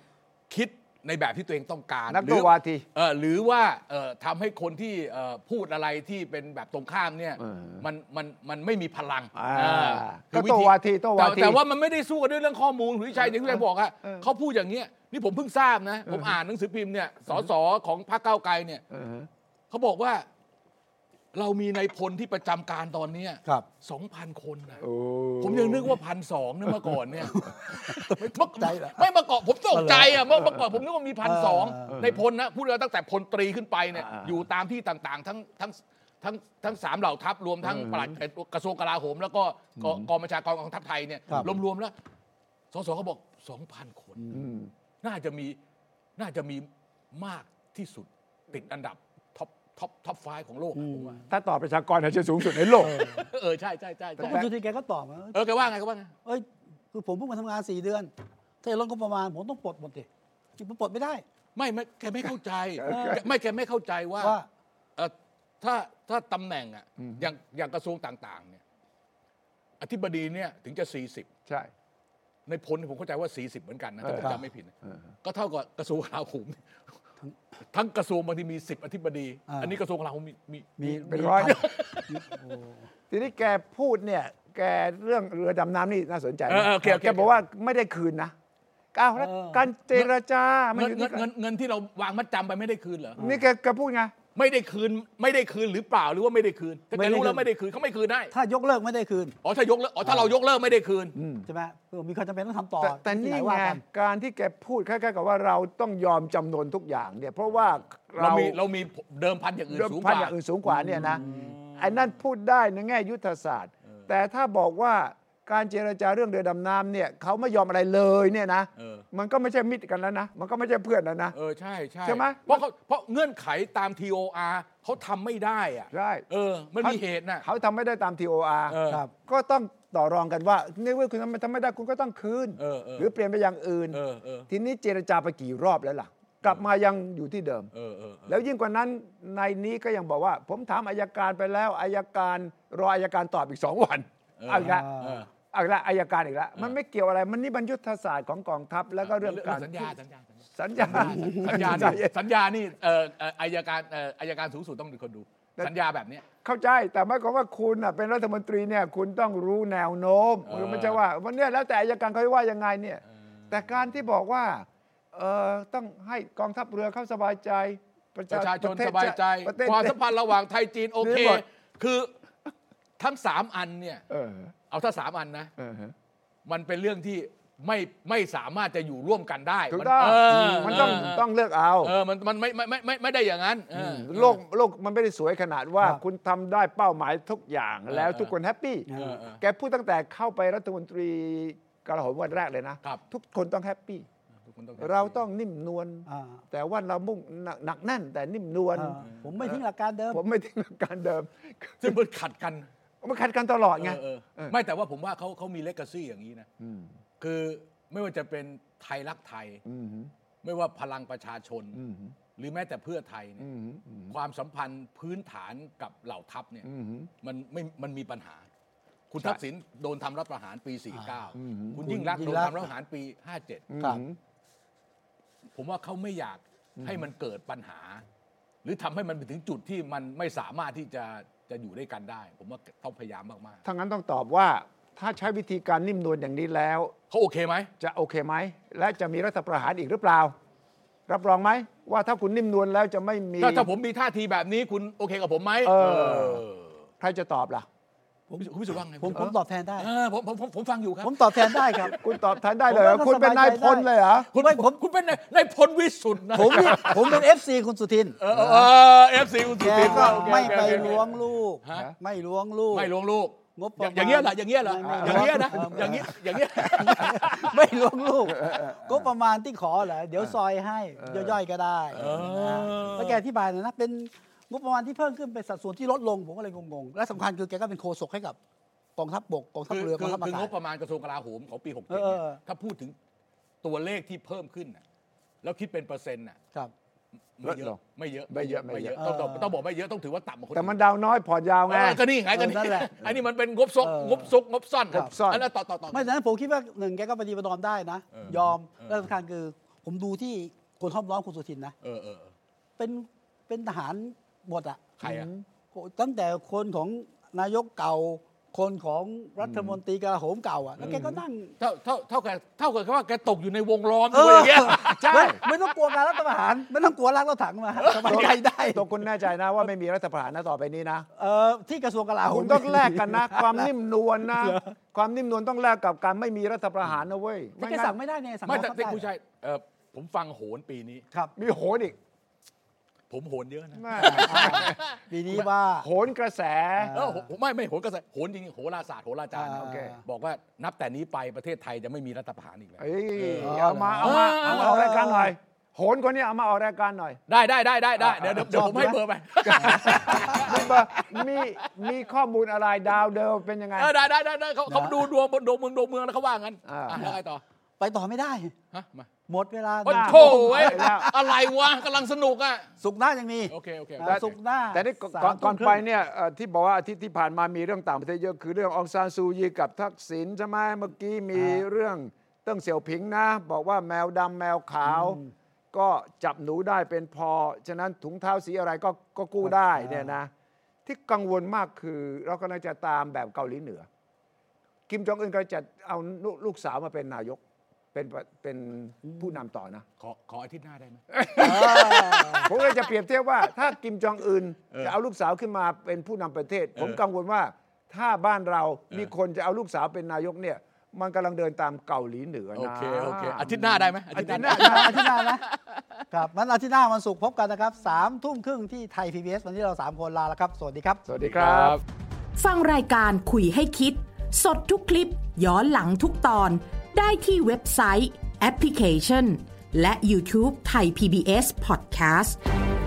Speaker 2: คิดในแบบที่ตัวเองต้องการ
Speaker 3: นัก
Speaker 2: หรือ
Speaker 3: โนวาที
Speaker 2: เอ่อหรือว่าเอ่อทำให้คนที่เอ่อพูดอะไรที่เป็นแบบตรงข้ามเนี่ยมันมันมันไม่มีพลัง
Speaker 3: อ่า
Speaker 2: เออคือ
Speaker 3: ก็โตวาทีโตวาที
Speaker 2: แต่แต่ว่ามันไม่ได้สู้กันด้วยเรื่องข้อมูลคุณวิชัยเนี่ยคุณวิชัยบอกอะเขาพูดอย่างเงี้ยนี่ผมเพิ่งทราบนะ ผมอ่านหนังสือพิมพ์เนี่ยสสของพรรคก้าวไกลเนี่ย
Speaker 3: เออ
Speaker 2: เขาบอกว่าเรามีนายพลที่ประจำการตอนเนี้ย
Speaker 1: ครับ
Speaker 2: สองพันคนนะ
Speaker 3: โอ้
Speaker 2: ผมยังนึกว่าพันสองเนี่ยเมื่อก่อน เนี่ยไม่ตกใจ
Speaker 1: เหรอ
Speaker 2: ไม่เมื่อก่อนผมตกใจอ่ะเมื่อเมื่อก่อนผมนึกว่ามีพันสอง
Speaker 1: เออ
Speaker 2: ในพลนะพูดแล้วตั้งแต่พลตรีขึ้นไปเนี่ยอยู่ตามที่ต่างๆ ทั้งทั้งทั้งทั้งสามเหล่าทัพรวมทั้งปลัดเอ่อกระทรวงกลาโหม แล้วก็กกองบัญชาการกองทัพไทยเนี่ยรวมๆแล้วสสเขาบอกสองพันคน น่าจะมีน่าจะมีมากที่สุดติดอันดับท็อปท็อปท็อปไฟของโลกอะผมว่า
Speaker 3: ถ้าตอบประชากรอาจจะสูงสุดในโลก
Speaker 2: เออใช่ใช่ใช่
Speaker 1: ก็
Speaker 2: ใช่
Speaker 1: คุณสุทินแกก็ตอบนะ
Speaker 2: เออแกว่าไงแกว่าไง
Speaker 1: เอ้ยคือผมเพิ่งมาทำงานสี่เดือน ถ้าจะลดงบประมาณผมต้องปลดหมดดิผมปลดไม่ได้
Speaker 2: ไม่ไม่แกไม่เข้าใจ
Speaker 1: เออ
Speaker 2: แกไม่แกไม่เข้าใจว่า
Speaker 1: ว่า
Speaker 2: เอ่อถ้าถ้าตำแหน่งอ่ะอย่างอย่างกระทรวงต่างๆเนี่ยอธิบดีเนี่ยถึงจะ 40
Speaker 3: ใช่
Speaker 2: ในพลผมเข้าใจว่า 40 เหมือนกันนะถ้าผม
Speaker 1: ครับ
Speaker 2: จำไม่ผิดนะก็เท่ากับกระทรวงกลาโหมทั้งกระทรวงบางทีมี 10 อธิบดี อันนี้กระทรวงกลาโหมมีมี
Speaker 3: มีเป็นร้อย ทีนี้แกพูดเนี่ย แกเรื่องเรือดำน้ำนี่น่าสนใจนะ
Speaker 2: เออเออโอเคโอเค
Speaker 3: แกบอกว่าไม่ได้คืนนะก้าวแล้ว
Speaker 1: เออ
Speaker 3: การเจรจามัน
Speaker 2: เงิ
Speaker 3: อน ยู่
Speaker 2: เงิน
Speaker 3: ที่
Speaker 2: เงินเงินที่เราวางมัดจำไปไม่ได้คืนเหรอ
Speaker 3: นี่แกแกพูดไง
Speaker 2: ไม่ได้คืนไม่ได้คืนหรือเปล่าหรือว่าไม่ได้คืนถ้าแกรู้แล้ว
Speaker 1: ไม่
Speaker 2: ไม่
Speaker 1: ได้
Speaker 2: ได้
Speaker 1: คื
Speaker 2: คื
Speaker 1: น
Speaker 2: นเขาไม่คืนได้
Speaker 1: ถ้ายกเลิกไม่ได้คืน
Speaker 2: อ๋อถ้ายกเลิกอ๋อถ้าเรายกเลิกไม่ได้คืน
Speaker 1: ใช่ไหมคือมีความจำเป็นต้องทำต่อ
Speaker 3: แต่แต่
Speaker 1: ที่ห
Speaker 3: นี่ไง
Speaker 1: ว่ากั
Speaker 3: การที่แกพูดคล้ายๆกับว่าเราต้องยอมจำนนทุกอย่างเนี่ย เพราะว่า
Speaker 2: เรา
Speaker 3: เรา
Speaker 2: มีเรามีเดิมพันอย่างอื่น
Speaker 3: เรื่อง
Speaker 2: สูง
Speaker 3: พั
Speaker 2: ก
Speaker 3: น
Speaker 2: ว่า
Speaker 3: อย่างอื่นสูงกว่าเนี่ยนะไอ้นั่นพูดได้ในแง่ยุทธศาสตร์ แต่ถ้าบอกว่าการเจรจาเรื่องเรือดำน้ำเนี่ยเขาไม่ยอมอะไรเลยเนี่ยนะ
Speaker 2: เออ
Speaker 3: มันก็ไม่ใช่มิตรกันแล้วนะ มันก็ไม่ใช่เพื่อนแล้วนะ
Speaker 2: เออ ใช่ใช่
Speaker 3: ใช่ไหม
Speaker 2: เพราะเขาเพราะเงื่อนไขตาม TOR เขาทำไม่ได้อ่ะ
Speaker 3: ใช่
Speaker 2: เออ มันมีเหตุน่ะ
Speaker 3: เขาทำไม่ได้ตาม TOR
Speaker 2: เออ
Speaker 1: ครับ
Speaker 3: ก็ต้องต่อรองกันว่าในเมื่อคุณทำไม่ได้คุณก็ต้องคืน
Speaker 2: เออเออ
Speaker 3: หรือเปลี่ยนไปอย่างอื่น
Speaker 2: เออเออ
Speaker 3: ทีนี้เจรจาไปกี่รอบแล้วล่ะ กลับมายังอยู่ที่เดิม
Speaker 2: เออเออเออ
Speaker 3: แล้วยิ่งกว่านั้นในนี้ก็ยังบอกว่า ผมถามอายการไปแล้วอายการรออายการตอบอีกสองวันเอาอีกละ
Speaker 2: เออ
Speaker 3: เอาอีกละอายการอีกละมัน
Speaker 2: เออ
Speaker 3: ไม่เกี่ยวอะไรมันนี่บรรยุทธศาสตร์ของกองทัพแล้วก็เรื่องการ
Speaker 2: สัญญาสัญญา
Speaker 3: สัญญา
Speaker 2: สัญญาสัญญานี่สัญญานี่เอ่อเอ่ออายการเอ่ออายการสูงสุดต้องเป็นคนดู สัญญาแบบเนี้ย
Speaker 3: เข้าใจแต่หมายความว่าคุณน่ะเป็นรัฐมนตรีเนี่ยคุณต้องรู้แนวโน้ม
Speaker 2: เออ
Speaker 3: ไม่ใช่ว่าวันเนี้ยแล้วแต่อายการเขาจะว่ายังไงเนี่ยแต่การที่บอกว่าเอ่อต้องให้กองทัพเรือเขาสบายใจ
Speaker 2: ประชาชน
Speaker 3: ปะเทศ
Speaker 2: สบายใจ
Speaker 3: ประเทศ
Speaker 2: ความสัมพันธ์ระหว่างไทยจีนโอเค
Speaker 3: นี่หมด
Speaker 2: คือทั้งสามอันเนี่ย
Speaker 3: เออ
Speaker 2: เอาถ้าสามอันนะ
Speaker 3: เออฮะ
Speaker 2: มันเป็นเรื่องที่ไม่ไม่สามารถจะอยู่ร่วมกันได้
Speaker 3: ถูกต้อง
Speaker 2: เออ
Speaker 3: มันต้อง
Speaker 2: เ
Speaker 3: ต้องเลือกเอา
Speaker 2: เออมันมันไม่ไม่ไมไม่ไม่ได้อย่างนั้นเออ
Speaker 3: โลกโลกมันไม่ได้สวยขนาดว่า
Speaker 1: ครับ
Speaker 3: คุณทำได้เป้าหมายทุกอย่าง
Speaker 2: เออ
Speaker 3: แล้ว
Speaker 2: เออ
Speaker 3: ทุกคนแฮปปี้
Speaker 2: เออเออ
Speaker 3: แกพูดตั้งแต่เข้าไปรัฐมนตรีกระหมวันแรกเลยนะ
Speaker 2: ครับ
Speaker 3: ทุกคนต้องแฮปปี้
Speaker 2: ทุกคนต้อง
Speaker 3: เราต้องนิ่มนวล
Speaker 1: อ่า
Speaker 3: แต่ว่าเรามุ่งหนักหนักแน่นแต่นิ่มนวล
Speaker 1: อ่าผมไม่ทิ้งหลักการเดิม
Speaker 3: ผมไม่ทิ้งหลักการเดิม
Speaker 2: ซึ่งมันขัดกัน
Speaker 3: มันขัดกันตลอดไง
Speaker 2: เออเออ
Speaker 3: เออ
Speaker 2: ไม่แต่ว่าผมว่าเขาเขามีเลก a ซี่อย่างนี้นะ
Speaker 3: ม
Speaker 2: คือไม่ว่าจะเป็นไทยรักไทย
Speaker 3: อืม
Speaker 2: ไม่ว่าพลังประชาชน
Speaker 3: อืม
Speaker 2: หรือแม้แต่เพื่อไทยเนี่
Speaker 3: อื
Speaker 2: ย
Speaker 3: มอืม
Speaker 2: ความสัมพันธ์พื้นฐานกับเหล่าทัพเนี่ย
Speaker 3: อืม
Speaker 2: มันไม่มันมีปัญหา คุณ
Speaker 3: ใช่
Speaker 2: ทักษิณโดนทำรัฐประหารปี 49 คุณยิ่งรักษณ์
Speaker 1: ยิ่
Speaker 2: โด
Speaker 1: ง
Speaker 2: น
Speaker 1: รักษณ์
Speaker 2: ทำรัฐประหารปี
Speaker 1: ค
Speaker 3: อื
Speaker 1: รับ
Speaker 3: ม
Speaker 2: 57 ผมว่าเขาไม่อยากให้มันเกิดปัญหา หรือทำให้มันไปถึงจุดที่มันไม่สามารถที่จะจะอยู่ด้วยกันได้ ผมว่าต้องพยายามมาก
Speaker 3: ถ้างั้นต้องตอบว่าถ้าใช้วิธีการนิ่มนวลอย่างนี้แล้ว
Speaker 2: ๆเขาโอเคไหม
Speaker 3: จะโอเคไหม และจะมีรัฐประหารอีกหรือเปล่า รับรองไหม ว่าถ้าคุณนิ่มนวลแล้วจะไม่มี
Speaker 2: ถ้าถ้าผมมีท่าทีแบบนี้คุณโอเคกับผมไหม
Speaker 3: เออ
Speaker 2: เออ
Speaker 3: ใครจะตอบล่ะ
Speaker 2: คุณคุณพิสุทธิ์ว่าไง
Speaker 1: ผมผมตอบแทนได้
Speaker 2: เออผมผมผมผมฟังอยู่ครับ
Speaker 1: ผมตอบแทนได้ครับ
Speaker 3: คุณตอบแทนได้เลยเหรอ
Speaker 1: ผมว่าก็
Speaker 3: คุณเป็นนาย
Speaker 1: สบายใจ
Speaker 3: พล
Speaker 1: ได้
Speaker 3: เลยเหรอ
Speaker 2: คุณ
Speaker 1: ไม่ผม
Speaker 2: คุณเป็นในในายพลวิสุทธ์นะ
Speaker 1: ผมนี่ผมเป็น FC คุณสุทิน
Speaker 2: เออเออเอฟซีคุณสุ
Speaker 1: แก
Speaker 2: ทิน
Speaker 1: ก็
Speaker 2: โอเค
Speaker 1: ไม่
Speaker 2: โอเค
Speaker 1: ไป
Speaker 2: โอเค
Speaker 1: ล้วงลูก
Speaker 2: ฮะ
Speaker 1: ไม่ล้วงลูก
Speaker 2: ไม่ล้วงลูก
Speaker 1: งบประมาณ
Speaker 2: อย่างเงี้ยเหรออย่างเงี้ยเหรอ
Speaker 1: ไม่
Speaker 2: อ
Speaker 1: ไม่
Speaker 2: ย่างเงี้ยนะ
Speaker 1: เออ
Speaker 2: อ
Speaker 1: อ
Speaker 2: ย่างเงี้ยอย่างเงี้ย
Speaker 1: ไม่ล้วงลูกก็ประมาณที่ขอเหรอเดี๋ยวซอยให้ย่อยๆก็ได้นะแล้วแกอธิบายเลยนะเป็นงบประมาณที่เพิ่มขึ้นเป็นสัดส่วนที่ลดลงผมก็เลยงงๆและสำคัญคือแกก็เป็นโฆษกให้กับกองทัพบกกองทัพ
Speaker 2: คือ
Speaker 1: เรือ
Speaker 2: คื
Speaker 1: กอง
Speaker 2: อ
Speaker 1: ทัพ
Speaker 2: คือก
Speaker 1: อาาง ศ
Speaker 2: บประมาณกระทรวงกลาโหมของปี67
Speaker 1: เออเออ
Speaker 2: เนี่ยถ้าพูดถึงตัวเลขที่เพิ่มขึ้นน่ะแล้วคิดเป็นเปอร์เซ็นต์น่ะ
Speaker 1: ครับ
Speaker 2: ไม่เย
Speaker 3: ลดล
Speaker 2: อะ
Speaker 3: ง
Speaker 2: ไม่เยอะ
Speaker 3: ไม่เยอะไม่เยอะ
Speaker 2: ต้องต้องต้องบอกไม่เยอะต้องถือว่าต่ำกว่าคน
Speaker 3: แต่
Speaker 2: อื่น
Speaker 3: มันดาวน้อยผ่อนยาวไง
Speaker 2: เออก็นี่ไงก็นี่
Speaker 1: เออนั่นแหละ
Speaker 2: อันนี้มันเป็นงบซก
Speaker 1: เออง
Speaker 2: บซกงบซ่อน
Speaker 3: ครับซ่อน
Speaker 2: แล้วต่อต่อต่อ
Speaker 1: ไม่ดังนั้นผมคิดว่าหนึ่งแกก็ปฏิบัติมได้นะ
Speaker 2: เออย
Speaker 1: ยอม
Speaker 2: เออ
Speaker 1: และสำคัญคือผมดูที่คนท้อมร้อนคุณสุทินนะ
Speaker 2: เออเออเออ
Speaker 1: เป็นเป็นทหารหมดอะ
Speaker 2: ใครอ่ะ
Speaker 1: ตั้งแต่คนของนายกเก่า คนของรัฐมนตรีกระโหมเก่าอ่ะ แล้วแกก็นั่ง
Speaker 2: เท่าเท่าเท่ากับเท่ากับว่าแกตกอยู่ในวงล้อมด้วยอย่างเงี้ย
Speaker 1: ใช่ไม่ต้องกลัวการรัฐประหาร ไม่ต้องกลัวรักเราถังมาสบายใจได้
Speaker 3: ตกคุณแน่ใจนะว่าไม่มีรัฐประหารนะต่อไปนี้นะ
Speaker 1: เออที่กระทรวงกลาโหม
Speaker 3: คุณต้องแลก กันนะ ความนิ่มนวลนะ ความนิ่มนวลต้องแลกกับการไม่มีรัฐประหารนะเว้ย
Speaker 1: แต่แกสั่งไม่ได้เนี่ยสั่ง
Speaker 2: ไม่แต่
Speaker 1: บังคับ
Speaker 2: แต่
Speaker 1: ด้
Speaker 2: ผู้ชายเออผมฟังโหนปีนี้
Speaker 1: ครับ
Speaker 3: มีโหนอีก
Speaker 2: ผมโหนเยอะนะ
Speaker 3: แม่
Speaker 1: ปีนี้ว่า
Speaker 3: โหนกระแส
Speaker 2: เออโหไม่ไม่โหนกระแสโหนจริงๆโหราศาสตร์โหราจารย์นะ
Speaker 1: อ่าโอเค
Speaker 2: บอกว่านับแต่นี้ไปประเทศไทยจะไม่มีรัฐประหารอีกแล้ว
Speaker 3: เอ้ย
Speaker 1: เออ
Speaker 3: เอามาเอามาเอามาออกรายการหน่อย โหนคนนี้เอามาออกรายการหน่อย
Speaker 2: ได้ได้ได้ได้ได้เดี๋ยวเดี๋ยวเดี๋ยว
Speaker 1: ชอบ
Speaker 2: ผมให้
Speaker 1: ไหม
Speaker 2: เบอร์ไป
Speaker 3: มีเบอร์มีมีข้อมูลอะไรดาวเดิมเป็นยังไง
Speaker 2: เออได้ได้ได้ได้เขาเขาดูดวงบนดวงเมืองดวงเมืองแล้วเขาว่างั้น
Speaker 3: อ่า
Speaker 2: อ่ะแล้วไงต่อ
Speaker 1: ไปต่อไม่ได้
Speaker 2: ฮะมา
Speaker 1: หมดเวลา
Speaker 2: โอ้
Speaker 1: หน้า
Speaker 2: โถเว้ย
Speaker 3: แล้ว
Speaker 2: อะไรวะกำลังสนุกอ่ะ
Speaker 1: สุกร์หน้ายังมี
Speaker 2: โอเคโอเค
Speaker 1: อ่าสุกร์หน้า
Speaker 3: แต่นี่ก่อน
Speaker 1: สาม
Speaker 3: ก่อนก่อน
Speaker 1: ทุ่มครึ่ง
Speaker 3: ไปเนี่ยเอ่อที่บอกว่าอาทิตย์ที่ผ่านมามีเรื่องต่างประเทศเยอะคือเรื่องอองซานซูยีกับทักษิณใช่ไหมเมื่อกี้มี
Speaker 1: อ่า
Speaker 3: เรื่องเติ้งเสี่ยวผิงนะ บอกว่าแมวดำแมวขาว ก็จับหนูได้เป็นพอ ฉะนั้นถุงเท้าสีอะไรก็ก็กู้ได้เนี่ยนะ ที่กังวลมากคือเรากำลังจะตามแบบเกาหลีเหนือ คิมจองอึนก็จะเอาลูกลูกสาวมาเป็นนายกเป็นประเป็นผู้นำต่อนะ
Speaker 2: ขอขออาทิตย์หน้าได้ไหม
Speaker 3: ผมเลยจะเปรียบเทียบว่าถ้ากิมจองอึนจะเอาลูกสาวขึ้นมาเป็นผู้นำประเทศ ผมกังวลว่าถ้าบ้านเรามีคนจะเอาลูกสาวเป็นนายกเนี่ย มันกำลังเดินตามเกาหลีเหนือนะ
Speaker 2: โอเคโอเคอาทิตย์หน้าได้ไหมอาทิตย์หน้า
Speaker 1: อาทิตย์หน้านะครับวันอาทิตย์หน้าวันศุกร์พบกันนะครับสามทุ่มครึ่งที่ไทย PBS วันนี้เรา 3 คนลาแล้วครับ สวัสดีครับ
Speaker 3: สวัสดีครับ
Speaker 8: ฟังรายการคุยให้คิด สดทุกคลิป ย้อนหลังทุกตอน ได้ที่เว็บไซต์ แอปพลิเคชัน และ YouTube ไทย PBS Podcast